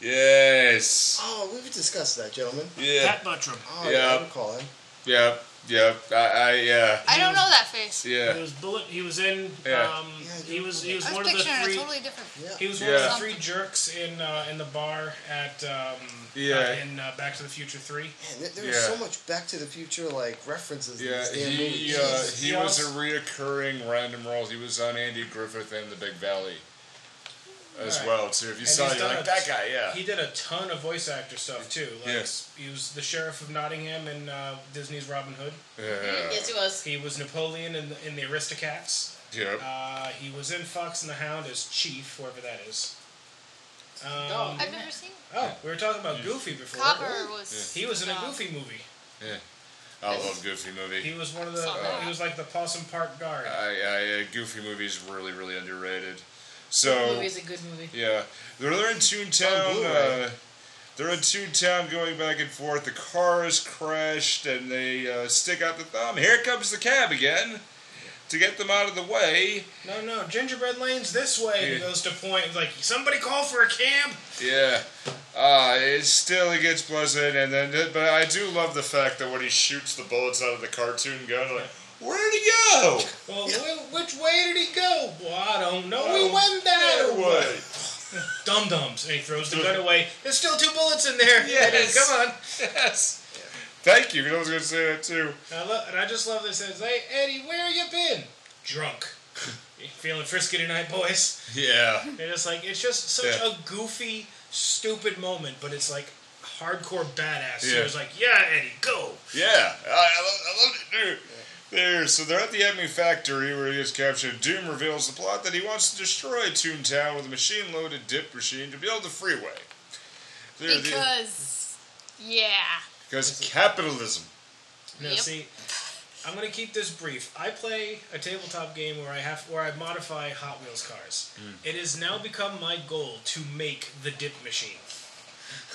S9: yes,
S4: Oh, we've discussed that, gentlemen.
S9: yeah,
S5: Pat Buttram.
S4: Oh,
S9: Yeah.
S4: yeah. I recall him.
S9: yeah, yeah. I, I yeah,
S1: I don't know that face.
S5: He
S9: yeah.
S5: was bullet. He was in.
S9: Yeah.
S5: Um,
S4: Yeah, I do
S5: he was. He was
S1: I
S5: one
S1: was
S5: of the
S1: picturing a
S5: three.
S1: totally different.
S4: Yeah.
S5: He was one of
S9: Yeah.
S5: the three jerks in uh, in the bar at um,
S9: Yeah.
S5: uh, in uh, Back to the Future Three.
S4: Man, there, there was
S9: Yeah.
S4: so much Back to the Future like references in
S9: Yeah,
S4: this damn movie.
S9: he uh,
S4: Jesus.
S9: he was a reoccurring random role. He was on Andy Griffith and The Big Valley. as
S5: Right.
S9: well too. If you
S5: And
S9: saw,
S5: he's
S9: it, you're
S5: done
S9: like
S5: a-
S9: that guy, yeah.
S5: He did a ton of voice actor stuff too. Like,
S9: Yes.
S5: He was the sheriff of Nottingham in uh, Disney's Robin Hood.
S9: yeah.
S6: yes, it was.
S5: He was Napoleon in, in the Aristocats.
S9: Yep.
S5: Uh, he was in Fox and the Hound as Chief, whoever that is.
S6: Dog.
S5: Um,
S1: I've never seen
S5: oh, we were talking about Goofy before.
S1: Copper was.
S5: He was in a
S1: dog.
S5: Goofy movie.
S9: I love Goofy movie.
S5: He was one of the. uh,
S1: Saw that.
S5: he was like the Possum Park guard.
S9: Uh, I, I, Goofy movies really, really underrated. So
S6: movie is a good movie.
S9: yeah, they're, they're in
S4: On
S9: Toontown.
S4: Blu-ray.
S9: Uh, they're in Toontown, going back and forth. The car is crashed, and they uh, stick out the thumb. Here comes the cab again to get them out of the way.
S5: No, no, Gingerbread Lane's this way. and He
S9: Yeah.
S5: goes to point like somebody call for a cab.
S9: Yeah. Uh, it still it gets pleasant, and then uh, but I do love the fact that when he shoots the bullets out of the cartoon gun, like where did he go?
S5: Well, wh- which way did he go? Well, I don't know.
S9: Oh,
S5: He went that
S9: that
S5: way.
S9: way.
S5: Dum dums. And he throws the gun away. There's still two bullets in there.
S9: Yes.
S5: Eddie, come on.
S9: Yes. Thank you. 'cause I was going to say that too.
S5: And I, lo- and I just love this. It says, "Hey, Eddie, where you been? Drunk. You Feeling frisky tonight, boys."
S9: Yeah.
S5: And it's like it's just such
S9: Yeah.
S5: a goofy, stupid moment, but it's like hardcore badass. So
S9: Yeah.
S5: it's like, "Yeah, Eddie, go."
S9: Yeah. I, I, love, I loved it, dude. There, so they're at the Emu factory where he gets captured. Doom reveals the plot that he wants to destroy Toontown with a machine-loaded dip machine to build a freeway. There, the-
S1: Because, yeah.
S9: because capitalism.
S5: No,
S1: Yep.
S5: see, I'm gonna keep this brief. I play a tabletop game where I have where I modify Hot Wheels cars.
S9: Mm.
S5: It has now become my goal to make the dip machine.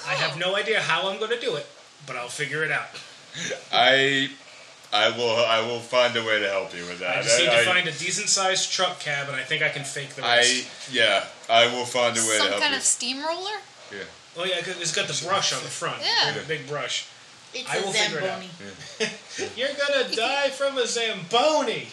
S5: I have no idea how I'm gonna do it, but I'll figure it out.
S9: I, I will, I will find a way to help you with that.
S5: I just need to
S9: I-
S5: find a decent sized truck cab, and I think I can fake the
S9: I
S5: rest.
S9: yeah, I will find a way to
S1: Some
S9: help
S1: kind
S9: you.
S1: of steamroller?
S9: yeah.
S5: oh yeah, 'cause it's got the brush on the front.
S1: Yeah.
S5: the big brush.
S6: It's
S5: I
S6: a
S5: will figure it out.
S6: Zamboni.
S5: You're gonna die from a zamboni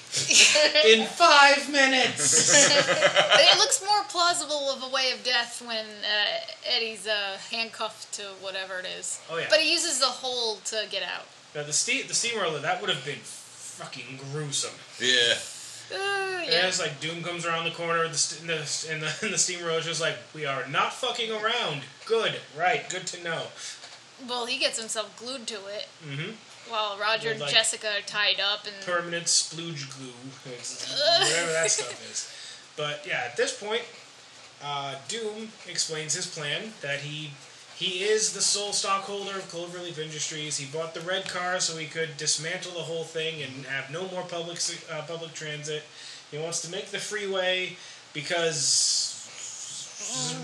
S5: in five minutes.
S1: But it looks more plausible of a way of death when uh, Eddie's uh, handcuffed to whatever it is.
S5: Oh, yeah.
S1: But he uses the hole to get out.
S5: now the steam the steamroller that would have been fucking gruesome.
S9: Yeah.
S1: Uh,
S5: And
S1: yeah.
S5: it's like Doom comes around the corner, the st- and the and the, and the steamroller's just like, "We are not fucking around." Good, right? Good to know.
S1: Well, he gets himself glued to it.
S5: Mhm.
S9: Mm-hmm.
S1: While Roger
S5: Well,
S1: and
S5: like-
S1: Jessica are tied up and.
S5: Permanent splooge glue, it's- whatever that stuff is. But yeah, at this point, uh, Doom explains his plan that he he is the sole stockholder of Cloverleaf Industries. He bought the red car so he could dismantle the whole thing and have no more public s- uh, public transit. He wants to make the freeway because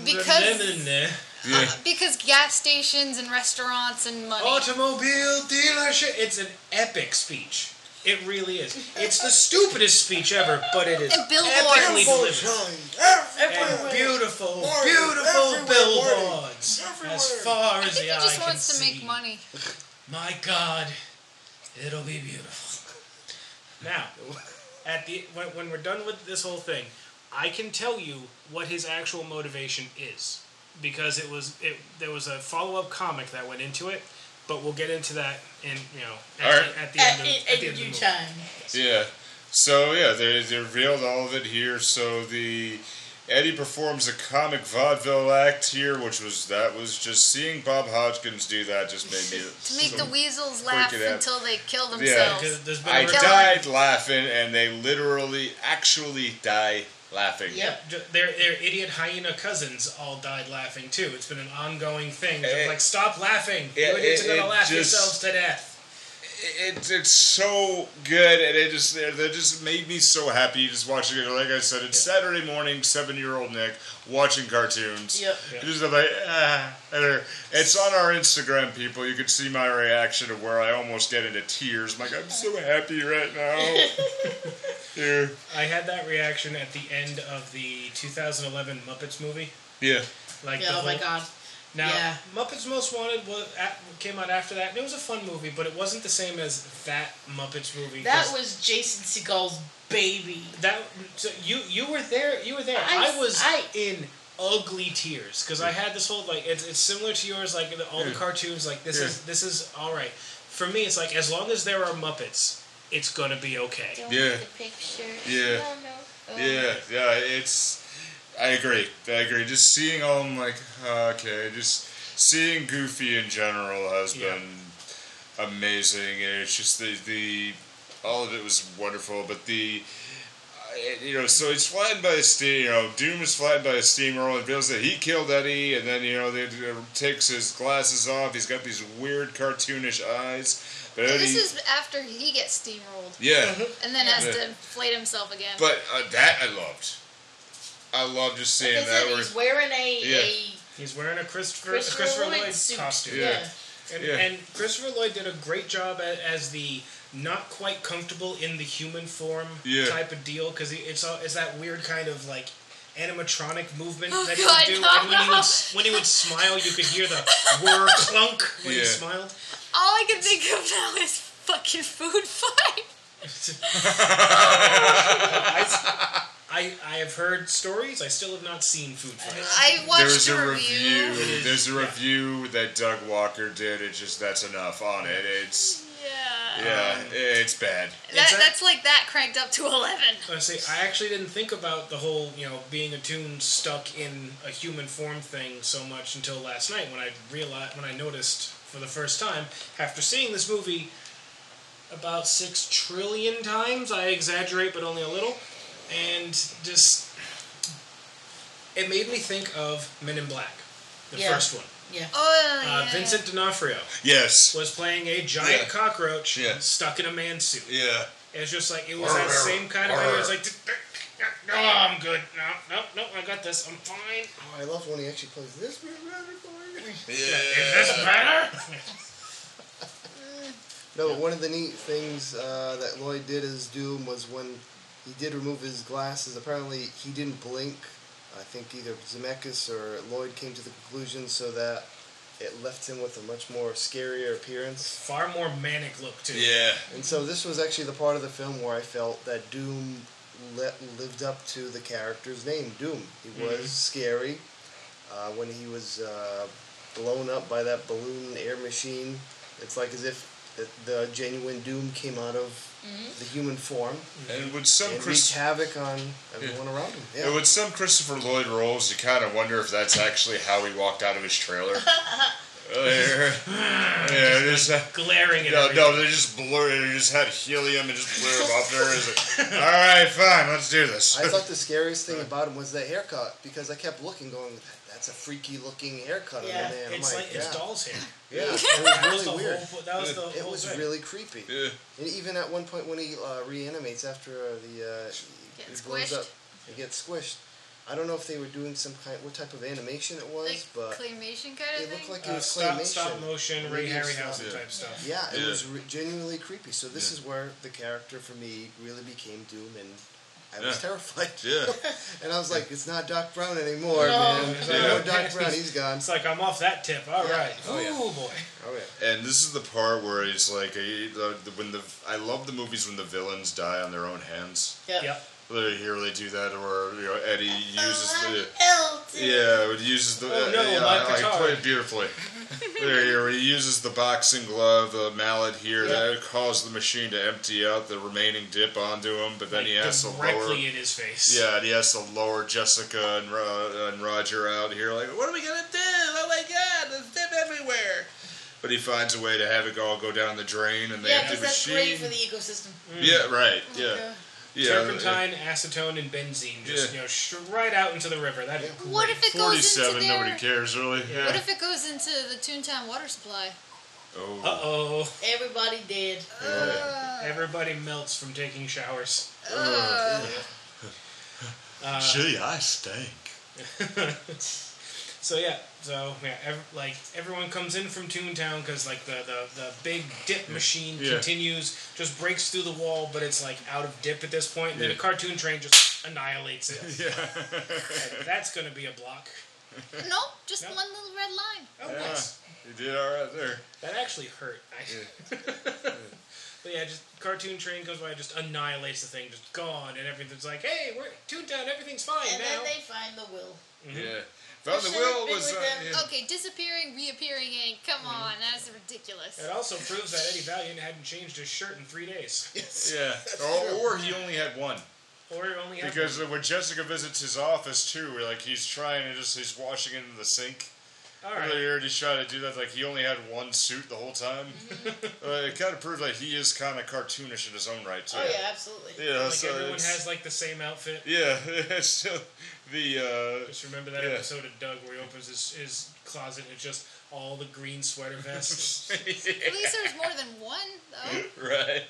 S1: because- Because gas stations and restaurants and money.
S5: Automobile dealership. It's an epic speech. It really is. It's the stupidest speech ever, but it is
S1: And billboards.
S5: epically delivered. And
S6: Everywhere.
S5: beautiful,
S3: Warning.
S5: beautiful
S3: Everywhere
S5: billboards.
S3: warning. Everywhere.
S5: As far
S1: I
S5: as
S1: think
S5: the
S1: he
S5: eye
S1: just
S5: can
S1: wants to
S5: see.
S1: make money.
S5: My God, it'll be beautiful. Now, at the when, when we're done with this whole thing, I can tell you what his actual motivation is because it was it there was a follow up comic that went into it, but we'll get into that in you know at,
S9: All
S5: the-
S9: right.
S5: at the
S6: At,
S5: end of,
S6: in-
S5: at the
S6: in
S5: end of the
S6: due
S5: movie.
S6: time.
S9: Yeah. So yeah, they they revealed all of it here. So the Eddie performs a comic vaudeville act here, which was that was just seeing Bob Hodgkins do that just made me
S1: To make the weasels laugh
S9: it out.
S1: until they kill
S9: Yeah.
S1: themselves.
S5: Because there's been a
S9: I
S5: re-
S1: Kill him.
S9: died laughing, and they literally actually die laughing.
S5: Yep, ju- their their idiot hyena cousins all died laughing too. It's been an ongoing thing. They're
S9: It-
S5: like, stop laughing!
S9: it-
S5: you idiots
S9: it-
S5: are gonna
S9: it
S5: laugh
S9: just-
S5: yourselves to death.
S9: It, it's so good, and it just it, that just made me so happy just watching it. Like I said, it's Saturday morning, seven year old Nick watching cartoons.
S6: Yep.
S5: Yep.
S9: Just like, ah, I don't know. it's on our Instagram, people. You can see my reaction to where I almost get into tears. I'm like, I'm so happy right now. Here.
S5: I had that reaction at the end of the 2011 Muppets movie.
S9: Yeah.
S5: Like, the
S6: Yeah, oh my
S5: whole-
S6: god.
S5: Now,
S6: yeah.
S5: Muppets Most Wanted was, at, came out after that, and it was a fun movie, but it wasn't the same as that Muppets movie. 'cause
S6: That was Jason Segel's baby.
S5: that. So you you were there. You were there. I,
S6: I-
S5: was
S6: I-
S5: in ugly tears because I had this whole like it's, it's similar to yours like the, all the cartoons like this is this is all right for me it's like as long as there are Muppets it's gonna be okay
S9: Yeah.
S11: picture.
S9: Yeah.
S11: No, no.
S9: Yeah, yeah, it's I agree. I agree. Just seeing all them like uh, okay, just seeing Goofy in general has
S5: Yeah.
S9: been amazing, and it's just the the all of it was wonderful, but the. I- You know, so he's flattened by a steam. You know, Doom is flattened by a steamroller and feels that he killed Eddie. And then you know, they they- takes his glasses off. He's got these weird cartoonish eyes. But Eddie,
S1: This is Uh-huh. after he gets steamrolled
S9: yeah.
S1: and then has
S9: Yeah.
S1: to inflate himself again.
S9: But uh, that I loved. I loved just seeing
S6: Because
S9: that.
S6: then
S9: Where,
S6: he's wearing a, a
S5: He's wearing a Christopher
S6: Christopher
S5: a Christopher
S6: Lloyd
S5: Lloyd,
S6: suit.
S5: costume.
S9: Yeah.
S6: yeah.
S5: And,
S9: Yeah.
S5: and Christopher Lloyd did a great job as, as the not quite comfortable in the human form
S9: Yeah.
S5: type of deal because it's all, it's that weird kind of like animatronic movement
S1: Oh,
S5: that he
S1: God,
S5: would do.
S1: no,
S5: and when he
S1: no.
S5: would s- when he would smile, you could hear the whir clunk when he
S9: Yeah.
S5: smiled.
S1: All I can think of now is fucking food fight.
S5: I I have heard stories. I still have not seen Food Fight.
S1: I watched
S9: there's a
S1: a review.
S9: review. There's a review that Doug Walker did. It's just that's enough on it. It's
S1: Yeah.
S9: yeah, it's bad.
S1: That,
S5: that-
S1: that's like that cranked up to 11.
S5: I say I actually didn't think about the whole you know being a tune stuck in a human form thing so much until last night when I realized when I noticed for the first time after seeing this movie about six trillion times. I exaggerate, but only a little, and just it made me think of Men in Black, the
S6: Yeah.
S5: first one.
S1: Oh, yeah.
S5: Uh, Vincent D'Onofrio
S9: Yes.
S5: was playing a giant
S9: Yeah.
S5: cockroach
S9: Yeah.
S5: stuck in a man suit.
S9: Yeah.
S5: It's just like it was that same kind of thing. It was like, no, I'm good. No, no, no, I got this. I'm fine.
S4: Oh, I love when he actually plays this.
S5: Is this
S9: Yeah.
S5: better?
S4: No, but one of the neat things uh, that Lloyd did as Doom was when he did remove his glasses. Apparently, he didn't blink. I think either Zemeckis or Lloyd came to the conclusion so that it left him with a much more scarier appearance.
S5: Far more manic look too.
S9: Yeah.
S4: And so this was actually the part of the film where I felt that Doom le- lived up to the character's name, Doom. He was scary uh, when he was uh, blown up by that balloon air machine. It's like as if the, the genuine Doom came out of the human form
S9: And with some
S4: and
S9: Chris,
S4: wreaked havoc on everyone around him. Yeah.
S9: and with some Christopher Lloyd roles, you kind of wonder if that's actually how he walked out of his trailer. yeah. Yeah. Just, uh,
S5: Glaring at
S9: No,
S5: everything.
S9: no, they just blur. They just had helium and just blew him up there. It's like, all right, fine, let's do this.
S4: I thought the scariest thing about him was that haircut because I kept looking, going, "That's a freaky looking haircut
S6: Yeah,
S4: on the man."
S5: It's
S4: I'm
S5: like
S4: like,
S5: it's
S4: yeah,
S5: doll's hair.
S4: yeah, it
S5: That was
S4: was
S5: the
S4: really weird.
S5: whole. That was the
S4: It
S5: whole
S4: was
S5: thing.
S4: really creepy.
S9: Yeah.
S4: And even at one point when he uh, reanimates after uh, the uh, he
S1: Gets
S4: blows
S1: squished.
S4: up, he gets squished. I don't know if they were doing some kind, what type of animation it was,
S1: Like
S4: but
S1: claymation kind
S4: it
S1: of
S4: looked
S1: thing?
S4: like it
S5: Uh,
S4: was
S5: stop,
S4: claymation.
S5: stop motion, Ray
S4: Medium
S5: Harryhausen
S9: style.
S5: type stuff.
S4: Yeah, it
S9: Yeah.
S4: was re- genuinely creepy. So this is where the character for me really became Doom, and I was
S9: Yeah.
S4: terrified.
S9: Yeah.
S4: and I was like, it's not Doc Brown anymore,
S6: No.
S4: man.
S5: Yeah.
S4: No Doc Brown, he's gone.
S5: It's like I'm off that tip. All right.
S4: Yeah.
S5: Oh,
S4: Oh, yeah.
S5: boy.
S4: Oh yeah.
S9: And this is the part where it's like I, the, the- when the I love the movies when the villains die on their own hands.
S6: Yep.
S5: Yep.
S9: They- Here they do that, or you know Eddie uses the
S6: Elton.
S9: yeah, it uses the
S5: Oh, no,
S9: yeah,
S5: my
S9: I,
S5: guitar.
S9: I play it beautifully. there, here he uses the boxing glove, the mallet here that caused the machine to empty out the remaining dip onto him, but then
S5: Like,
S9: he has to lower.
S5: directly in his face.
S9: Yeah, and he has to lower Jessica and, Ro- and Roger out here. Like, what are we gonna do? Oh my God, there's dip everywhere. But he finds a way to have it all go down the drain and the
S6: Yeah,
S9: empty
S6: because that's
S9: machine.
S6: great
S9: Mm.
S6: for the Oh ecosystem.
S9: yeah, right. Yeah, yeah.
S5: Turpentine, acetone, and benzene just
S9: Yeah.
S5: you know sh- right out into the river. That
S1: What if it goes into
S9: Forty-seven.
S1: their...
S9: Nobody cares really.
S1: What
S9: Yeah.
S1: if it goes into the Toontown water supply?
S9: Oh.
S5: Uh oh.
S6: Everybody dead. Uh,
S5: Everybody melts from taking showers.
S9: Gee, I stink.
S5: So yeah, so yeah, ev- like everyone comes in from Toontown because like the, the the big dip machine
S9: Yeah.
S5: continues, just breaks through the wall, but it's like out of dip at this point, and then
S9: Yeah.
S5: a cartoon train just annihilates it.
S9: Yeah.
S5: And that's gonna be a block.
S1: No, just
S5: No.
S1: one little red line.
S5: Oh,
S9: Yeah.
S5: nice.
S9: You did all right there.
S5: That actually hurt. I- but yeah, just cartoon train comes by, just annihilates the thing, just gone, and everything's like, hey, we're Toontown, everything's fine
S6: And then
S5: now.
S6: they find the will.
S9: Yeah. Found the
S6: Should've
S9: will
S6: been
S9: was.
S6: with
S9: Uh,
S6: them.
S9: yeah.
S1: Okay, disappearing, reappearing ink. Come
S5: Mm-hmm.
S1: on, that's ridiculous.
S5: It also proves
S6: Oh.
S5: that Eddie Valiant hadn't changed his shirt in three days.
S9: yeah. Or, or he Oh, only had one.
S5: Or it only happened-
S9: Because when Jessica visits his office too, where, like he's trying to just he's washing into the sink.
S5: all
S9: Earlier,
S5: right,
S9: he tried to do that. Like he only had one suit the whole time.
S5: Mm-hmm.
S9: Uh, it kind of proved that he is kind of cartoonish in his own right too.
S6: Oh yeah, absolutely.
S9: Yeah,
S5: like
S9: so
S5: everyone
S9: it's-
S5: has like the same outfit.
S9: Yeah, it's still the uh,
S5: Just remember that
S9: Yeah.
S5: episode of Doug where he opens his, his closet and it's just all the green sweater vests.
S1: At least there's more than one, though.
S9: right.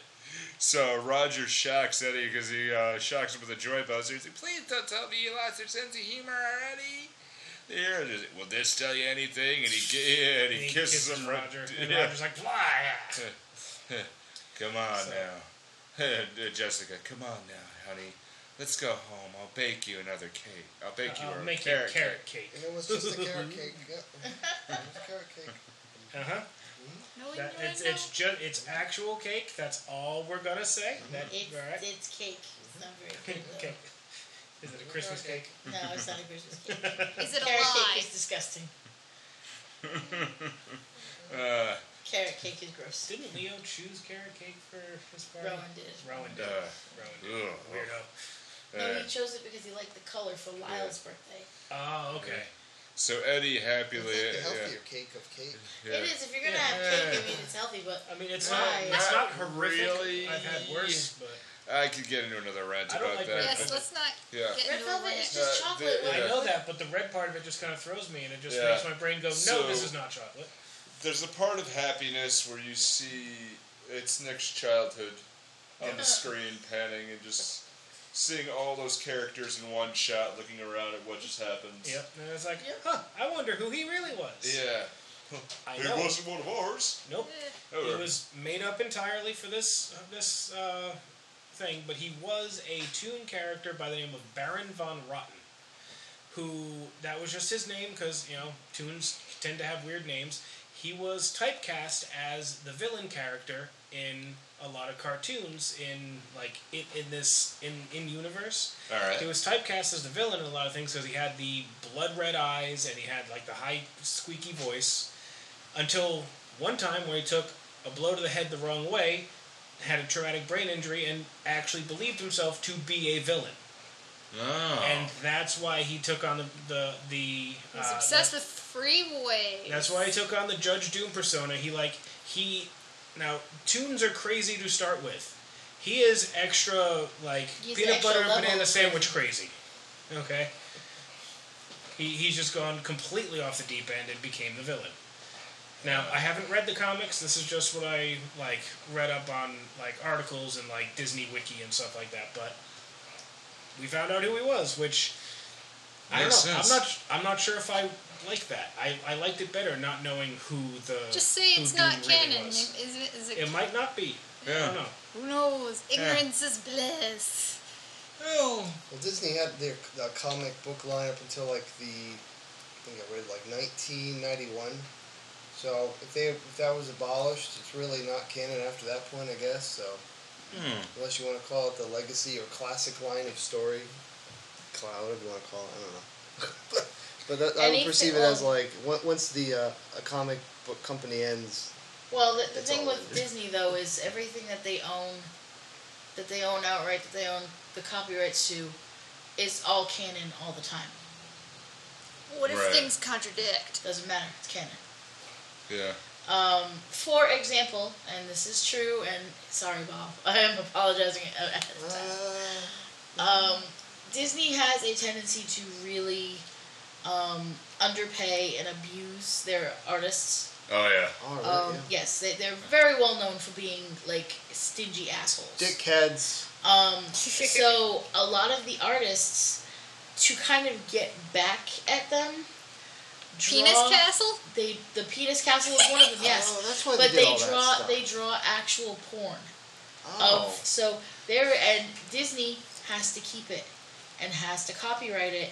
S9: So Roger shocks Eddie because he uh, shocks him with a joy buzzer. He's like, "Please don't tell me you lost your sense of humor already." Yeah, and he's like, will this tell you anything? And he, g- yeah, and he,
S5: and he
S9: kisses, him. right-
S5: Roger, and
S9: yeah.
S5: Roger's like, "Why?"
S9: Come on
S5: So-
S9: now, Uh, Jessica. Come on now, honey. Let's go home. I'll bake you another cake. I'll bake you
S5: I'll
S9: a
S5: Uh, make you
S9: carrot
S5: a carrot cake.
S4: And it was just a carrot cake. Yep. It was a carrot cake.
S5: Uh huh.
S1: No one
S5: That, it's it's just it's actual cake. That's all we're gonna say.
S9: Mm-hmm.
S5: That,
S6: It's
S5: all right. Mm-hmm.
S6: it's cake. It's not very good. though.
S5: cake. Is it a Christmas cake?
S6: No, it's not a Christmas cake.
S1: Is it a
S6: Carrot
S1: lie?
S6: cake is disgusting.
S9: uh,
S6: Carrot cake is gross.
S5: Didn't Leo choose carrot cake for his party?
S6: Rowan did.
S5: Rowan did.
S9: uh,
S5: Rowan did.
S9: ugh.
S5: Weirdo.
S6: No,
S9: Uh,
S6: he chose it because he liked the color for Lyle's birthday.
S5: Oh, okay.
S9: so Eddie happily,
S4: It's like the
S9: yeah,
S4: healthier cake of cake.
S9: yeah.
S6: It is. If you're gonna have cake, I mean, it's healthy, but
S5: I mean, it's
S6: Why?
S5: not it's not
S9: Not
S5: horrific.
S9: really.
S5: I've had worse, but
S9: I could get into another rant
S5: I don't
S9: about
S5: like
S9: that.
S5: red
S1: Yes, let's not
S9: Yeah.
S1: get
S6: red
S1: into a
S6: velvet
S1: rant.
S6: is just
S9: Uh,
S6: chocolate.
S9: the-
S6: with-
S5: I know that. But the red part of it just kind of throws me, and it just
S9: Yeah.
S5: makes my brain go, "No,
S9: So-
S5: this is not chocolate."
S9: There's a part of happiness where you see it's Nick's childhood on the screen panning and just seeing all those characters in one shot looking around at what just happened.
S5: Yep. And it's like,
S6: Yep.
S5: huh? I wonder who he really was.
S9: Yeah.
S5: I
S9: It
S5: know.
S9: wasn't one of ours.
S5: Nope.
S1: Eh,
S9: Oh,
S5: It was made up entirely for this this uh, thing, but he was a tune character by the name of Baron von Rotten, who that was just his name because you know tunes tend to have weird names. He was typecast as the villain character in a lot of cartoons in like in, in this in in universe.
S9: all
S5: He
S9: right.
S5: was typecast as the villain in a lot of things because he had the blood red eyes and he had like the high squeaky voice. Until one time where he took a blow to the head the wrong way, had a traumatic brain injury, and actually believed himself to be a villain.
S9: Oh.
S5: And that's why he took on the the the.
S1: I was
S5: uh,
S1: obsessed with freeways.
S5: that's why he took on the Judge Doom persona. He like he now tunes are crazy to start with. He is extra like
S6: He's
S5: peanut
S6: extra
S5: butter and
S6: level
S5: banana
S6: of
S5: sandwich crazy. Okay. He he's just gone completely off the deep end and became the villain. Now I haven't read the comics. This is just what I like read up on like articles and like Disney Wiki and stuff like that. But we found out who he was, which I don't know.
S9: Makes sense.
S5: I'm not. I'm not sure if I like that. I, I liked it better not knowing who the
S1: Just say
S5: who
S1: it's not
S5: Doom really
S1: canon.
S5: was.
S1: Is it, is it,
S5: It might not be. I don't
S9: yeah.
S5: know.
S1: who knows? Ignorance is bliss.
S9: Oh.
S4: Well, Disney had their uh, comic book line up until like the, I think I read like 1991. So if they if that was abolished, it's really not canon after that point, I guess. So
S9: Hmm.
S4: unless you want to call it the legacy or classic line of story, cloud, whatever you want to call it, I don't know. but that, I would
S6: Anything-
S4: perceive it as like on- once the uh, a comic book company ends,
S6: Well, the, the
S4: That's
S6: thing
S4: all
S6: with
S4: it is.
S6: Disney though is everything that they own, that they own outright, that they own the copyrights to, is all canon all the time.
S1: What if
S9: Right.
S1: things contradict?
S6: Doesn't matter. It's canon.
S9: Yeah.
S6: Um, for example, and this is true, and sorry, Bob, I am apologizing ahead of time. um, Disney has a tendency to really um, underpay and abuse their artists.
S9: Oh yeah.
S4: all right,
S6: Um,
S4: yeah.
S6: Yes, they, they're very well known for being like stingy assholes.
S4: Dickheads.
S6: Um, so a lot of the artists, to kind of get back at them, draw,
S1: Penis castle?
S6: They the penis castle is one of them. Yes,
S4: Oh, that's why
S6: but
S4: they did
S6: they
S4: all that
S6: draw
S4: stuff.
S6: they draw actual porn
S4: Oh.
S6: of so there and Disney has to keep it and has to copyright it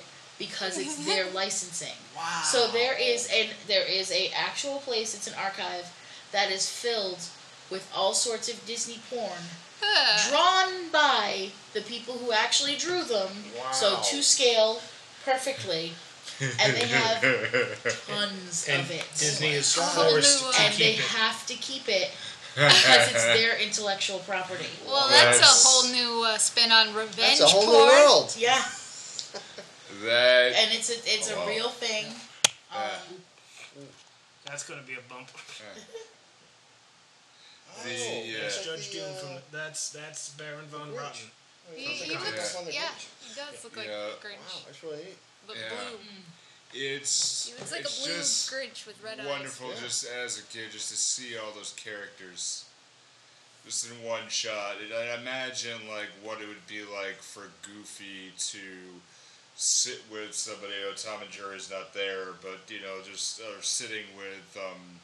S6: because it's their licensing.
S4: wow.
S6: So there is an there is a actual place it's an archive that is filled with all sorts of Disney porn
S1: Huh.
S6: drawn by the people who actually drew them. So
S4: Wow.
S6: to scale perfectly and they have tons
S5: And
S6: of it.
S5: Disney is
S1: whole new
S5: forced to
S1: one.
S6: and they
S5: keep it.
S6: have to keep it because it's their intellectual property.
S1: Well, that's,
S9: That's-
S1: a whole new uh, spin on revenge
S4: That's a whole new
S1: porn.
S4: world.
S6: Yeah,
S9: That
S6: and it's a it's a
S9: Wow.
S6: real thing. Um,
S5: That's going to be a bump.
S9: the uh,
S5: That's Judge
S4: the,
S5: Doom
S4: uh,
S5: from that's that's Baron von
S4: Grinch.
S5: Rotten.
S1: He, he
S9: Yeah.
S1: looks,
S4: On the
S1: yeah,
S4: Grinch.
S1: he does look like
S9: Yeah.
S1: a Grinch.
S4: Wow, that's really neat.
S1: But
S9: Yeah.
S1: blue.
S9: it's
S1: He looks like
S9: it's
S1: a blue
S9: just
S1: Grinch with red
S9: wonderful
S4: Yeah.
S9: just as a kid just to see all those characters just in one shot and i imagine like what it would be like for goofy to sit with somebody oh tom and jerry's not there but you know just uh, sitting with um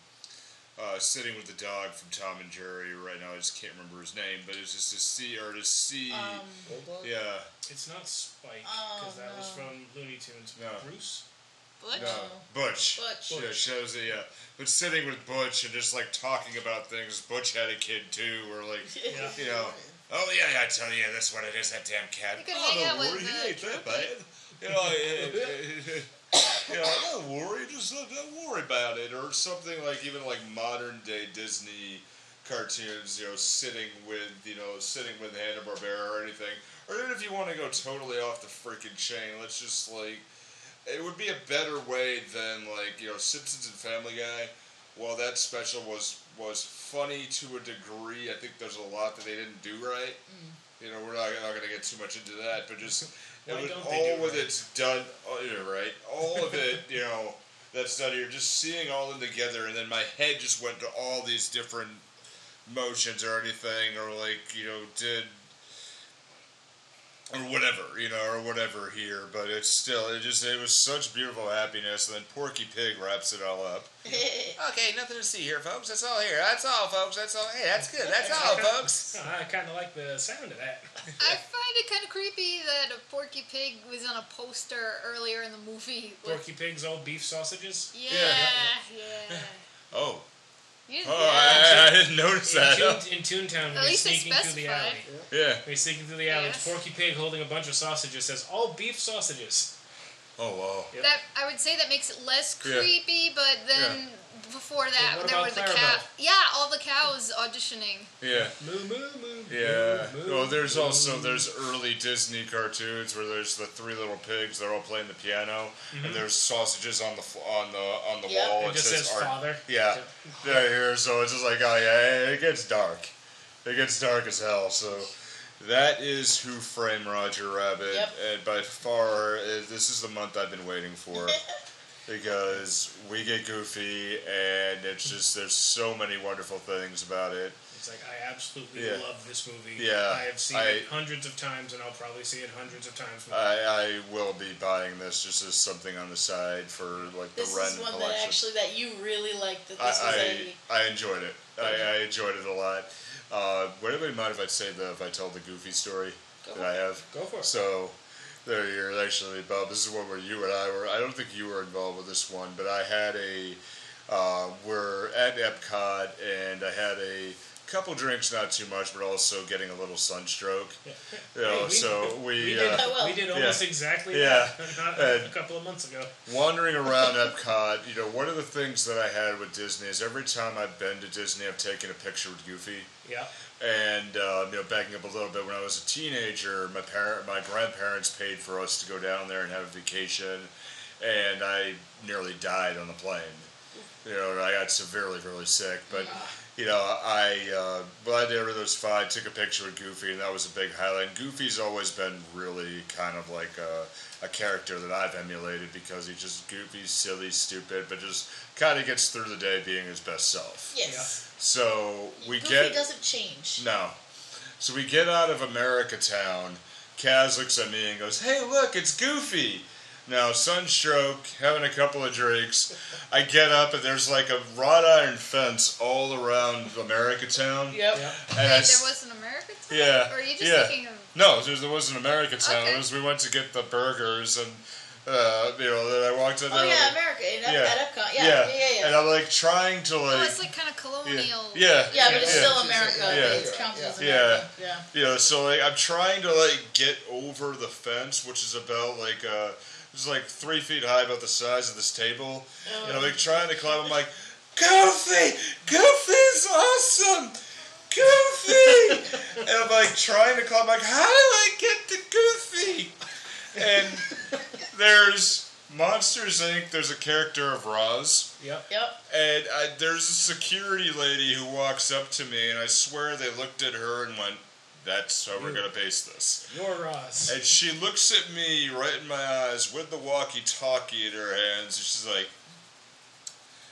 S9: uh, sitting with the dog from Tom and Jerry right now. I just can't remember his name, but it's just to see or to see,
S1: Um,
S4: Roblox?
S9: yeah,
S5: It's not Spike
S6: Oh,
S5: because that was
S6: no.
S5: from Looney Tunes.
S9: No.
S5: Bruce.
S1: eyes. Butch?
S9: no, Butch,
S6: Butch.
S9: Yeah, shows it, yeah. But sitting with Butch and just like talking about things, Butch had a kid too, or like,
S5: Yeah.
S9: you know, oh yeah, yeah, I tell you, that's what it is, that damn cat.
S1: You could
S9: oh,
S1: hang
S9: no
S1: out with,
S9: worry,
S1: uh,
S9: he ain't that bad. You know, yeah, yeah, yeah, don't worry, just don't, don't worry about it, or something like even like modern day Disney cartoons, you know, sitting with you know sitting with Hanna Barbera or anything, or even if you want to go totally off the freaking chain, let's just like it would be a better way than like you know Simpsons and Family Guy. While that special was was funny to a degree, I think there's a lot that they didn't do right. You know, we're not, not going to get too much into that, but just it
S5: Mm. Why
S9: was
S5: don't they
S9: all
S5: do
S9: with
S5: right?
S9: its done. Oh, you're right. All of it, you know, that's done. You're just seeing all of them together, and then my head just went to all these different motions or anything, or like you know did or whatever, you know, or whatever here, but it's still it just it was such beautiful happiness and then Porky Pig wraps it all up.
S3: Okay, nothing to see here, folks. That's all here. That's all, folks. That's all. Hey, that's good. That's all, folks.
S5: No, Uh, I kind of like the sound of that.
S1: I find it kind of creepy that a Porky Pig was on a poster earlier in the movie. Like,
S5: Porky Pig's old beef sausages.
S1: Yeah, yeah.
S9: Oh.
S1: You-
S9: Oh,
S1: yeah.
S9: I, I didn't notice
S5: In,
S9: that. Oh,
S5: Toon- in Toontown,
S1: At
S5: when he's
S1: least they
S5: sneaking through the
S1: specify.
S5: alley.
S9: yeah.
S5: When he's sneaking through the alley, it's
S1: Yes.
S5: Porky Pig holding a bunch of sausages. Says all beef sausages.
S9: Oh wow.
S5: Yep.
S1: That I would say that makes it less
S9: Yeah.
S1: creepy, but then before that
S5: Well, what
S1: there
S5: about
S1: were the
S5: Clarabelle?
S1: cow. Yeah, all the cows auditioning.
S9: Yeah.
S5: Moo moo moo.
S9: Yeah.
S5: Moo, moo,
S9: Well there's
S5: moo.
S9: also there's early Disney cartoons where there's the three little pigs, they're all playing the piano and there's sausages on the fl- on the on the
S6: Yep.
S9: wall.
S5: It just says
S9: Oh, art.
S5: father.
S9: Yeah. Yeah, here, so it's just like, oh yeah, it gets dark. It gets dark as hell, so that is Who Framed Roger Rabbit,
S6: Yep.
S9: and by far, uh, this is the month I've been waiting for. because we get goofy, and it's just, there's so many wonderful things about it.
S5: It's like I absolutely
S9: Yeah.
S5: love this movie.
S9: Yeah,
S5: I have seen
S9: I- Uh,
S5: it hundreds of times, and I'll probably see it hundreds of times. More.
S9: I, I will be buying this just as something on the side for like the
S6: this
S9: rent
S6: is one
S9: collection.
S6: that actually that you really liked. That this was
S9: I,
S6: a
S9: I, I enjoyed it. I, I enjoyed it a lot. Uh, would anybody mind if I say the if I tell the goofy story that I have?
S5: Go for it.
S9: So there you're actually Bob. This is one where you and I were. I don't think you were involved with this one, but I had a. Uh, we're at Epcot, and I had a couple drinks, not too much, but also getting a little sunstroke. You know,
S5: Hey, we-
S9: so we,
S5: we,
S9: uh,
S5: did,
S6: Oh, well.
S5: we did almost
S9: Yeah.
S5: exactly
S9: Yeah.
S5: that not
S9: Uh,
S5: a couple of months ago.
S9: wandering around Epcot, you know, one of the things that I had with Disney is every time I've been to Disney, I've taken a picture with Goofy.
S5: Yeah.
S9: And um, you know, backing up a little bit, when I was a teenager, my parent, my grandparents paid for us to go down there and have a vacation, and I nearly died on the plane. You know, and I got severely, really sick. But you know, I uh, glad they were those five. Took a picture with Goofy, and that was a big highlight. And Goofy's always been really kind of like a, a character that I've emulated because he's just goofy, silly, stupid, but just kind of gets through the day being his best self.
S6: yes.
S9: So we
S6: Goofy
S9: get
S6: doesn't change.
S9: no. So we get out of America Town. Kaz looks at me and goes, Hey, look, it's Goofy. Now, sunstroke, having a couple of drinks. I get up and there's like a wrought iron fence all around America Town.
S6: Yep.
S5: Yeah.
S9: And
S1: Wait,
S9: I
S1: there
S9: s-
S1: was an American town?
S9: Yeah,
S1: Or are you just
S9: yeah.
S1: thinking of
S9: no, there, there was an America Town.
S1: Okay.
S9: It was, we went to get the burgers and, uh, you know, then I walked in there.
S6: Oh yeah,
S9: like-
S6: America. In Ep-
S9: Yeah.
S6: At Epcot. Yeah. Yeah. Yeah. Yeah.
S9: And I'm like trying to
S1: Oh,
S9: like.
S1: it's like kind of
S9: yeah,
S1: colonial.
S9: yeah,
S6: Yeah, but it's
S9: yeah.
S6: still America.
S9: Yeah.
S6: It's counted as
S9: Yeah.
S6: America. Yeah.
S9: you know so like i'm trying to like get over the fence which is about like uh it's like three feet high about the size of this table and i'm like trying to climb i'm like Goofy, Goofy's awesome, Goofy. and I'm like trying to call. I'm like, how do I get to Goofy? And there's Monsters Inc. There's a character of Roz.
S5: Yep.
S6: Yep.
S9: And I, there's a security lady who walks up to me, and I swear they looked at her and went, "That's how we're gonna base this."
S5: You're Ross.
S9: And she looks at me right in my eyes with the walkie-talkie in her hands, and she's like,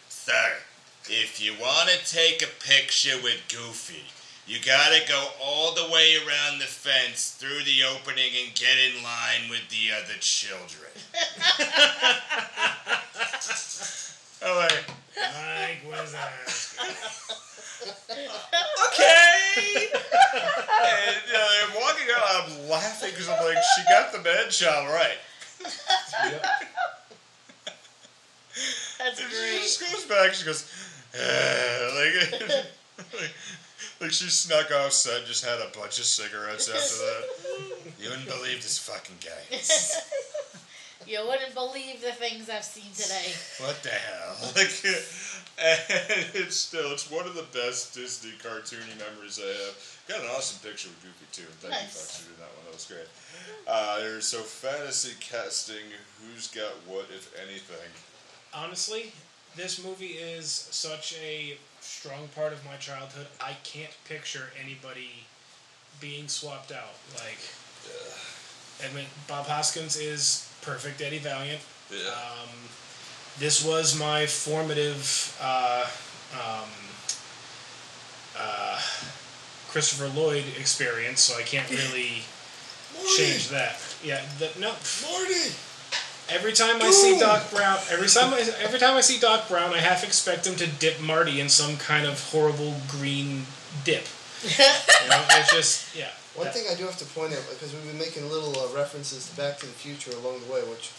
S9: "Sir, if you want to take a picture with Goofy, you gotta go all the way around the fence through the opening and get in line with the other children." I'm like,
S5: Mike was a.
S9: okay. and you know, I'm walking out, I'm laughing because I'm like, she got the bad shot right.
S6: That's
S9: And she
S6: great.
S9: just goes back, she goes, "Ugh," like, like, like she snuck off set, just had a bunch of cigarettes after that. You wouldn't believe this fucking guy.
S6: You wouldn't believe the things I've seen today.
S9: What the hell? Like, and it's still, it's one of the best Disney cartoony memories I have. Got an awesome picture with Goofy too. Thank you,
S6: Nice.
S9: Fox, for doing that one. That was great. Uh, there's so fantasy casting. Who's got what, if anything?
S5: Honestly, this movie is such a strong part of my childhood. I can't picture anybody being swapped out. Like, I mean, Bob Hoskins is perfect Eddie Valiant.
S9: Yeah.
S5: Um, this was my formative uh, um, uh, Christopher Lloyd experience, so I can't really change that. Yeah, the, no.
S3: Morty!
S5: Every time I see Doc Brown, every time I, every time I see Doc Brown, I half expect him to dip Marty in some kind of horrible green dip. you know, it's just yeah.
S4: One
S5: that-
S4: thing I do have to point out, because we've been making little uh, references to Back to the Future along the way, which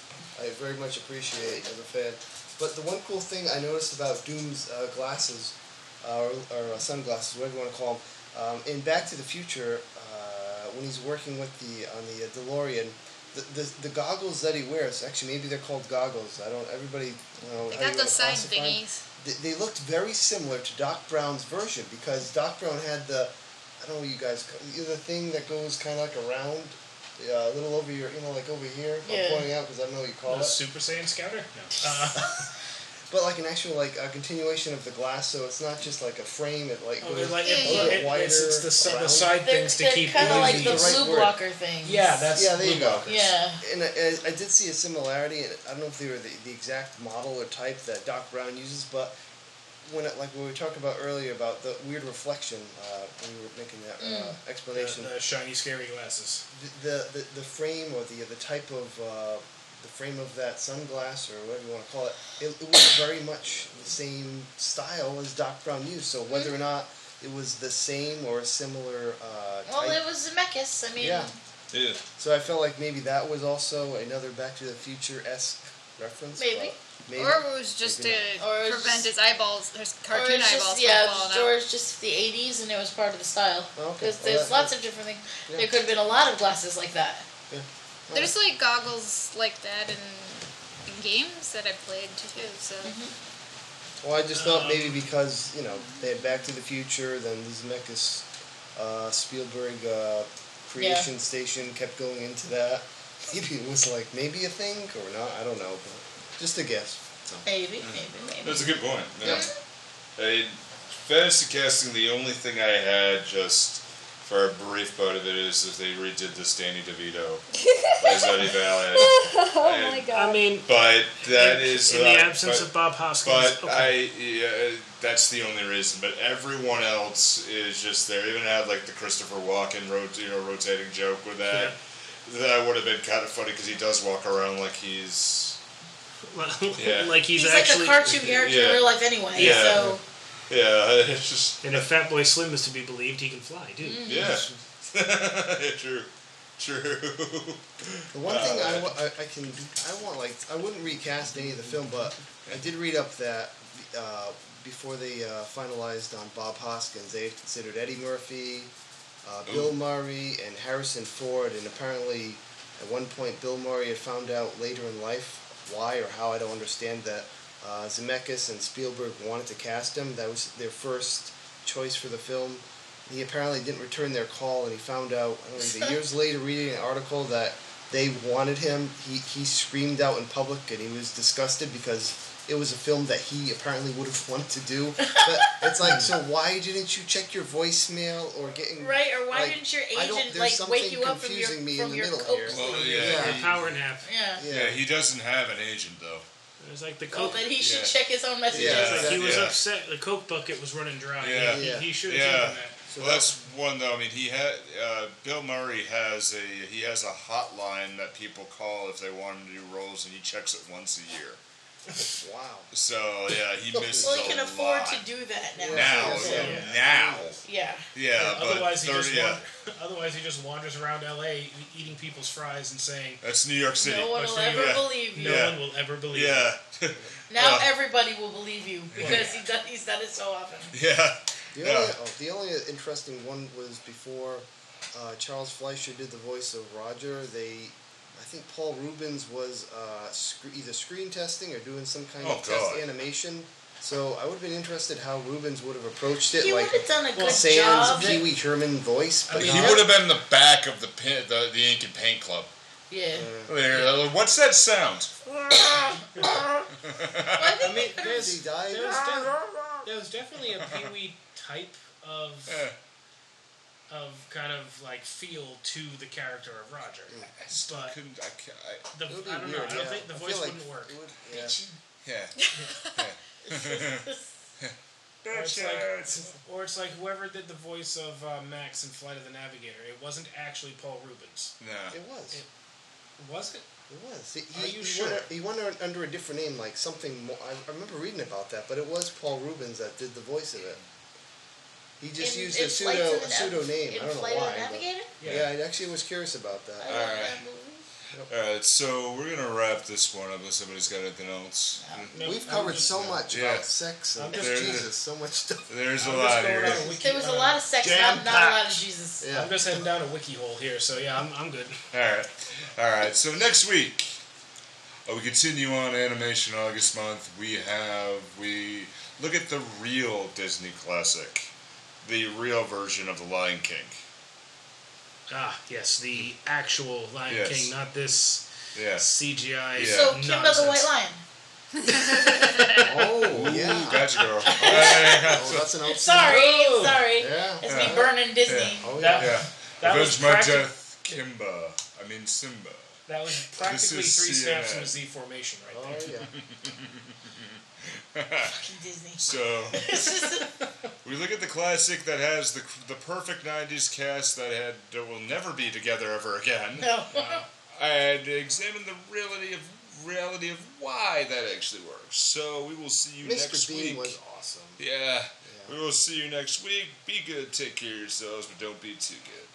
S4: I very much appreciate as a fan. But the one cool thing I noticed about Doom's uh, glasses, uh, or, or uh, sunglasses, whatever you want to call them, um, in Back to the Future, uh, when he's working with the on the uh, DeLorean, the, the, the goggles that he wears, actually maybe they're called goggles. I don't. Everybody. I don't know
S1: They
S4: how you
S1: got those
S4: wanna
S1: sign
S4: classify 'em
S1: thingies.
S4: they, they looked very similar to Doc Brown's version because Doc Brown had the, I don't know, you guys, you know, the thing that goes kind of like around, uh, a little over your, you know, like over here.
S6: Yeah.
S4: I'm pointing out because I don't know what you call
S5: the
S4: it.
S5: Super Saiyan Scouter. No. Uh,
S4: But like an actual like a continuation of the glass, so it's not just like a frame. It like
S5: oh, they're
S4: goes.
S5: like
S1: Yeah,
S5: it,
S1: yeah.
S5: it- it's, it's the, si- the side
S6: They're,
S5: things to
S6: they're
S5: keep
S6: kind of
S5: the
S6: like
S5: movies.
S6: the
S4: Right
S6: blue
S4: word.
S6: blocker things.
S5: Yeah, that's
S4: yeah, there you
S5: blue
S4: go.
S5: blockers.
S6: Yeah.
S4: And I, I- I did see a similarity, and I don't know if they were the, the exact model or type that Doc Brown uses, but when it, like when we talked about earlier about the weird reflection, uh, when we were making that uh,
S5: Mm.
S4: explanation.
S5: The, the shiny, scary glasses.
S4: the, the, the frame or the the type of uh, the frame of that sunglass or whatever you want to call it, it, it was very much the same style as Doc Brown used. So
S6: Mm-hmm.
S4: whether or not it was the same or a similar uh, type,
S6: Well, it was Zemeckis. I mean,
S4: Yeah.
S9: Yeah.
S4: so I felt like maybe that was also another Back to the Future esque reference.
S6: Maybe.
S4: but maybe.
S1: Or it was just to
S4: Maybe
S6: Or it was
S1: prevent
S6: just-
S1: his eyeballs, his
S6: or
S1: cartoon
S6: it's
S1: eyeballs
S6: just
S1: from
S6: yeah,
S1: falling
S6: or
S1: out.
S6: it's just the '80s, and it was part of the style.
S4: Oh, Okay.
S6: Because
S4: Well,
S6: there's
S4: that-
S6: lots of different things.
S4: Yeah.
S6: There could have been a lot of glasses like that.
S1: There's like goggles like that in, in games that I played too. So
S6: Mm-hmm.
S4: Well, I just thought maybe
S5: Um,
S4: because you know they had Back to the Future, then the Zemeckis, uh, Spielberg uh, creation station kept going into that. Maybe it was like maybe a thing or not. I don't know, but just a guess. So.
S6: Maybe,
S9: Mm.
S6: maybe, maybe.
S9: That's a good point.
S4: Yeah.
S9: Yeah. I, fantasy casting, the only thing I had just for a brief part of it is that they redid this Danny DeVito as Eddie Valiant. oh my god.
S5: I mean,
S9: But that
S5: in,
S9: is
S5: in
S9: uh,
S5: the absence
S9: but-
S5: of Bob Hoskins.
S9: But
S5: okay.
S9: I, yeah, uh, that's the only reason. But everyone else is just there. Even had like the Christopher Walken, rot- you know, rotating joke with that. That would have been kind of funny because he does walk around like he's. Yeah.
S5: like he's,
S6: He's,
S5: actually.
S6: like a cartoon character
S9: Yeah.
S6: in real life anyway.
S9: Yeah.
S6: So
S9: Yeah, it's just
S5: and if Fat Boy Slim is to be believed, he can fly, dude.
S6: Mm.
S9: yeah. true, true.
S4: The one thing
S9: Uh,
S4: I, wa- I, I can I want like I wouldn't recast any of the film, but I did read up that uh, before they uh, finalized on Bob Hoskins, they had considered Eddie Murphy, uh, Bill Murray, and Harrison Ford, and apparently at one point Bill Murray had found out later in life why or how I don't understand that Uh, Zemeckis and Spielberg wanted to cast him. That was their first choice for the film. He apparently didn't return their call, and he found out I don't know, either years later reading an article that they wanted him. He, he screamed out in public, and he was disgusted because it was a film that he apparently would have wanted to do. But it's like, so why didn't you check your voicemail or getting
S6: Right, or why
S4: Like,
S6: didn't your
S4: I don't-
S6: agent
S4: there's
S6: like wake
S4: something
S6: you up from your
S4: confusing me in
S6: from
S4: the
S6: your
S4: middle
S6: coke?
S4: here.
S9: Well,
S5: A
S9: Oh, yeah.
S4: Yeah.
S5: power nap.
S6: Yeah.
S9: Yeah, he doesn't have an agent though.
S5: It was like the
S6: Well,
S5: coke.
S6: then Oh, he should
S9: Yeah.
S6: check his own messages.
S4: Yeah.
S5: like he was
S9: Yeah.
S5: upset. The coke bucket was running dry.
S9: Yeah.
S5: He,
S4: Yeah.
S5: he should have
S9: Yeah.
S5: done that.
S4: So
S9: well, that's one though. I mean, he had uh, Bill Murray has a he has a hotline that people call if they want him to do roles, and he checks it once a year.
S4: wow.
S9: So yeah, he misses
S6: Well, he can
S9: a
S6: afford
S9: lot.
S6: to do that now.
S9: now,
S6: so-
S9: yeah,
S5: Yeah.
S9: now,
S6: yeah.
S9: yeah. But
S5: otherwise, he
S9: 30,
S5: just
S9: yeah,
S5: wan- otherwise he just wanders around L.A. e- eating people's fries and saying,
S9: that's New York City.
S6: No one will
S5: City,
S6: ever
S9: yeah.
S6: believe you.
S5: "No
S9: Yeah.
S5: one will ever believe."
S9: yeah,
S6: Now
S9: Uh,
S6: everybody will believe you because he does, he's done it so often.
S9: yeah,
S4: The
S9: Yeah.
S4: only, oh, the only interesting one was before uh, Charles Fleischer did the voice of Roger. They, I think Paul Rubens was uh, sc- either screen testing or doing some kind
S9: Oh,
S4: of test
S9: God.
S4: animation. So I would have been interested how Rubens would have approached it,
S6: He
S4: like
S6: would have done a good job.
S4: Sans Pee Wee Herman voice. But
S9: He would have been in the back of the pin, the, the ink and paint club.
S6: yeah.
S9: There, uh, What's that sound?
S6: Well, I think
S5: I mean,
S6: they could've-
S5: there's-
S4: He died.
S5: There was, def- there was definitely a Pee Wee type of
S9: Yeah.
S5: of kind of like feel to the character of Roger.
S9: I still
S5: But-
S9: couldn't. I, ca- I,
S5: The, I
S4: It would
S5: don't
S4: be
S5: know.
S4: weird,
S5: I don't
S4: yeah.
S5: think the
S4: I feel
S5: voice
S4: like
S5: wouldn't work.
S4: it would- yeah.
S9: yeah.
S5: Or it's, like, or it's like whoever did the voice of uh, Max in Flight of the Navigator. It wasn't actually Paul Rubens.
S9: No.
S4: It was.
S5: Was it?
S4: It was. He,
S5: Are
S4: he,
S5: you
S4: he
S5: sure?
S4: Went, he went un- under a different name, like something more. I, I remember reading about that, but it was Paul Rubens that did the voice of it. He just
S6: in-
S4: used
S6: in
S4: a
S6: Flight
S4: pseudo
S6: of the
S4: a pseudo
S6: Nav-
S4: name.
S6: in
S4: I don't know
S6: Flight of the
S4: why. but-
S6: Navigator?
S4: yeah. I actually was curious about that.
S6: I love
S9: Alright.
S6: that movie.
S9: All right, so we're gonna wrap this one up. Unless somebody's got anything else.
S5: No,
S4: We've
S5: I'm
S4: covered
S5: just-
S4: so much
S9: Yeah.
S4: about sex and
S5: I'm just-
S4: Jesus, so much stuff.
S9: There's a
S5: I'm just
S9: lot
S5: going
S9: here.
S5: down a wiki-
S6: There was a
S5: uh,
S6: lot of sex, not, not a lot of Jesus.
S4: Yeah.
S5: I'm just heading down a wiki hole here, so yeah, I'm, I'm good.
S9: All right, all right. So next week, uh, we continue on animation August month. We have we look at the real Disney classic, the real version of the Lion King.
S5: Ah, yes, the actual Lion
S9: Yes.
S5: King, not this
S9: Yeah.
S5: CGI.
S9: Yeah.
S6: So, Kimba the
S5: nonsense.
S6: White Lion.
S4: Oh yeah.
S9: Ooh, gotcha, girl. yeah.
S4: Oh, that's an outside.
S6: Sorry,
S5: Oh.
S6: sorry.
S4: Yeah.
S6: It's me burning Disney.
S4: Oh
S5: That-
S4: yeah.
S9: yeah.
S5: That was
S9: Avenge my
S5: practic-
S9: death, Kimba. I mean Simba.
S5: That was practically
S9: is
S5: three snaps
S9: CNN.
S5: in a Z formation right
S4: Oh
S5: there.
S4: yeah.
S6: Fucking Disney.
S9: So we look at the classic that has the the perfect '90s cast that had that will never be together ever again,
S6: No.
S9: and examine the reality of reality of why that actually works. So we will see you next
S4: Mr. Bean
S9: week.
S4: was awesome.
S9: yeah, we will see you next week. Be good, take care of yourselves, but don't be too good.